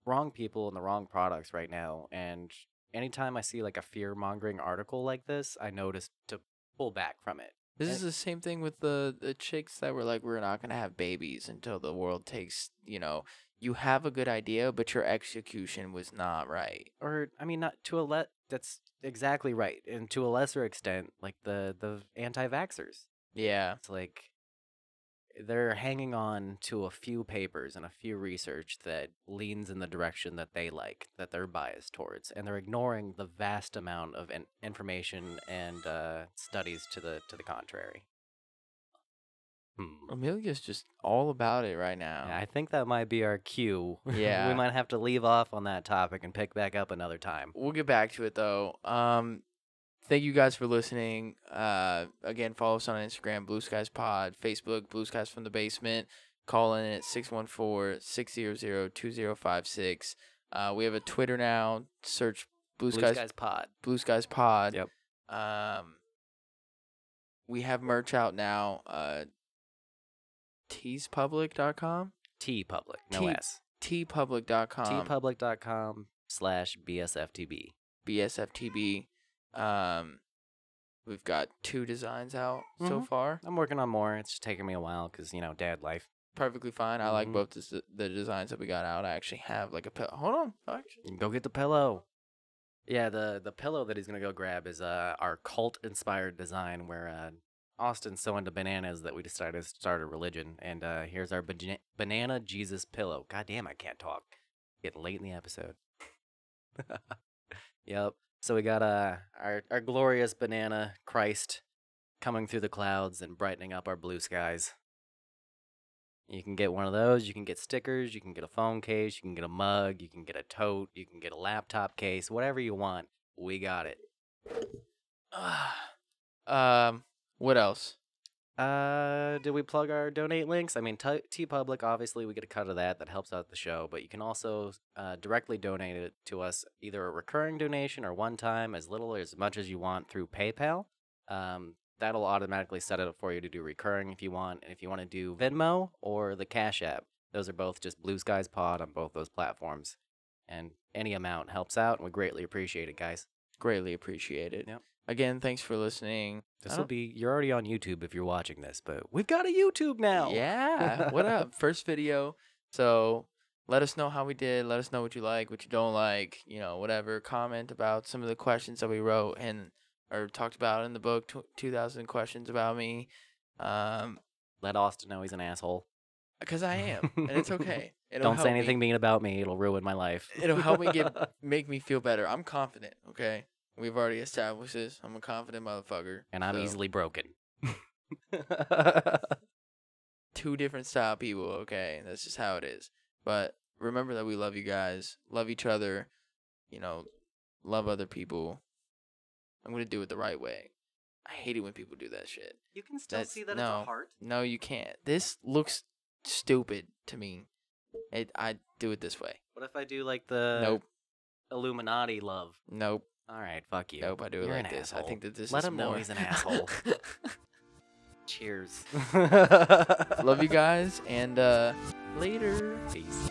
[SPEAKER 3] wrong people and the wrong products right now and anytime I see like a fear-mongering article like this, I notice to pull back from it.
[SPEAKER 2] This
[SPEAKER 3] and-
[SPEAKER 2] is the same thing with the the chicks that were like we're not going to have babies until the world takes, you know, you have a good idea but your execution was not right.
[SPEAKER 3] Or I mean not to a let that's exactly right. And to a lesser extent, like the the anti-vaxxers.
[SPEAKER 2] Yeah.
[SPEAKER 3] It's like they're hanging on to a few papers and a few research that leans in the direction that they like, that they're biased towards, and they're ignoring the vast amount of in- information and uh, studies to the to the contrary. Hmm.
[SPEAKER 2] Amelia's just all about it right now.
[SPEAKER 3] Yeah, I think that might be our cue. <laughs>
[SPEAKER 2] Yeah.
[SPEAKER 3] we might have to leave off on that topic and pick back up another time.
[SPEAKER 2] we'll get back to it though. Um, thank you guys for listening. Uh, again, follow us on Instagram, Blue Skies Pod, Facebook, Blue Skies from the Basement. Call in at 614 600 2056. Uh, We have a Twitter now. Search Blue,
[SPEAKER 3] Blue
[SPEAKER 2] Skies,
[SPEAKER 3] Skies Pod.
[SPEAKER 2] Blue Skies Pod.
[SPEAKER 3] Yep.
[SPEAKER 2] Um, we have merch out now. Uh, teespublic.com?
[SPEAKER 3] T Public. No
[SPEAKER 2] T-
[SPEAKER 3] S.
[SPEAKER 2] teepublic.com.
[SPEAKER 3] tpublic.com slash BSFTB.
[SPEAKER 2] BSFTB. Um, we've got two designs out so
[SPEAKER 3] Mhm.
[SPEAKER 2] far.
[SPEAKER 3] I'm working on more. It's just taking me a while because, you know, dad life.
[SPEAKER 2] Perfectly fine. I like
[SPEAKER 3] Mhm.
[SPEAKER 2] both the, s- the designs that we got out. I actually have like a pe- hold on. Actually, <sighs>
[SPEAKER 3] Go get the pillow. Yeah, the the pillow that he's gonna go grab is uh our cult inspired design where uh Austin's so into bananas that we decided to start a religion. And uh here's our bana- banana Jesus pillow. God damn, I can't talk. Getting late in the episode. <laughs> yep. So we got uh our our glorious banana Christ coming through the clouds and brightening up our blue skies. You can get one of those. You can get stickers. You can get a phone case. You can get a mug. You can get a tote. You can get a laptop case. Whatever you want, we got it.
[SPEAKER 2] um, what else?
[SPEAKER 3] Uh, did we plug our donate links? I mean, T T Public. Obviously, we get a cut of that. That helps out the show. But you can also uh, directly donate it to us, either a recurring donation or one time, as little or as much as you want through PayPal. Um, that'll automatically set it up for you to do recurring if you want, and if you want to do Venmo or the Cash App. Those are both just Blue Skies Pod on both those platforms, and any amount helps out, and we greatly appreciate it, guys.
[SPEAKER 2] Greatly appreciated.
[SPEAKER 3] Yep.
[SPEAKER 2] Again, thanks for listening. I
[SPEAKER 3] This will
[SPEAKER 2] don't-
[SPEAKER 3] be you're already on YouTube if you're watching this, but we've got a YouTube now.
[SPEAKER 2] Yeah.
[SPEAKER 3] <laughs>
[SPEAKER 2] what up? First video. So let us know how we did. Let us know what you like, what you don't like, you know, whatever. Comment about some of the questions that we wrote and or talked about in the book, tw 2000 Questions About Me. Um,
[SPEAKER 3] Let Austin know he's an asshole.
[SPEAKER 2] because I am, and
[SPEAKER 3] <laughs>
[SPEAKER 2] it's okay. It'll
[SPEAKER 3] Don't say
[SPEAKER 2] help me-
[SPEAKER 3] anything mean about me. It'll ruin my life.
[SPEAKER 2] It'll help me get make me feel better. I'm confident. Okay, we've already established this. I'm a confident motherfucker,
[SPEAKER 3] <laughs> and I'm
[SPEAKER 2] so-
[SPEAKER 3] easily broken.
[SPEAKER 2] <laughs> two different style people, okay? That's just how it is. But remember that we love you guys, love each other, you know, love other people. I'm going to do it the right way. I hate it when people do that shit.
[SPEAKER 3] you can
[SPEAKER 2] still That's- see that it's a no.
[SPEAKER 3] heart.
[SPEAKER 2] No, you can't. This looks stupid to me. It, I do it this way.
[SPEAKER 3] What if I do like the
[SPEAKER 2] nope,
[SPEAKER 3] Illuminati love?
[SPEAKER 2] nope,
[SPEAKER 3] All right, fuck you.
[SPEAKER 2] nope. I do it
[SPEAKER 3] You're
[SPEAKER 2] like
[SPEAKER 3] an
[SPEAKER 2] this. I
[SPEAKER 3] asshole.
[SPEAKER 2] think that this
[SPEAKER 3] Let
[SPEAKER 2] is
[SPEAKER 3] him know
[SPEAKER 2] more-
[SPEAKER 3] he's an <laughs> asshole. Cheers.
[SPEAKER 2] love you guys, and uh, later.
[SPEAKER 3] Peace.